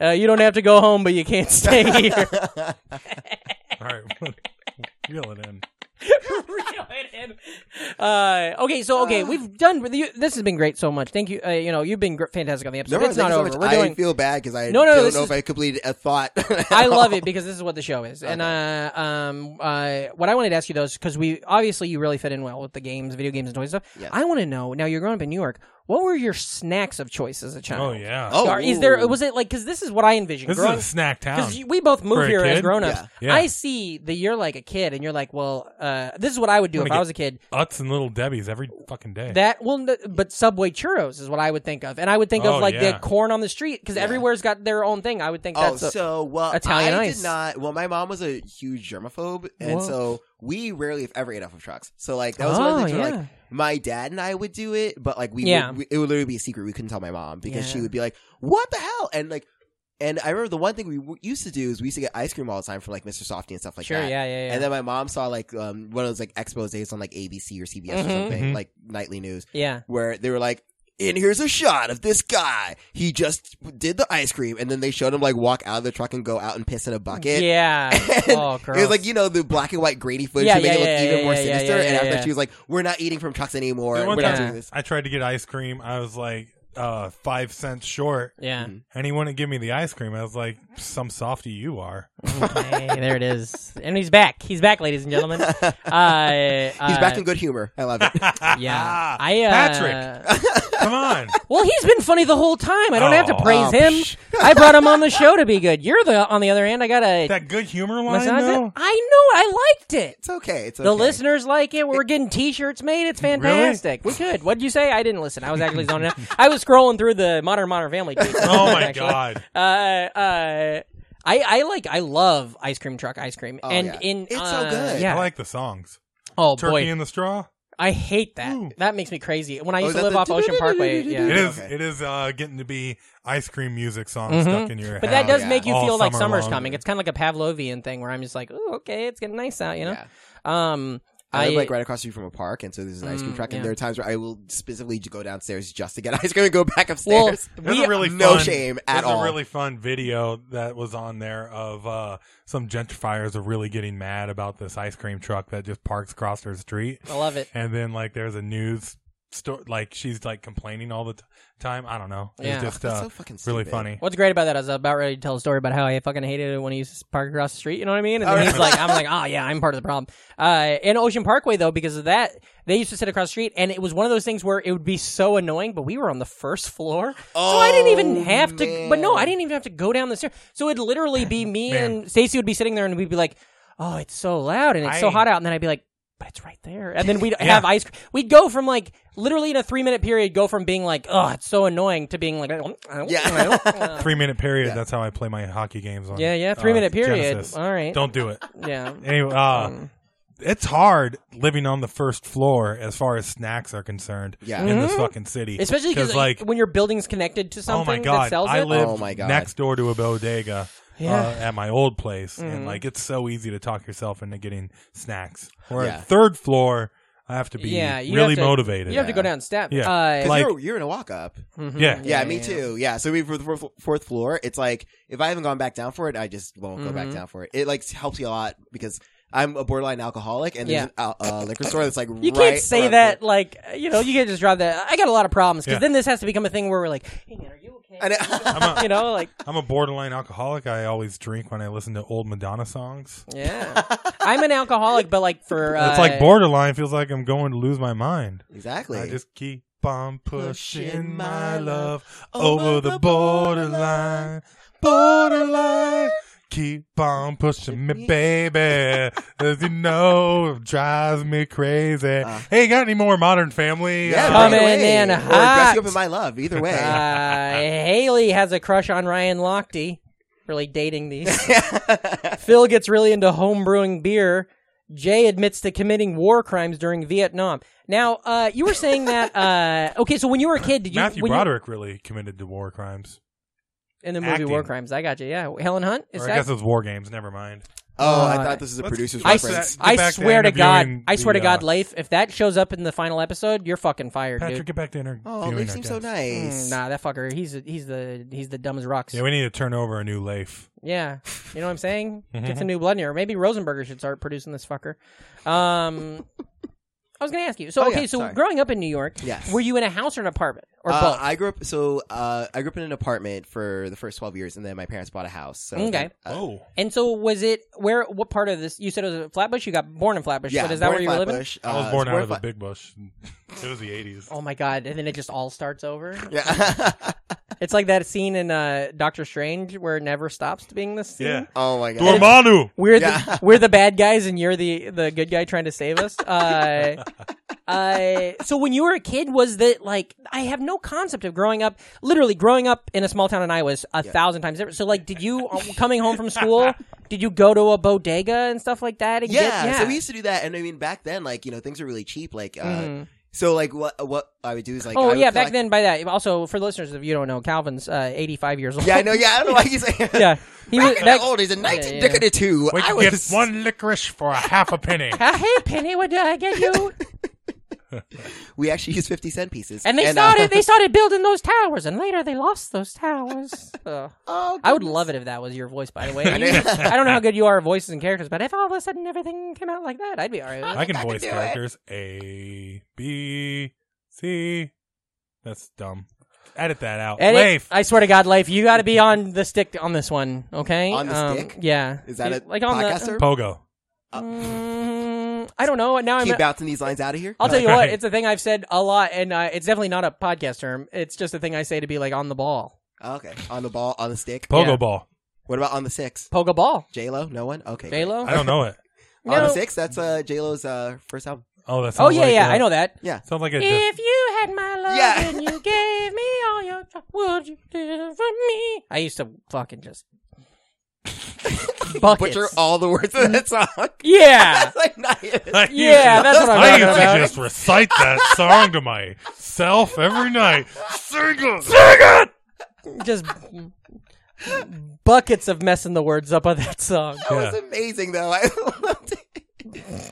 A: Uh, you don't have to go home, but you can't
D: [laughs]
A: stay here. [laughs]
B: All right, reel it in.
A: Reel it in. Uh, okay, so okay, we've done. with you- This has been great so much. Thank you. Uh, you know, you've been gr- fantastic on the episode.
D: Never
A: it's
D: mind,
A: not
D: thank you so
A: over.
D: much.
A: We're
D: I
A: doing.
D: feel bad because I
A: No, no,
D: don't
A: this
D: know
A: is-
D: if I completed a thought. [laughs]
A: I love it because this is what the show is. And uh, um, uh, what I wanted to ask you though is because we obviously you really fit in well with the games, video games, and toy stuff.
D: Yes.
A: I want to know now. You're growing up in New York. What were your snacks of choice as a child?
B: Oh yeah,
D: Oh,
A: Are- is there
D: ooh.
A: was it like because this is what I envisioned
B: this
A: growing
B: is a snack town.
A: because we both
B: For
A: move
B: a
A: here as
B: kid?
A: grown ups.
B: Yeah. Yeah.
A: I see that you're like a kid and you're like, well, uh, this is what I would do
B: I'm
A: if
B: gonna
A: I was a kid.
B: Utz and Little Debbie's every fucking day.
A: That well, no, but Subway churros is what I would think of, and I would think
B: Oh,
A: of like
B: yeah.
A: the corn on the street because everywhere's got their own thing. I would think
D: Oh,
A: that's a-
D: so well,
A: Italian
D: I
A: ice.
D: did not. Well, my mom was a huge germaphobe, and
A: Whoa.
D: so we rarely, if ever, ate off of trucks. So like that was one of the
A: Oh,
D: things where,
A: yeah.
D: like my dad and I would do it, but like we,
A: Yeah.
D: would, we- it would literally be a secret. We couldn't tell my mom because she
A: Yeah.
D: would be like, "What the hell?" And like, and I remember the one thing we w- used to do is we used to get ice cream all the time from like Mr. Softy and stuff like
A: sure,
D: that.
A: yeah, yeah, yeah.
D: And then my mom saw like um, one of those like exposés on like ABC or CBS
A: Mhm.
D: or something,
B: Mhm.
D: like nightly news
A: yeah.
D: where they were like, and here's a shot of this guy. He just did the ice cream, and then they showed him like walk out of the truck and go out and piss in a bucket.
A: yeah.
D: [laughs] And
A: oh,
D: it
A: gross.
D: was like you know the black and white grainy footage
A: Yeah,
D: to make
A: yeah,
D: it look
A: yeah,
D: even
A: yeah,
D: more
A: yeah, yeah,
D: sinister.
A: yeah,
D: and
A: yeah,
D: after
A: yeah.
D: that, she was like, "We're not eating from trucks anymore.
B: There
D: We're
B: one
D: not
A: time-
D: doing this."
B: I tried to get ice cream. I was like uh, five cents short,
A: yeah.
D: hmm.
A: [laughs]
B: and he wouldn't give me the ice cream. I was like, "Some softy you are."
A: Okay, there it is, and he's back. He's back, ladies and
D: [laughs]
A: gentlemen. Uh, He's
D: He's back in good humor.
A: [laughs]
D: I love it. [laughs]
A: Yeah, I, uh,
B: Patrick.
A: [laughs]
B: Come on.
A: Well, he's been funny the whole time. I don't have to
B: Oh.
A: praise
D: Oh,
A: him. I brought him on the show to be good. You're the on the other hand. I gotta
B: That good humor line,
A: massage it.
B: though?
A: I know. I liked it.
D: it's okay. It's okay.
A: The listeners like it. We're getting T-shirts made. It's fantastic. We could. What'd you say? I didn't listen. I was actually zoning out. I was scrolling through the Modern Modern
B: [laughs]
A: Family. Tweets,
B: Oh, my
A: actually.
B: God.
A: Uh, uh, I I like. I love ice cream truck ice cream. and
D: yeah.
A: in
D: It's so
A: uh,
D: good.
A: Yeah.
B: I like the songs.
A: oh
B: Turkey
A: boy,
B: in the straw.
A: I hate that. That makes me crazy. When I
D: Oh,
A: used
D: is
A: to
D: that
A: live
D: the
A: off Ocean Parkway, yeah.
B: It is.
D: Okay.
B: It is uh, getting to be ice cream music song stuck in your head.
A: Mm-hmm. But that
D: Oh,
A: does
D: yeah.
A: make you
B: All
A: feel like
B: summer
A: summer's
B: long.
A: coming. It's kind of like a Pavlovian thing where I'm just like, "Ooh, okay, it's getting nice out," you know. Um,
D: I, live
A: I-
D: like right across the street from a park, and so there's an ice cream
A: Mm,
D: truck. And
A: yeah.
D: there are times where I will specifically j- go downstairs just to get [laughs] ice cream and go back
A: Well,
D: upstairs.
B: There's
A: we-
B: a really
D: no
B: fun,
D: shame at
B: there's
D: all.
B: a really fun video that was on there of uh, some gentrifiers are really getting mad about this ice cream truck that just parks across their street.
A: I love it.
B: And then like there's a news story, like she's like complaining all the t- time. I don't know. It's
A: Yeah.
B: just
D: That's
B: uh,
D: so fucking
B: really
D: stupid.
B: funny.
A: What's great about that is I was about ready to tell a story about how I fucking hated it when he used to park across the street. You know what I mean? And then he's like, I'm like, oh yeah, I'm part of the problem. Uh, in Ocean Parkway though, because of that, they used to sit across the street, and it was one of those things where it would be so annoying. But we were on the first floor, so I didn't
B: Oh,
A: even have to. But no, I didn't even have to go down the stairs. So it'd literally be me
B: Man.
A: and Stacy would be sitting there, and we'd be like, oh, it's so loud and it's so
B: I-
A: hot out, and then I'd be like. But it's right there, and
B: [laughs]
A: then we'd have ice. cr- We'd go from like literally in a three minute period, go from being like, "Oh, it's so annoying," to being like, [laughs]
D: Yeah.
B: Three minute period. That's how I play my hockey games on.
A: Yeah, yeah,
B: uh,
A: three minute period.
B: Genesis.
A: All right.
B: [laughs] Don't do it.
A: Yeah.
B: Anyway, uh, it's hard living on the first floor as far as snacks are concerned.
D: Yeah.
B: in this fucking city,
A: Especially because
B: like
A: when your building's connected to something
B: oh my god,
A: that sells
B: I
A: it.
B: lived
D: Oh my God.
B: next door to a bodega.
A: Yeah. Mm-hmm.
B: Uh, at my old place, and like it's so easy to talk yourself into getting snacks. Or
D: Yeah.
B: at third floor, I have to be
A: yeah, you
B: really
A: have to,
B: motivated.
A: You have to go down Mm-hmm. step.
B: Yeah.
A: Uh,
D: 'Cause
B: Like-
D: you're, you're in a walk up.
A: Hmm.
B: yeah,
D: Yeah, me too. Yeah, so we for the fourth, fourth floor, it's like if I haven't gone back down for it, I just won't go
A: Mm-hmm.
D: back down for it. It like helps you a lot because I'm a borderline alcoholic, and there's a uh, liquor store that's like
A: you
D: right
A: can't say
D: around
A: that
D: the-
A: like you know you can't just drop that. I got a lot of problems because
B: Yeah.
A: then this has to become a thing where we're like, hey man, are you okay?
D: I know.
B: [laughs]
D: [laughs]
B: I'm a,
A: you know, like
B: I'm a borderline alcoholic. I always drink when I listen to old Madonna songs. [laughs]
A: yeah, I'm an alcoholic, but like for uh,
B: it's like borderline feels like I'm going to lose my mind.
D: exactly.
B: I just keep on pushing my love over the borderline, borderline. Keep on pushing me, baby. As you know, it drives me crazy. hey, got any more Modern Family?
D: yeah,
B: Uh,
A: Coming
D: right away.
A: in
D: or
A: hot.
D: dressing up in my love. Either way,
A: Uh, Haley has a crush on Ryan Lochte. Really dating these. Phil gets really into homebrewing beer. Jay admits to committing war crimes during Vietnam. Now, uh, you were saying that. Uh, okay, so when you were a kid, did you
B: Matthew
A: when you-
B: Broderick really committed to war crimes.
A: in the movie
B: acting.
A: War Crimes? I got you. Yeah, Helen Hunt is
B: Or I
A: that?
B: guess it's war games. Never mind.
D: oh, I
A: Uh,
D: thought this is a
B: let's-
D: producer's
B: let's
D: reference.
B: get
A: I
B: back to
A: swear to, God,
B: interviewing
A: I swear to
B: the,
A: God,
B: uh,
A: Leif, if that shows up in the final episode, you're fucking fired,
B: Patrick,
A: dude.
B: get back to interviewing.
D: Oh, Leaf
B: our
D: seems so
B: guests.
D: nice.
A: Mm, nah, that fucker. He's he's the he's the dumb as rocks.
B: Yeah, we need to turn over a new leaf.
A: Yeah, you know what I'm saying? Get
D: [laughs]
A: some new blood in here. Maybe Rosenberger should start producing this fucker. Um, I was gonna ask you. So
D: Oh, yeah,
A: okay, so
D: sorry.
A: growing up in New York,
D: Yes.
A: were you in a house or an apartment or
D: Uh,
A: both?
D: I grew up so uh, I grew up in an apartment for the first twelve years, and then my parents bought a house. So
A: Okay.
D: uh,
B: oh,
A: and so was it where? What part of this? You said it was at Flatbush. You got born in Flatbush.
D: yeah,
A: but is that
D: born
A: where
D: in
A: you were living?
D: Flatbush.
B: I was
D: Uh,
B: born out
D: born
B: of
D: in
B: a big bush. It was the 80s.
A: Oh my god! And then it just all starts over.
D: Flat- Yeah.
A: It's like that scene in uh, Doctor Strange where it never stops being this scene.
B: Yeah.
D: oh my god.
B: Dormammu.
A: We're
D: Yeah.
A: the we're the bad guys and you're the the good guy trying to save us.
D: [laughs]
A: Uh, uh, so when you were a kid, was that like I have no concept of growing up. Literally, growing up in a small town in Iowa is a thousand times different. So like, did you uh, coming home from
D: [laughs]
A: school? Did you go to a bodega and stuff like that? And
D: yeah,
A: get, yeah.
D: so we used to do that, and I mean, back then, like you know, things were really cheap. Like, uh, so like what what I would do is like, I
A: Mm-hmm. oh
D: would
A: yeah, back
D: collect-
A: then by that. Also, for the listeners if you don't know, Calvin's uh, eighty five years old.
D: Yeah, I know. Yeah, I don't know why he's saying.
A: [laughs] yeah, he was
D: [laughs] Back in
A: back-
D: the old days, in
A: Yeah,
D: nineteen
A: yeah.
D: decade two,
A: [laughs]
B: We
D: I
B: can
D: was
B: get one licorice for a half a penny.
A: Uh, hey Penny, what did I get
D: [laughs]
A: you?
D: we actually used fifty cent pieces,
A: And they
D: uh,
A: started they started building those towers, and later they lost those towers. Ugh.
D: [laughs] [laughs] oh,
A: I would love it if that was your voice, by the
B: [laughs]
A: way. I, [laughs] don't know how good you are at voices and characters, but if all of a sudden everything came out like that, I'd be all right with
B: I
A: it.
B: can voice
D: do it.
B: characters. A, B, C. That's dumb. Edit that out.
A: Edit,
B: Leif.
A: I swear to God, Life, you got to be on the stick on this one, okay?
D: On the
A: Um,
D: stick?
A: Yeah.
D: Is that a
A: like on
D: podcast
A: the?
D: term?
B: Pogo.
A: Mm, I don't know. Now I'm.
D: keep bouncing these lines out of here.
A: I'll tell you
B: Right. [laughs]
A: what, it's a thing I've said a lot, and uh, it's definitely not a podcast term. It's just a thing I say to be like on the ball,
D: Oh, okay, on the ball, on the stick.
B: Pogo
A: Yeah.
B: ball.
D: What about on the six?
A: poke a ball,
D: J Lo, no one. Okay,
A: J Lo.
B: I don't know it.
D: on the
A: No.
D: six. That's uh, J Lo's uh, first album.
A: [laughs]
B: Oh, that
A: Oh
B: sounds
A: yeah,
B: like
A: yeah,
B: uh,
A: I know Eh, that.
D: Yeah,
A: [laughs]
B: Sounds like a.
A: If you had my love
D: Yeah.
A: and [laughs] you gave me all your time, would you do for me? I used to fucking just buckets.
D: butcher all the words of
A: [laughs]
D: that song. [laughs]
A: yeah,
D: It's like not even-
B: [laughs] I
A: yeah, that's what I'm
B: I
A: talking
B: used to
A: about.
B: just recite that song to myself every night. Sing it!
A: [laughs]
B: Sing it!
A: [laughs] just buckets of messing the words up on that song.
D: Oh, [laughs] That was amazing, though. I loved it.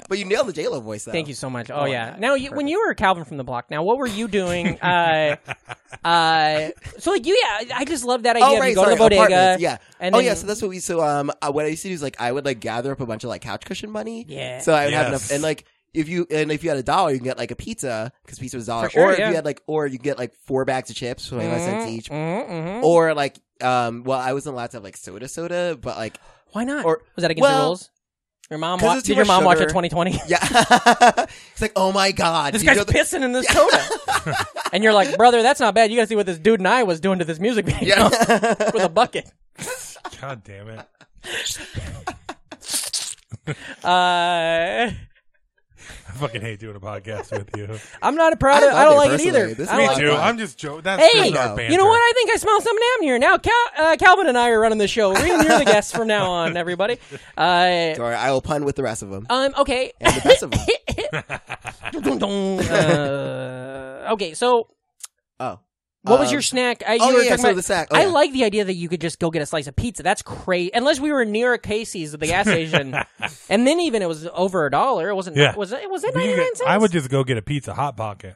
D: But you nailed the J Lo voice. Though.
A: Thank you so much. Oh,
D: Oh,
A: yeah.
D: yeah.
A: Now, you, when you were Calvin from the Block, now what were you doing? [laughs] uh, uh, so like you, yeah, I- I just love that idea.
D: Oh
A: of
D: right,
A: you go
D: sorry,
A: to the bodega.
D: apartments, Yeah.
A: and
D: oh
A: then-
D: yeah, so that's what we. So um, uh, what I used to do is like I would like gather up a bunch of like couch cushion money.
A: Yeah.
D: So I would have
B: Yes.
D: enough, and like if you and if you had a dollar, you can get like a pizza because pizza was a dollar.
A: For sure,
D: or if
A: yeah.
D: you had like, or you can get like four bags of chips, for twenty five cents each.
A: Mhm, mhm.
D: Or like, um, well, I wasn't allowed to have like soda, soda, but like,
A: Why not?
D: or-
A: was that against the
D: well,
A: rules? Your mom
D: 'cause
A: wa-
D: it's too
A: did your
D: much
A: mom watch a
D: sugar.
A: 2020?
D: yeah, [laughs] it's like, oh my god,
A: This
D: do you
A: guy's
D: know the-
A: pissing in this soda. and you're like, brother, that's not bad. You got to see what this dude and I was doing to this music video
D: [laughs] Yeah.
A: [laughs] with a bucket.
B: God damn it.
A: Uh,
B: I fucking hate doing a podcast with you.
A: I'm not proud of.
D: I
A: I don't
D: love it
A: like it either.
D: personally. This
A: I don't
D: is
B: Me
D: my
A: like
B: too.
D: God.
B: I'm just joking. That's
A: Hey,
B: just our banter.
A: you know what? I think I smell something down here. Now, Cal- uh, Calvin and I are running the show. We're gonna hear the guests from now
D: [laughs]
A: on, everybody. Uh,
D: Sorry, I will pun with the rest of them.
A: um,
D: [laughs]
A: okay.
D: and the best of
A: [laughs]
D: them.
A: Dun, dun, dun. Uh, okay, so
D: Oh,
A: what was
D: Um,
A: your snack? I,
D: oh,
A: you were
D: yeah,
A: talking
D: so
A: about-
D: the snack. Oh,
A: I
D: yeah.
A: like the idea that you could just go get a slice of pizza. That's crazy. Unless we were near a Casey's at the gas
B: [laughs]
A: station, and then even it was over a dollar. It wasn't.
B: Yeah.
A: Was it? Was it
B: We
A: ninety
B: could
A: nine
B: get-
A: cents?
B: I would just go get a pizza hot pocket.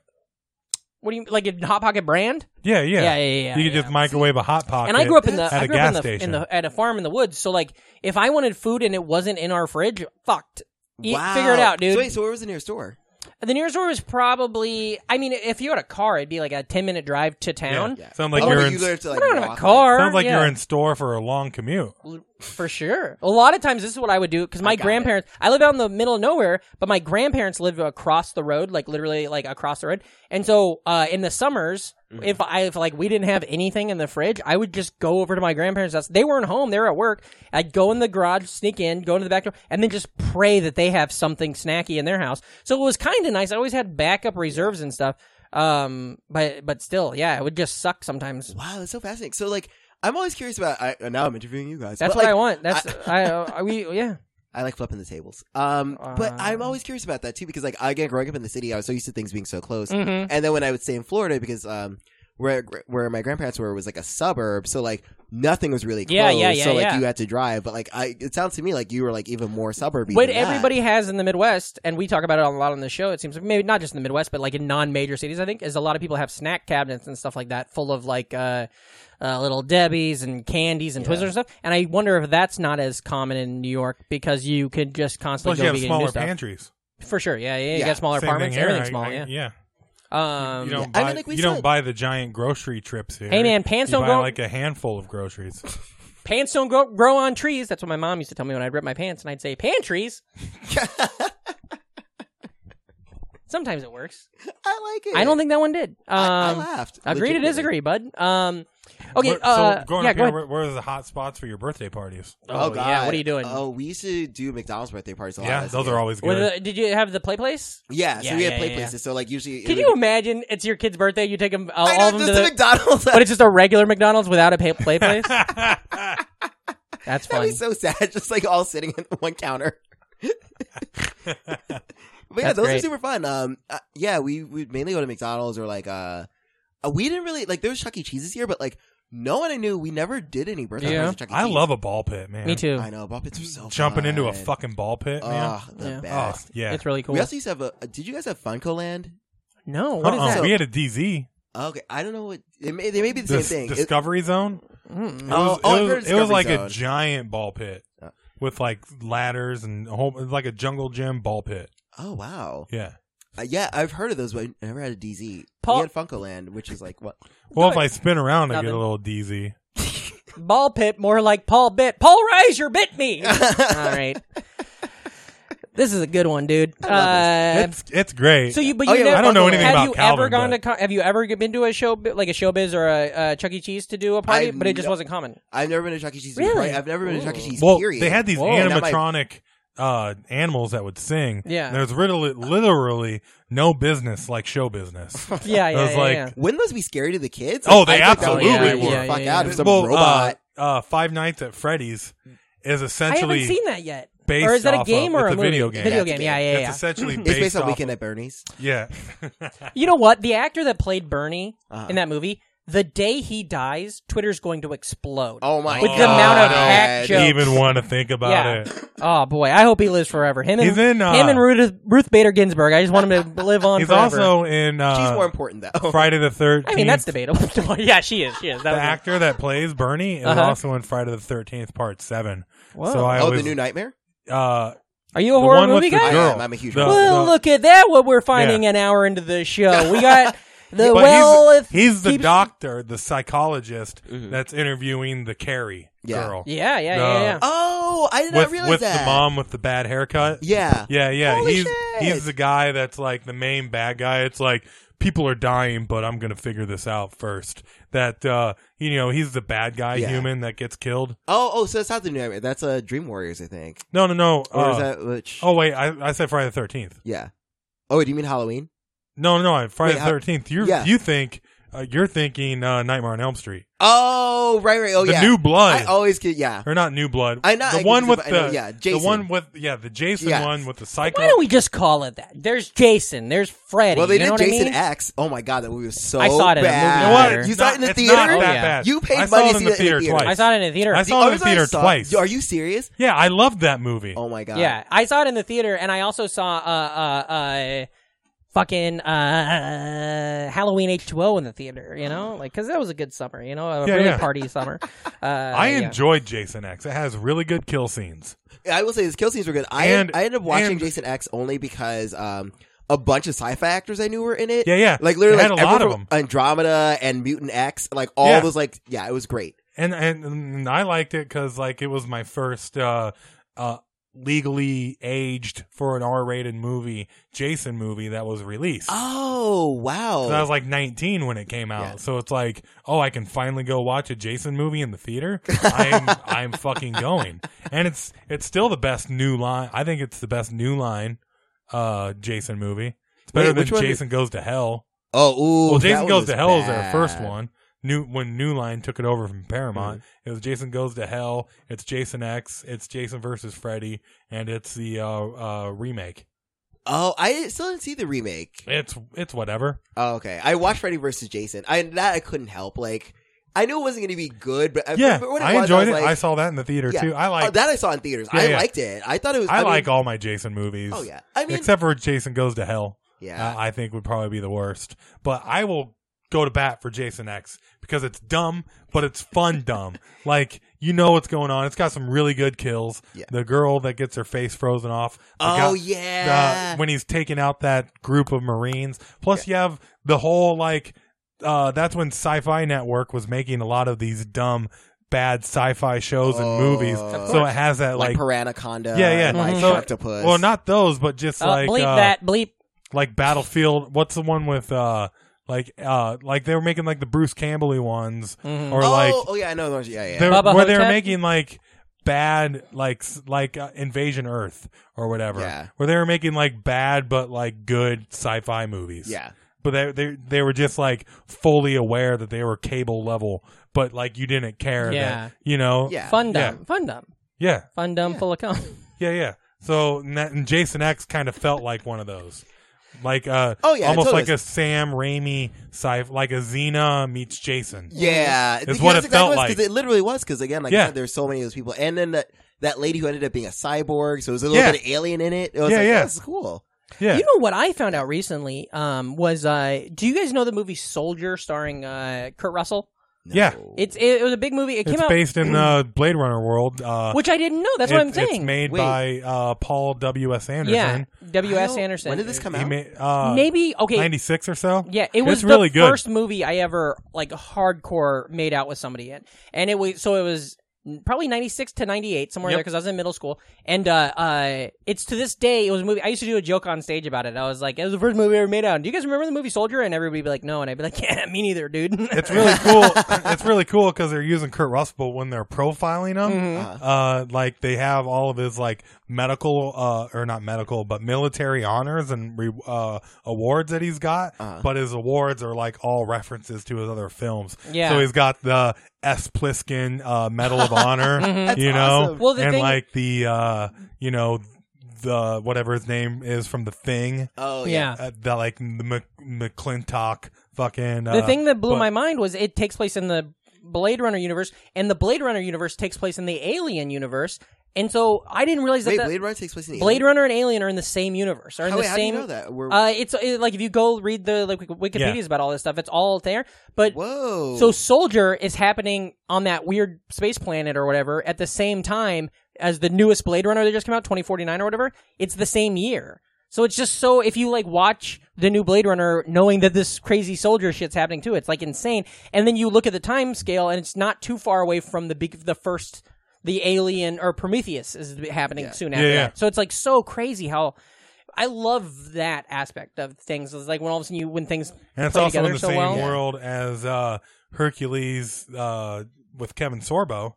A: What do you like? A hot pocket brand?
B: Yeah, yeah,
A: Yeah, yeah, yeah,
B: You could
A: yeah.
B: just microwave a hot pocket.
A: and I grew up in the
B: at
A: I
B: a
A: grew up in
B: gas
A: the,
B: station.
A: in the at a farm in the woods. So like, if I wanted food and it wasn't in our fridge, fucked. Eat-
D: Wow.
A: Figure it out, dude.
D: So wait, so where was the nearest store?
A: the nearest store is probably. I mean, if you had a car, it'd be like a ten minute drive to town.
B: Yeah. Sound like
D: oh,
B: you're
D: but
B: in.
D: you literally have to,
A: I
D: like,
A: don't have a
D: walk,
A: car.
B: sounds like
A: yeah.
B: you're in store for a long commute.
A: for sure. A lot of times, this is what I would do because my grandparents. I live out in the middle of nowhere, but my grandparents live across the road, like literally like across the road. And so, uh, in the summers, if I if like we didn't have anything in the fridge, I would just go over to my grandparents' house. They weren't home; they were at work. I'd go in the garage, sneak in, go into the back door, and then just pray that they have something snacky in their house. So it was kind of nice. I always had backup reserves and stuff. Um, but but still, yeah, it would just suck sometimes.
D: Wow, that's so fascinating. So like, I'm always curious about. I, uh, now I'm interviewing you guys.
A: That's
D: but,
A: what
D: like,
A: I want. That's I, I, we yeah.
D: I like flipping the tables. Um, but
A: Uh.
D: I'm always curious about that too because like again, growing up in the city, I was so used to things being so close.
A: Mhm.
D: And then when I would stay in Florida, because um, where where my grandparents were was like a suburb, so like nothing was really close.
A: Yeah, yeah, yeah,
D: So like
A: yeah.
D: you had to drive. But like, I it sounds to me like you were like even more suburban.
A: What
D: than that.
A: everybody has in the Midwest, and we talk about it a lot on the show. It seems maybe not just in the Midwest, but like in non-major cities, I think, is a lot of people have snack cabinets and stuff like that, full of like uh, uh, little Debbies and candies and Twizzlers and stuff. And I wonder if that's not as common in New York because you could just
B: Plus,
A: constantly
B: you
A: go
B: have
A: be getting new
B: smaller
A: stuff.
B: pantries.
A: For sure, yeah, yeah. You
D: Yeah,
A: got smaller
B: Same
A: apartments,
B: thing here.
A: everything's
B: I-
A: small.
B: I-
A: yeah.
B: yeah.
A: Um,
B: You don't
D: I
B: buy.
D: mean, like we
B: you don't
D: said-
B: buy the giant grocery trips here.
A: Hey, man, pants
B: you
A: don't
B: buy
A: grow-
B: like a handful of groceries.
A: pants don't grow, grow on trees. That's what my mom used to tell me when I'd rip my pants, and I'd say,
B: [laughs]
A: "Pantries." Sometimes it works.
D: I like it.
A: I don't think that one did. Um,
D: I- I laughed,
A: Agree to
D: legitimately.
A: digree, bud. Um, okay.
B: Where-
A: uh,
B: so going
A: yeah,
B: up
A: go
B: here,
A: ahead.
B: where, where are the hot spots for your birthday parties?
D: Oh, god,
A: yeah. What are you doing?
D: Oh, we used to do McDonald's birthday parties a lot.
B: yeah,
D: as a
B: those
D: kid.
B: are always
A: Were
B: good.
A: the- did you have the play place?
D: Yeah, so
A: Yeah,
D: we had
A: yeah,
D: play
A: yeah,
D: places. So like usually, it
A: Can
D: would
A: you
D: be-
A: imagine? It's your kid's birthday. You take them all,
D: I know,
A: all of them to
D: just
A: the,
D: a McDonald's.
A: but it's just a regular McDonald's without a pay, play place. That's
D: [laughs] That'd
A: fun.
D: be so sad, just like all sitting at one counter. [laughs] but yeah,
A: That's
D: those are
A: great.
D: super fun. Um, uh, yeah, we we mainly go to McDonald's or like uh, uh, we didn't really like there was Chuck E. Cheese's here, but like no one I knew, we never did any birthday
A: Yeah.
D: parties. at Chuck
B: [laughs]
D: E.
B: I
D: Cheese.
B: love a ball pit, man.
A: Me too.
D: I know, ball pits are so
B: Jumping into a
D: fun.
B: fucking ball pit, man.
D: Ugh, the
A: Yeah.
B: Oh,
D: best.
B: yeah.
A: It's really cool.
D: We also used to have a. uh, Did you guys have Funko Land?
A: no, what is
B: Uh-uh,
A: that?
B: We had a DZ,
D: Okay, I don't know what it may, they may be the
B: the
D: same thing. It-
B: Discovery Zone. It
D: Oh,
B: was,
D: oh, I've
B: it was,
D: heard of
B: it was
D: Discovery
B: like
D: Zone.
B: a giant ball pit with like ladders and a whole, like a jungle gym ball pit.
D: oh wow,
B: Yeah.
D: Uh, yeah, I've heard of those, but I never had a DZ.
A: Paul-
D: we had Funko Land, which is like what?
B: Well, if I spin around, I get
A: Nothing.
B: a little DZ.
A: Ball pit, more like Paul bit. Paul Reiser bit
D: [laughs]
A: me. all right. This is a good one, dude. Uh,
B: It's it's great.
A: So you, but
D: Oh,
A: you
D: yeah,
A: never,
D: I don't know
B: anything
A: have
B: about
A: you ever
B: Calvin,
A: gone
B: but-
A: to? Con- have you ever been to a show like a showbiz or a, uh Chuck E. Cheese to do a party?
D: I've
A: but it just
D: no-
A: wasn't
B: [laughs]
A: common.
D: I've never been to Chuck E. Cheese.
A: Really?
D: Right? I've never been to Chuck E. Cheese.
B: well,
D: period.
B: they had these
A: Whoa.
D: And I'm like-
B: animatronic uh, animals that would sing.
A: Yeah.
B: And there's literally, literally no business like show
D: [laughs]
B: business.
A: Yeah,
B: It
A: yeah,
B: was
A: yeah,
B: like-
A: yeah.
D: When must be scary to the kids?
B: Oh, they
D: I think that would
B: absolutely
D: freak the
A: were.
D: Fuck
A: Yeah, yeah,
D: out
A: yeah.
D: if some
B: Well, uh,
D: robot.
B: Uh, Five Nights at Freddy's is
A: I haven't
B: essentially
A: seen that yet.
B: based
A: Or is that a
B: off
A: game
B: of,
A: or
B: it's
A: a movie?
B: video game?
A: Video
D: Yeah, it's a
A: game. Yeah,
D: game.
A: yeah,
B: It's
A: yeah.
B: essentially based,
D: it's based on
B: off [laughs]
D: Weekend at Bernie's.
B: Of, yeah.
A: You know what? The actor that played Bernie
D: Uh-huh.
A: in that movie, the day he dies, Twitter's going to explode.
D: Oh my
A: With
D: god.
A: the amount of
B: I
A: hack
B: don't
A: jokes.
B: even want to think about
A: Yeah.
B: it.
A: Oh boy, I hope he lives forever. Him and
B: He's in, uh,
A: him and Ruth, Ruth Bader Ginsburg. I just want him
B: [laughs]
A: to live on.
B: He's
A: forever.
B: also in
D: She's more
B: uh,
D: important though.
B: Friday the Thirteenth.
A: I mean, that's debatable. [laughs] yeah, she is. She is. That
B: the
A: was-
B: actor that plays Bernie is
A: Uh-huh.
B: also in Friday the Thirteenth Part Seven.
A: Whoa.
B: So I
D: oh,
B: always
D: the new nightmare.
B: uh,
A: Are you a
B: the
A: horror
B: one with
A: movie
B: the
A: guy?
D: I
B: girl.
D: am. I'm a huge
B: The-
D: fan.
A: well,
B: the-
A: look at that! What we're finding an hour into the show,
B: [laughs]
A: we got the
B: but
A: well.
B: he's,
A: if
B: he's the
A: keeps-
B: doctor, the psychologist that's interviewing the Carrie
D: Mm-hmm. Yeah.
B: girl
A: Yeah, yeah,
B: The-
A: yeah, yeah.
D: Oh, I did not
B: with
D: realize
B: with
D: that.
B: the mom with the bad haircut.
D: Yeah.
B: Yeah, yeah.
D: Holy
B: he's
D: shit.
B: he's the guy that's like the main bad guy. It's like people are dying, but I'm gonna figure this out first. That uh you know, he's the bad guy
D: Yeah.
B: human that gets killed.
D: Oh, oh, so it's not the new nightmare. That's uh, Dream Warriors, I think.
B: No no no.
D: Or
B: uh,
D: is that which?
B: Oh wait, I, I said Friday the thirteenth.
D: yeah. Oh, do you mean Halloween?
B: No no no Friday
D: Wait,
B: the
D: I-
B: thirteenth. You
D: yeah.
B: you think uh, you're thinking uh, Nightmare on Elm Street.
D: Oh, right, right. Oh,
B: the
D: yeah.
B: new blood.
D: I always get yeah.
B: or not new blood.
D: I know-
B: the
D: I
B: one
D: can-
B: with
D: I
B: the
D: know, yeah, Jason.
B: the one with yeah, the Jason
D: Yes.
B: one with the psycho.
A: Why don't we just call it that? There's Jason. There's Freddy.
D: Well, they
A: you
D: did
A: know what I
D: Jason
A: mean?
D: X. Oh my god, that movie was so
A: I saw it in a movie
D: bad.
B: You know what?
A: theater.
B: It's
D: You saw it in
B: not-
D: the
B: it's not
D: theater?
B: that
A: yeah.
B: bad.
D: You paid
B: I saw
D: money
B: it
D: to
B: in
D: see
B: the
D: that in the
B: theater
D: theater.
B: twice.
A: I saw it in a theater.
B: I
D: The
B: saw it in
D: others
B: the theater
D: saw-
B: twice.
D: Are you serious?
B: Yeah, I loved that movie.
D: Oh my god.
A: yeah, I saw it in the theater, and I also saw uh uh uh fucking uh Halloween H two O in the theater. You know, like because that was a good summer. You know, a
B: Yeah,
A: really
B: yeah.
A: party
B: [laughs]
A: summer. Uh,
B: I
A: yeah.
B: enjoyed Jason X. It has really good kill scenes.
D: I will say his kill scenes were good. I
B: And-
D: I ended up watching
B: and-
D: Jason X only because um a bunch of sci-fi actors I knew were in it.
B: Yeah, yeah.
D: Like literally
B: They had
D: like,
B: a lot
D: everyone
B: of
D: from Andromeda and Mutant X, like all
B: Yeah.
D: those like yeah, it was great.
B: And and, and I liked it cuz like it was my first uh uh legally aged for an R-rated movie Jason movie that was released.
D: Oh wow.
B: 'Cause I was like 19 when it came out.
D: Yeah.
B: So it's like, oh, I can finally go watch a Jason movie in the theater.
D: [laughs]
B: I'm I'm fucking going. And it's it's still the best new line. I think it's the best new line uh Jason movie. It's better
D: Wait, which
B: than
D: one-
B: Jason Goes to Hell.
D: oh ooh,
B: well,
D: that
B: Jason
D: one
B: Goes
D: was
B: to Hell is
D: bad.
B: their first one. New when New Line took it over from Paramount,
D: Mm-hmm.
B: it was Jason Goes to Hell. It's Jason X. It's Jason versus Freddy, and it's the uh, uh, remake.
D: Oh, I still didn't see the remake.
B: It's it's whatever.
D: Oh, okay, I watched Freddy versus Jason. I that I couldn't help. Like I knew it wasn't going to be good, but I-
B: yeah,
D: but when
B: I
D: was,
B: enjoyed
D: was
B: it.
D: like-
B: I saw that in the theater
D: yeah.
B: too. I like
D: oh, that. I saw in theaters.
B: Yeah,
D: I
B: yeah.
D: liked it. I thought it was.
B: I,
D: mean-
B: like all my Jason movies.
D: Oh yeah, I mean,
B: except for Jason Goes to Hell.
D: Yeah.
B: uh, I think would probably be the worst. But I will go to bat for Jason X because it's dumb, but it's fun
D: [laughs]
B: dumb. Like you know what's going on. It's got some really good kills.
D: Yeah.
B: The girl that gets her face frozen off. The
D: Oh,
B: guy-
D: yeah.
B: the- when he's taking out that group of Marines. Plus you have the whole like. Uh, that's when Sci-Fi Network was making a lot of these dumb, bad sci-fi shows and movies.
D: Of
B: So it has that
D: Oh. like,
B: like
D: Piranaconda.
B: yeah, yeah.
D: and, like
B: So-
D: Sharktopus.
B: Well, not those, but just
A: Uh,
B: like
A: bleep
B: uh,
A: that bleep.
B: like Battlefield. What's the one with uh, like uh, like they were making like the Bruce Campbell ones, or
D: Oh,
B: like
D: oh yeah, I know. those- Yeah, yeah.
B: they were-
A: Bubba
B: where they were
A: Hotep?
B: making like bad like s- like uh, Invasion Earth or whatever,
D: Yeah.
B: where they were making like bad but like good sci-fi movies.
D: Yeah.
B: but they they they were just like fully aware that they were cable level, but like you didn't care. that,
A: Yeah.
B: you know.
D: Yeah.
A: Fun
B: Yeah.
A: dumb. Fun dumb.
B: yeah,
A: Fun dumb. Full of cum.
B: yeah, yeah. So and that, and Jason X kind of felt like one of those, like uh,
D: Oh, yeah, it
B: almost
D: totally
B: like a Sam Raimi sci, like a Xena meets Jason.
D: Yeah,
B: It's what
D: that's
B: it felt
D: exactly what it was, 'cause
B: like.
D: it literally was because again, like
B: Yeah.
D: yeah. there's so many of those people, and then that that lady who ended up being a cyborg, so it was a little
B: Yeah.
D: bit of alien in it. It was
B: Yeah,
D: like,
B: yeah.
D: that's cool.
B: Yeah,
A: You know what I found out recently um, was uh, do you guys know the movie Soldier starring uh, Kurt Russell?
B: yeah.
A: It's it, was a big movie. It came
B: It's
A: out,
B: based in uh, Blade Runner world. Uh,
A: which I didn't know. That's what
B: it-
A: I'm saying.
B: It's made
D: Wait.
B: by uh, Paul W. S.
A: yeah,
B: Anderson.
A: W.
D: I
A: S.
D: don't-
A: Anderson.
D: When did this come
B: He
D: out?
B: made uh,
A: Maybe okay.
B: ninety six or so.
A: Yeah, it
B: It's
A: was
B: really
A: the
B: good.
A: first movie I ever like hardcore made out with somebody in, and it was so it was probably ninety six to ninety eight somewhere
B: Yep.
A: there because I was in middle school, and uh, uh, it's to this day it was a movie I used to do a joke on stage about it. I was like, it was the first movie I ever made out. Do you guys remember the movie Soldier? And everybody'd be like, no, and I'd be like, [laughs] yeah, me neither, dude.
B: It's really
A: [laughs]
B: cool. it's really cool because they're using Kurt Russell when they're profiling him.
A: Mm-hmm.
B: Uh, like they have all of his like medical, uh, or not medical, but military honors and re- uh, awards that he's got. But his awards are like all references to his other films.
A: Yeah.
B: So he's got the S. Pliskin uh, Medal
A: [laughs]
B: of Honor. You know,
D: awesome.
A: Mm-hmm. Well, the
B: and
A: thing-
B: like the uh, you know the whatever his name is from the Thing
D: Oh yeah,
A: yeah.
B: uh, the like the Mc- McClintock Fucking uh,
A: The thing that blew
B: but-
A: my mind was it takes place in the Blade Runner universe, and the Blade Runner universe takes place in the Alien universe, and so I didn't realize that
D: Wait,
A: the-
D: Blade Runner takes place in the
A: Blade Runner and Alien are in the same universe. Are in
D: How,
A: the
D: how
A: same.
D: do you know that? We're,
A: Uh, it's it, like if you go read the like Wikipedia's about all this stuff, it's all there. But
D: Whoa!
A: so Soldier is happening on that weird space planet or whatever at the same time as the newest Blade Runner that just came out, 2049 or whatever. It's the same year. So it's just so if you like watch the new Blade Runner knowing that this crazy soldier shit's happening too, it's like insane. And then you look at the time scale and it's not too far away from the big the first the alien or Prometheus is happening soon after
B: Yeah, yeah.
A: that. So it's like so crazy how I love that aspect of things. It's like when all of a sudden you when things
B: and it's
A: play
B: also
A: together
B: in the
A: so
B: same
A: well.
B: world as uh, Hercules uh, with Kevin Sorbo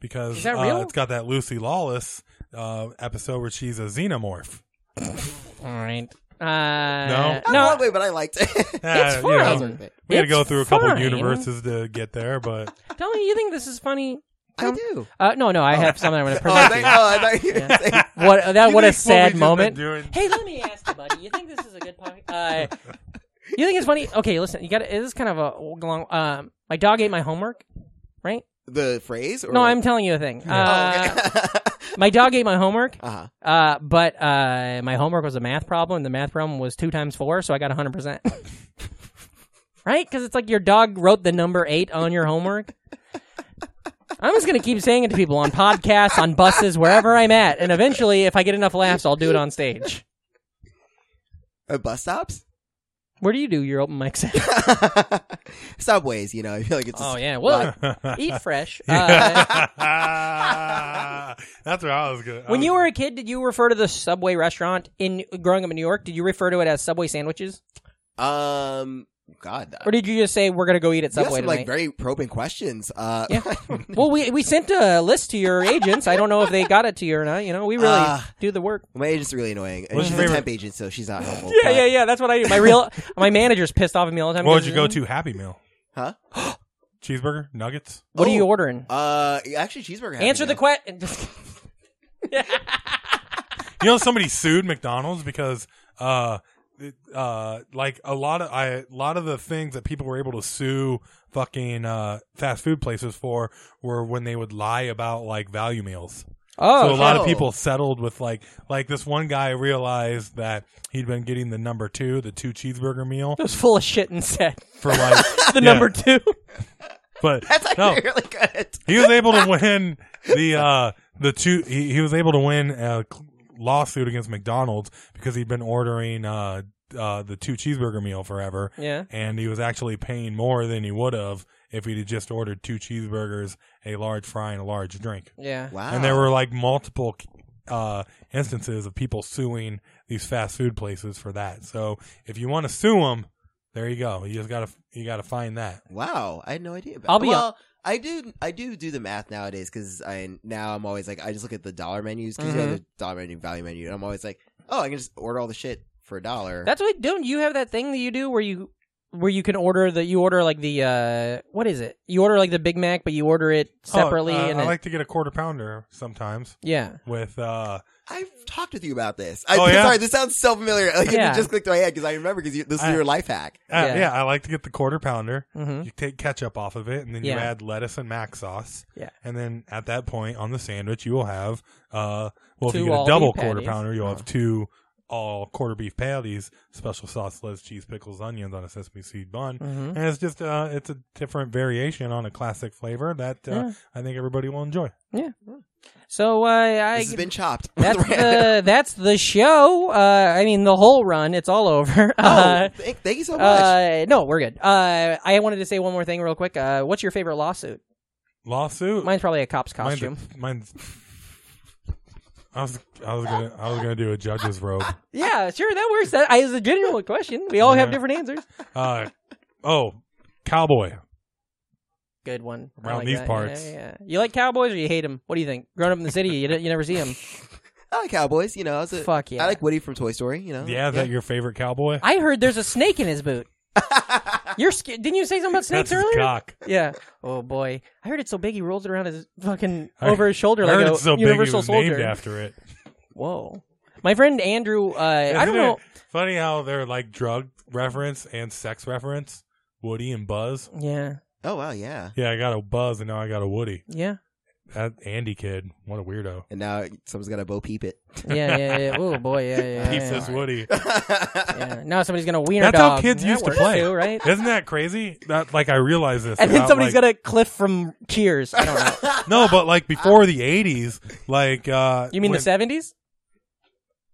B: because
A: Is that
B: uh,
A: real?
B: it's got that Lucy Lawless uh, episode where she's a xenomorph.
A: All right. Uh,
B: No?
D: Not
A: no,
D: one way, but I liked
B: [laughs]
D: it. [laughs]
B: Ah,
A: It's
B: you know,
A: fine.
B: we had to
A: It's
B: go through a couple
A: fine.
B: universes to get there, but
A: Tell me, you think this is funny?
D: I do.
A: Uh, no, no, I have something I want to
D: Oh,
A: present.
D: I
A: to you.
D: thought- oh, I thought you were saying-
A: What [laughs] uh, that?
B: You
A: What a
B: think we
A: sad
B: just been
A: moment.
B: doing-
A: Hey, let me ask you, buddy. You think this is a good podcast? Uh, you think it's funny? Okay, listen. You got this is kind of a long. Um, my dog ate my homework, right?
D: [laughs] the phrase? Or Oh,
A: No, I'm telling you a thing. Uh, my dog ate my homework,
D: [laughs] Uh-huh.
A: uh, but uh, my homework was a math problem. The math problem was two times four, so I got 100. [laughs] percent Right? Because it's like your dog wrote the number eight on your homework. I'm just gonna keep saying it to people on podcasts, on buses, wherever I'm at, and eventually, if I get enough laughs, I'll do it on stage.
D: At Uh, bus stops, [laughs]
A: Where do you do your open mics at?
D: subways. You know, I feel like it's.
A: [laughs] Oh
D: just-
A: yeah, well, eat fresh. [laughs] Uh,
B: [laughs] that's where I was going.
A: when you were a kid, did you refer to the Subway restaurant in growing up in New York? Did you refer to it as Subway sandwiches,
D: Um. God.
A: or did you just say we're gonna go eat at
D: You have
A: Subway
D: some like
A: tonight?
D: very probing questions. Uh,
A: Yeah. well, we we sent a list to your agents. I don't know if they got it to you or not. You know, we really
D: Uh,
A: do the work.
D: [laughs] my agent's really annoying, and
B: What's
D: she's
B: your
D: a
B: favorite-
D: temp agent, so
A: [laughs]
D: she's not helpful.
A: Yeah,
D: but-
A: yeah, yeah. That's what I do. My real [laughs] my manager's pissed off at me all the time.
B: what would
A: because-
B: you go to? Happy Meal,
D: Huh?
B: [gasps] cheeseburger, nuggets.
A: What are you
D: Oh.
A: ordering?
D: Uh, actually, cheeseburger. Happy
A: Answer the
D: Meal.
A: [laughs] question.
B: You know, somebody sued McDonald's because, uh, it- uh, like a lot of I, a lot of the things that people were able to sue fucking uh, fast food places for were when they would lie about like value meals.
A: Oh,
B: so a lot of
D: oh.
B: people settled with like like this one guy realized that he'd been getting the number two, the two cheeseburger meal
A: it was [laughs] full of shit and said
B: for like
A: [laughs] the
B: yeah,
A: number two.
B: But
D: [laughs] That's
B: no,
D: actually really good.
B: he was able to win the uh the two he, he was able to win a cl- lawsuit against McDonald's because he'd been ordering uh uh the two cheeseburger meal forever
A: [laughs] Yeah.
B: and he was actually paying more than he would have if he'd just ordered two cheeseburgers a large fry and a large drink
A: Yeah.
D: Wow.
B: and there were like multiple uh instances of people suing these fast food places for that so if you want to sue them there you go you just gotta you gotta find that
D: Wow, I had no idea. About
A: I'll be
D: well, I do. I do do the math nowadays because I now I'm always like I just look at the dollar menus because you know
A: Mhm.
D: the dollar menu, value menu, and I'm always like, oh, I can just order all the shit for a dollar.
A: That's what don't you have that thing that you do where you where you can order the you order like the uh what is it? You order like the Big Mac but you order it separately
B: Oh, uh,
A: and
B: i
A: it-
B: like to get a quarter pounder sometimes
A: yeah.
B: with uh
D: I've talked with you about this. I, [laughs]
B: Oh, yeah?
D: Sorry, this sounds so familiar. [laughs] Like,
A: Yeah.
D: It just clicked in my head because I remember because this is
B: I-
D: your life hack.
B: Uh,
A: Yeah.
B: yeah. I like to get the quarter pounder.
A: Mhm.
B: You take ketchup off of it, and then you
A: Yeah.
B: add lettuce and mac sauce.
A: Yeah.
B: And then at that point on the sandwich, you will have uh, well,
A: Two
B: if you get
A: all
B: a double
A: beef
B: quarter
A: patties. Uh-huh.
B: pounder, you'll have two all quarter beef patties, special sauce, lettuce, cheese, pickles, onions on a sesame seed bun,
A: Mhm.
B: and it's just uh, it's a different variation on a classic flavor that uh,
A: Yeah.
B: I think everybody will enjoy.
A: So uh, I
D: This has been chopped. [laughs]
A: [laughs] that's the that's the show. Uh, I mean the whole run. It's all over. [laughs]
D: oh,
A: Uh,
D: thank, thank you so much.
A: uh, no, we're good. Uh, I wanted to say one more thing real quick. Uh, what's your favorite lawsuit?
B: Lawsuit.
A: Mine's probably a cop's
B: Mine's- [laughs]
A: costume.
B: Mine's. I was I was gonna I was gonna do a judge's robe.
A: yeah, sure, that works. That I, is a genuine question. We all have
B: Yeah.
A: different answers.
B: Uh, oh, cowboy.
A: Good one. I
B: Around
A: like
B: these
A: that.
B: parts.
A: Yeah, yeah. You like cowboys or you hate them? What do you think? Growing up in the city, you, don't- you never see
B: [laughs]
A: them.
D: I like cowboys. You know, I was a,
A: Fuck yeah.
D: I like Woody from Toy Story. You know,
B: Yeah, is that your favorite cowboy?
A: Oh, I heard there's a snake in his
B: [laughs]
A: boot. You're sca- didn't you say something about snakes
B: That's his
A: earlier?
B: cock.
A: Yeah. Oh boy, I heard it's so big he rolls it around his fucking
B: [laughs] I-
A: over his shoulder
B: I
A: like
B: heard
A: a
B: it's so big he
A: universal
B: was
A: soldier.
B: named after it.
A: Whoa. My friend Andrew, uh, I don't
B: Isn't it
A: know.
B: Funny how they're like drug reference and sex reference. Woody and Buzz.
A: Yeah.
D: Oh wow, yeah.
B: Yeah, I got a Buzz and now I got a Woody.
A: Yeah.
B: That Andy kid, what a weirdo.
D: And now someone's got to bo peep it. [laughs]
A: Yeah. Yeah. yeah. oh boy. Yeah. Yeah.
B: Peeps
A: yeah,
B: this Woody.
A: yeah. Now somebody's gonna wiener
B: That's
A: dog.
B: how kids
A: That
B: used to
A: works
B: play,
A: too,
B: [laughs]
A: right?
B: Isn't that crazy? That like I realize this.
A: and then
B: about,
A: somebody's
B: like-
A: got a cliff from Cheers. I don't know.
B: no, but like before the eighties, like uh
A: You mean
B: when-
A: the seventies?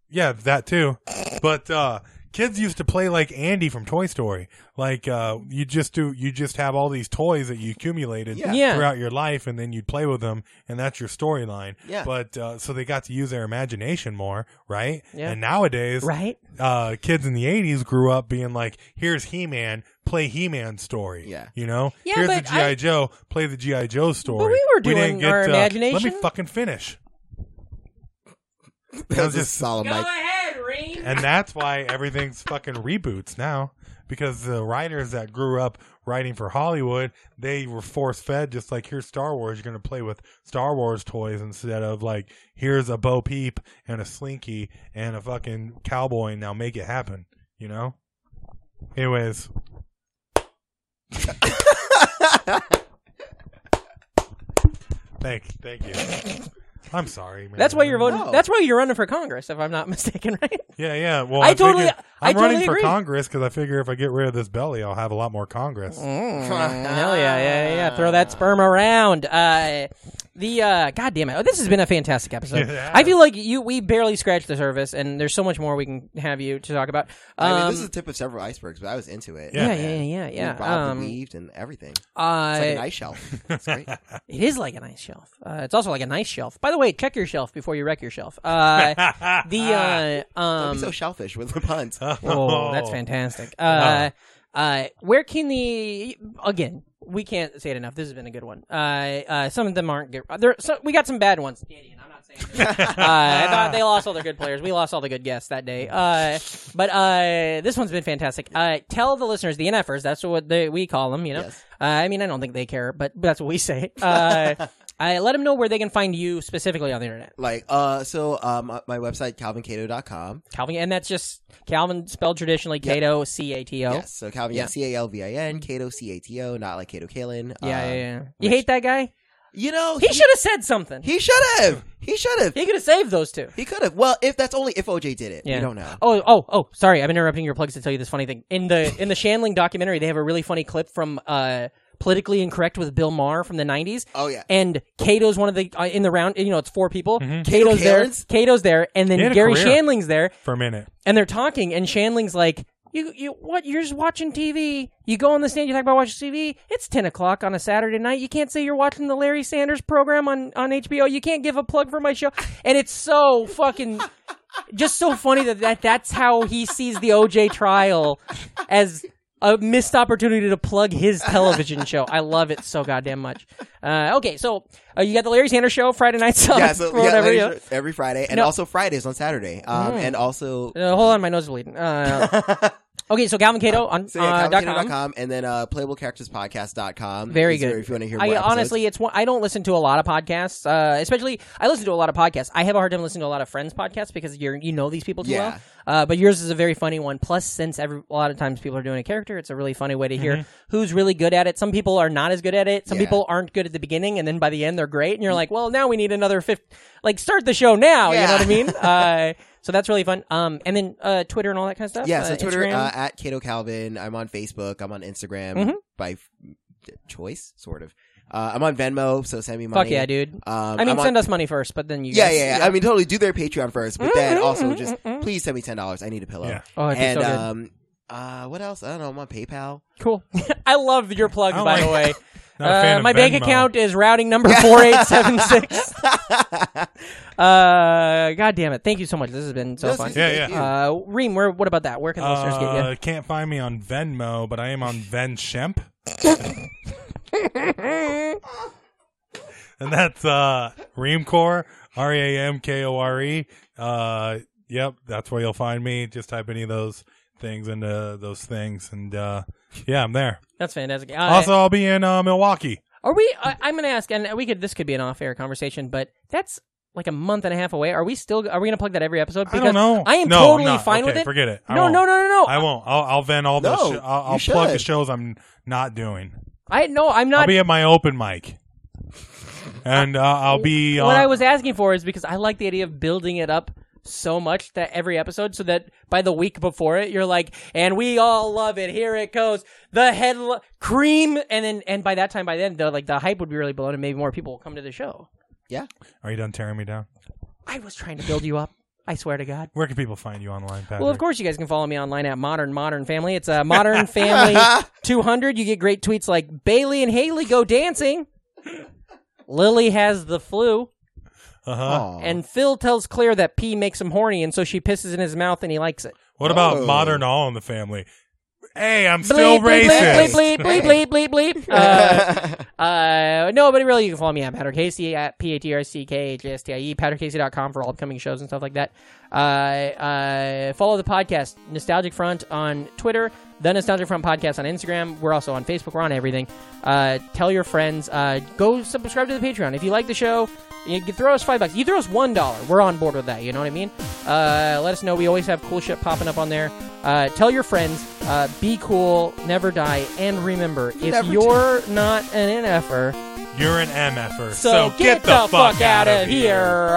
B: Yeah, that too. But uh kids used to play like Andy from Toy Story. Like uh you just do you just have all these toys that you accumulated
D: Yeah.
A: Yeah.
B: throughout your life and then you'd play with them and that's your storyline.
D: Yeah.
B: But uh so they got to use their imagination more, right?
A: Yeah.
B: And nowadays
A: Right.
B: uh kids in the 80s grew up being like here's He-Man, play He-Man's story.
D: Yeah.
B: You know?
A: Yeah,
B: here's the
A: but
B: GI
A: I-
B: Joe, play the GI Joe story.
A: we were doing
B: didn't get,
A: our
B: uh, Let me
A: imagination.
B: fucking finish.
D: that was
B: was
D: just
B: just-
D: solemn. Like,
A: ahead, Reem.
B: And that's why everything's fucking reboots now because the writers that grew up writing for Hollywood, they were force fed just like here's Star Wars, you're going to play with Star Wars toys instead of like here's a Bo Peep and a Slinky and a fucking cowboy and now make it happen, you know?
A: [laughs]
B: Anyways, thank thank you. I'm sorry, man.
A: That's why you're voting.
D: No.
A: That's why you're running for Congress, if I'm not [laughs] mistaken, right?
B: Yeah, yeah. Well,
A: I
B: I'm
A: totally-
B: figuring-
A: I
B: I'm running
A: totally
B: for
A: agree.
B: Congress because I figure if I get rid of this belly, I'll have a lot more Congress.
A: Mm-hmm.
D: Uh,
A: Hell yeah, yeah, yeah. Throw that sperm around. Uh, the uh, God damn it! Oh, this has been a fantastic
D: [laughs]
A: episode.
B: Yeah.
A: I feel like you we barely scratched the surface, and there's so much more we can have you to talk about. Um,
D: I mean, this is the tip of several icebergs, but I was into it.
A: yeah,
B: Yeah.
A: yeah, yeah,
D: We
A: yeah.
D: bobbed and
A: Um,
D: weaved and everything. It's
A: uh,
D: like an ice shelf. [laughs]
A: [laughs]
D: It's great.
A: It is like a nice shelf. Uh, it's also like a nice shelf. By the way, check your shelf before you wreck your shelf.
D: [laughs]
A: Uh, the uh,
D: Don't
A: um,
D: be so shellfish with the [laughs] puns.
A: oh, that's fantastic. Uh, uh, where can the again? We can't say it enough. This has been a good one. Uh, uh, some of them aren't good. There, so, we got some bad ones. Danny, and I'm not saying. they're bad. uh, I thought they lost all their good players. We lost all the good guests that day. Uh, but uh, this one's been fantastic. Uh, tell the listeners, the NFers, that's what they, we call them. You know.
D: Yes.
A: Uh, I mean, I don't think they care, but that's what we say. Uh, I let them know where they can find you specifically on the internet,
D: Like, uh, so um, my- my website, calvincato.com.
A: Calvin, and that's just Calvin spelled traditionally Cato C A T O.
D: Yes, so Calvin, yeah,
A: Oh. Yeah.
D: C A L V I N, Cato, C A T O, not like Cato Kalin.
A: Yeah,
D: Um,
A: yeah, yeah. You hate that guy?
D: You know,
A: Uh, He should have said something. He,
D: He should have. He should have.
A: could have saved those two.
D: He could have. Well, if that's only if OJ did it,
A: Yeah.
D: we don't know.
A: Oh, oh, oh! Sorry, I'm interrupting your plugs to tell you this funny thing. In the in the Shanling documentary, they have a really funny clip from uh, "Politically Incorrect" with Bill Maher from the '90s.
D: Oh, yeah.
A: And Cato's one of the uh, in the round. You know, it's four people. Cato's there.
D: Kalins?
A: Cato's there, and
B: Mm-hmm. He
A: then
B: had a
A: Gary
B: career.
A: Shanling's there,
B: for a minute.
A: and they're talking, and Shanling's like. You, you what you're just watching TV. You go on the stand. You talk about watching TV. It's ten o'clock on a Saturday night. You can't say you're watching the Larry Sanders program on on HBO. You can't give a plug for my show. And it's so fucking just so funny that, that that's how he sees the OJ trial as a missed opportunity to plug his television show. I love it so goddamn much. Uh, okay, so uh, you got the Larry Sanders show Friday night. [laughs] So
D: Yeah, so yeah,
A: whatever.
D: ladies,
A: yeah.
D: every Friday, and
A: No.
D: also Fridays on Saturday, um, and also
A: Uh, hold on, my nose is bleeding. Uh, [laughs] okay, so Calvin Cato on
D: so yeah,
A: uh, dot com.
D: calvincato.com, and then uh, playablecharacterspodcast.com.
A: Very
D: is where
A: good.
D: If you want to hear more
A: I
D: episodes.
A: honestly, it's one. I don't listen to a lot of podcasts, uh, especially I listen to a lot of podcasts. I have a hard time listening to a lot of friends' podcasts because you're you know these people too
D: Yeah.
A: well. Uh, but yours is a very funny one. Plus, since every, a lot of times people are doing a character, it's a really funny way to hear who's really good at it. Some people are not as good at it. Some
D: Mm-hmm. Yeah. Mm.
A: people aren't good at the beginning, and then by the end they're great. And you're like, well, now we need another fifth. Like, start the show now. You know
D: Yeah.
A: what I
D: [laughs]
A: mean? uh, so that's really fun. Um, and then uh, Twitter and all that kind of stuff.
D: yeah, so
A: Uh,
D: Twitter
A: Instagram? Mm-hmm.
D: uh, at Cato Calvin. I'm on Facebook. I'm on Instagram by f- choice, sort of. Uh, I'm on Venmo, so send me money.
A: Fuck yeah, dude.
D: Um,
A: I mean,
D: I'm on-
A: send us money first, but then you.
D: Yeah,
A: guys-
D: yeah, yeah. I mean, totally do their Patreon first, but then
A: Mm-hmm,
D: also just please send me ten dollars. I need a pillow.
B: Yeah.
A: Oh, it'd be so
D: and
A: good.
D: um, uh, what else? I don't know. I'm
A: [laughs]
D: on PayPal.
A: Cool. I love your plugs,
B: I
A: by the way.
B: like- [laughs] Not a fan
A: Uh,
B: of
A: my bank
B: Venmo.
A: account is routing number four eight seven
B: [laughs]
A: six. Uh, God damn it! Thank you so much. This has been so
D: Yes,
A: fun.
D: yes,
B: Yeah,
D: thank
B: yeah.
D: you.
A: Uh, Reem, where? What about that? Where can the listeners get
B: Uh,
A: you?
B: can't find me on Venmo, but I am on Venshemp. and that's uh Reamcore, R E A M K O R E. Uh yep, that's where you'll find me. Just type any of those things into those things and uh yeah, I'm there.
A: That's fantastic. Uh,
B: Also I'll be in uh Milwaukee.
A: are we? I I'm going to ask, and we could. This could be an off-air conversation, but that's like a month and a half away. Are we still? Are we gonna plug that every episode?
B: I don't know.
A: I am
B: No,
A: totally
B: no,
A: fine
B: okay,
A: with it.
B: Forget it. I
A: No,
B: won't.
A: no, no, no, no.
B: I won't. I'll, I'll vend all those.
D: No,
B: Sh- I'll,
D: you
B: I'll plug the
D: should.
B: shows I'm not doing.
A: I no, I'm
B: I'll
A: not.
B: be at my
A: [laughs]
B: open mic, and uh, I'll be.
A: what
B: on-
A: I was asking for is because I like the idea of building it up so much that every episode, so that by the week before it, you're like, and we all love it. Here it goes, the head cream, and then and by that time, by then, the like the hype would be really blown, and maybe more people will come to the show.
B: Are you done tearing me down?
A: I was trying to build you up. I swear to God.
B: Where can people find you online, Patrick?
A: Well, of course, you guys can follow me online at Modern Modern Family. It's uh, Modern Family 200. You get great tweets like Bailey and Haley go dancing. Lily has the flu.
B: Uh huh.
D: Aw.
A: And Phil tells Claire that pee makes him horny, and so she pisses in his mouth, and he likes it.
B: What about
D: Oh.
B: modern all in the family? Hey, I'm still
A: bleep,
B: racist.
A: Bleep, bleep, bleep, bleep, bleep, bleep.
B: [laughs]
A: Uh, uh, no, but really, you can follow me at Patrick Casey at P A T R C K H A S T I E, patrickcasey.com for all upcoming shows and stuff like that. Uh, uh, follow the podcast, Nostalgic Front, on Twitter, The Nostalgic Front Podcast on Instagram. We're also on Facebook. We're on everything. Uh, tell your friends. Uh, go subscribe to the Patreon. If you like the show, you can throw us five bucks. You throw us one dollar. We're on board with that. You know what I mean? Uh, let us know. We always have cool shit popping up on there. Uh, tell your friends. Uh, be cool. Never die. And remember, if
D: Never
A: you're not an NFer,
B: You're an er, MFer.
A: so, get, the, fuck, out of here.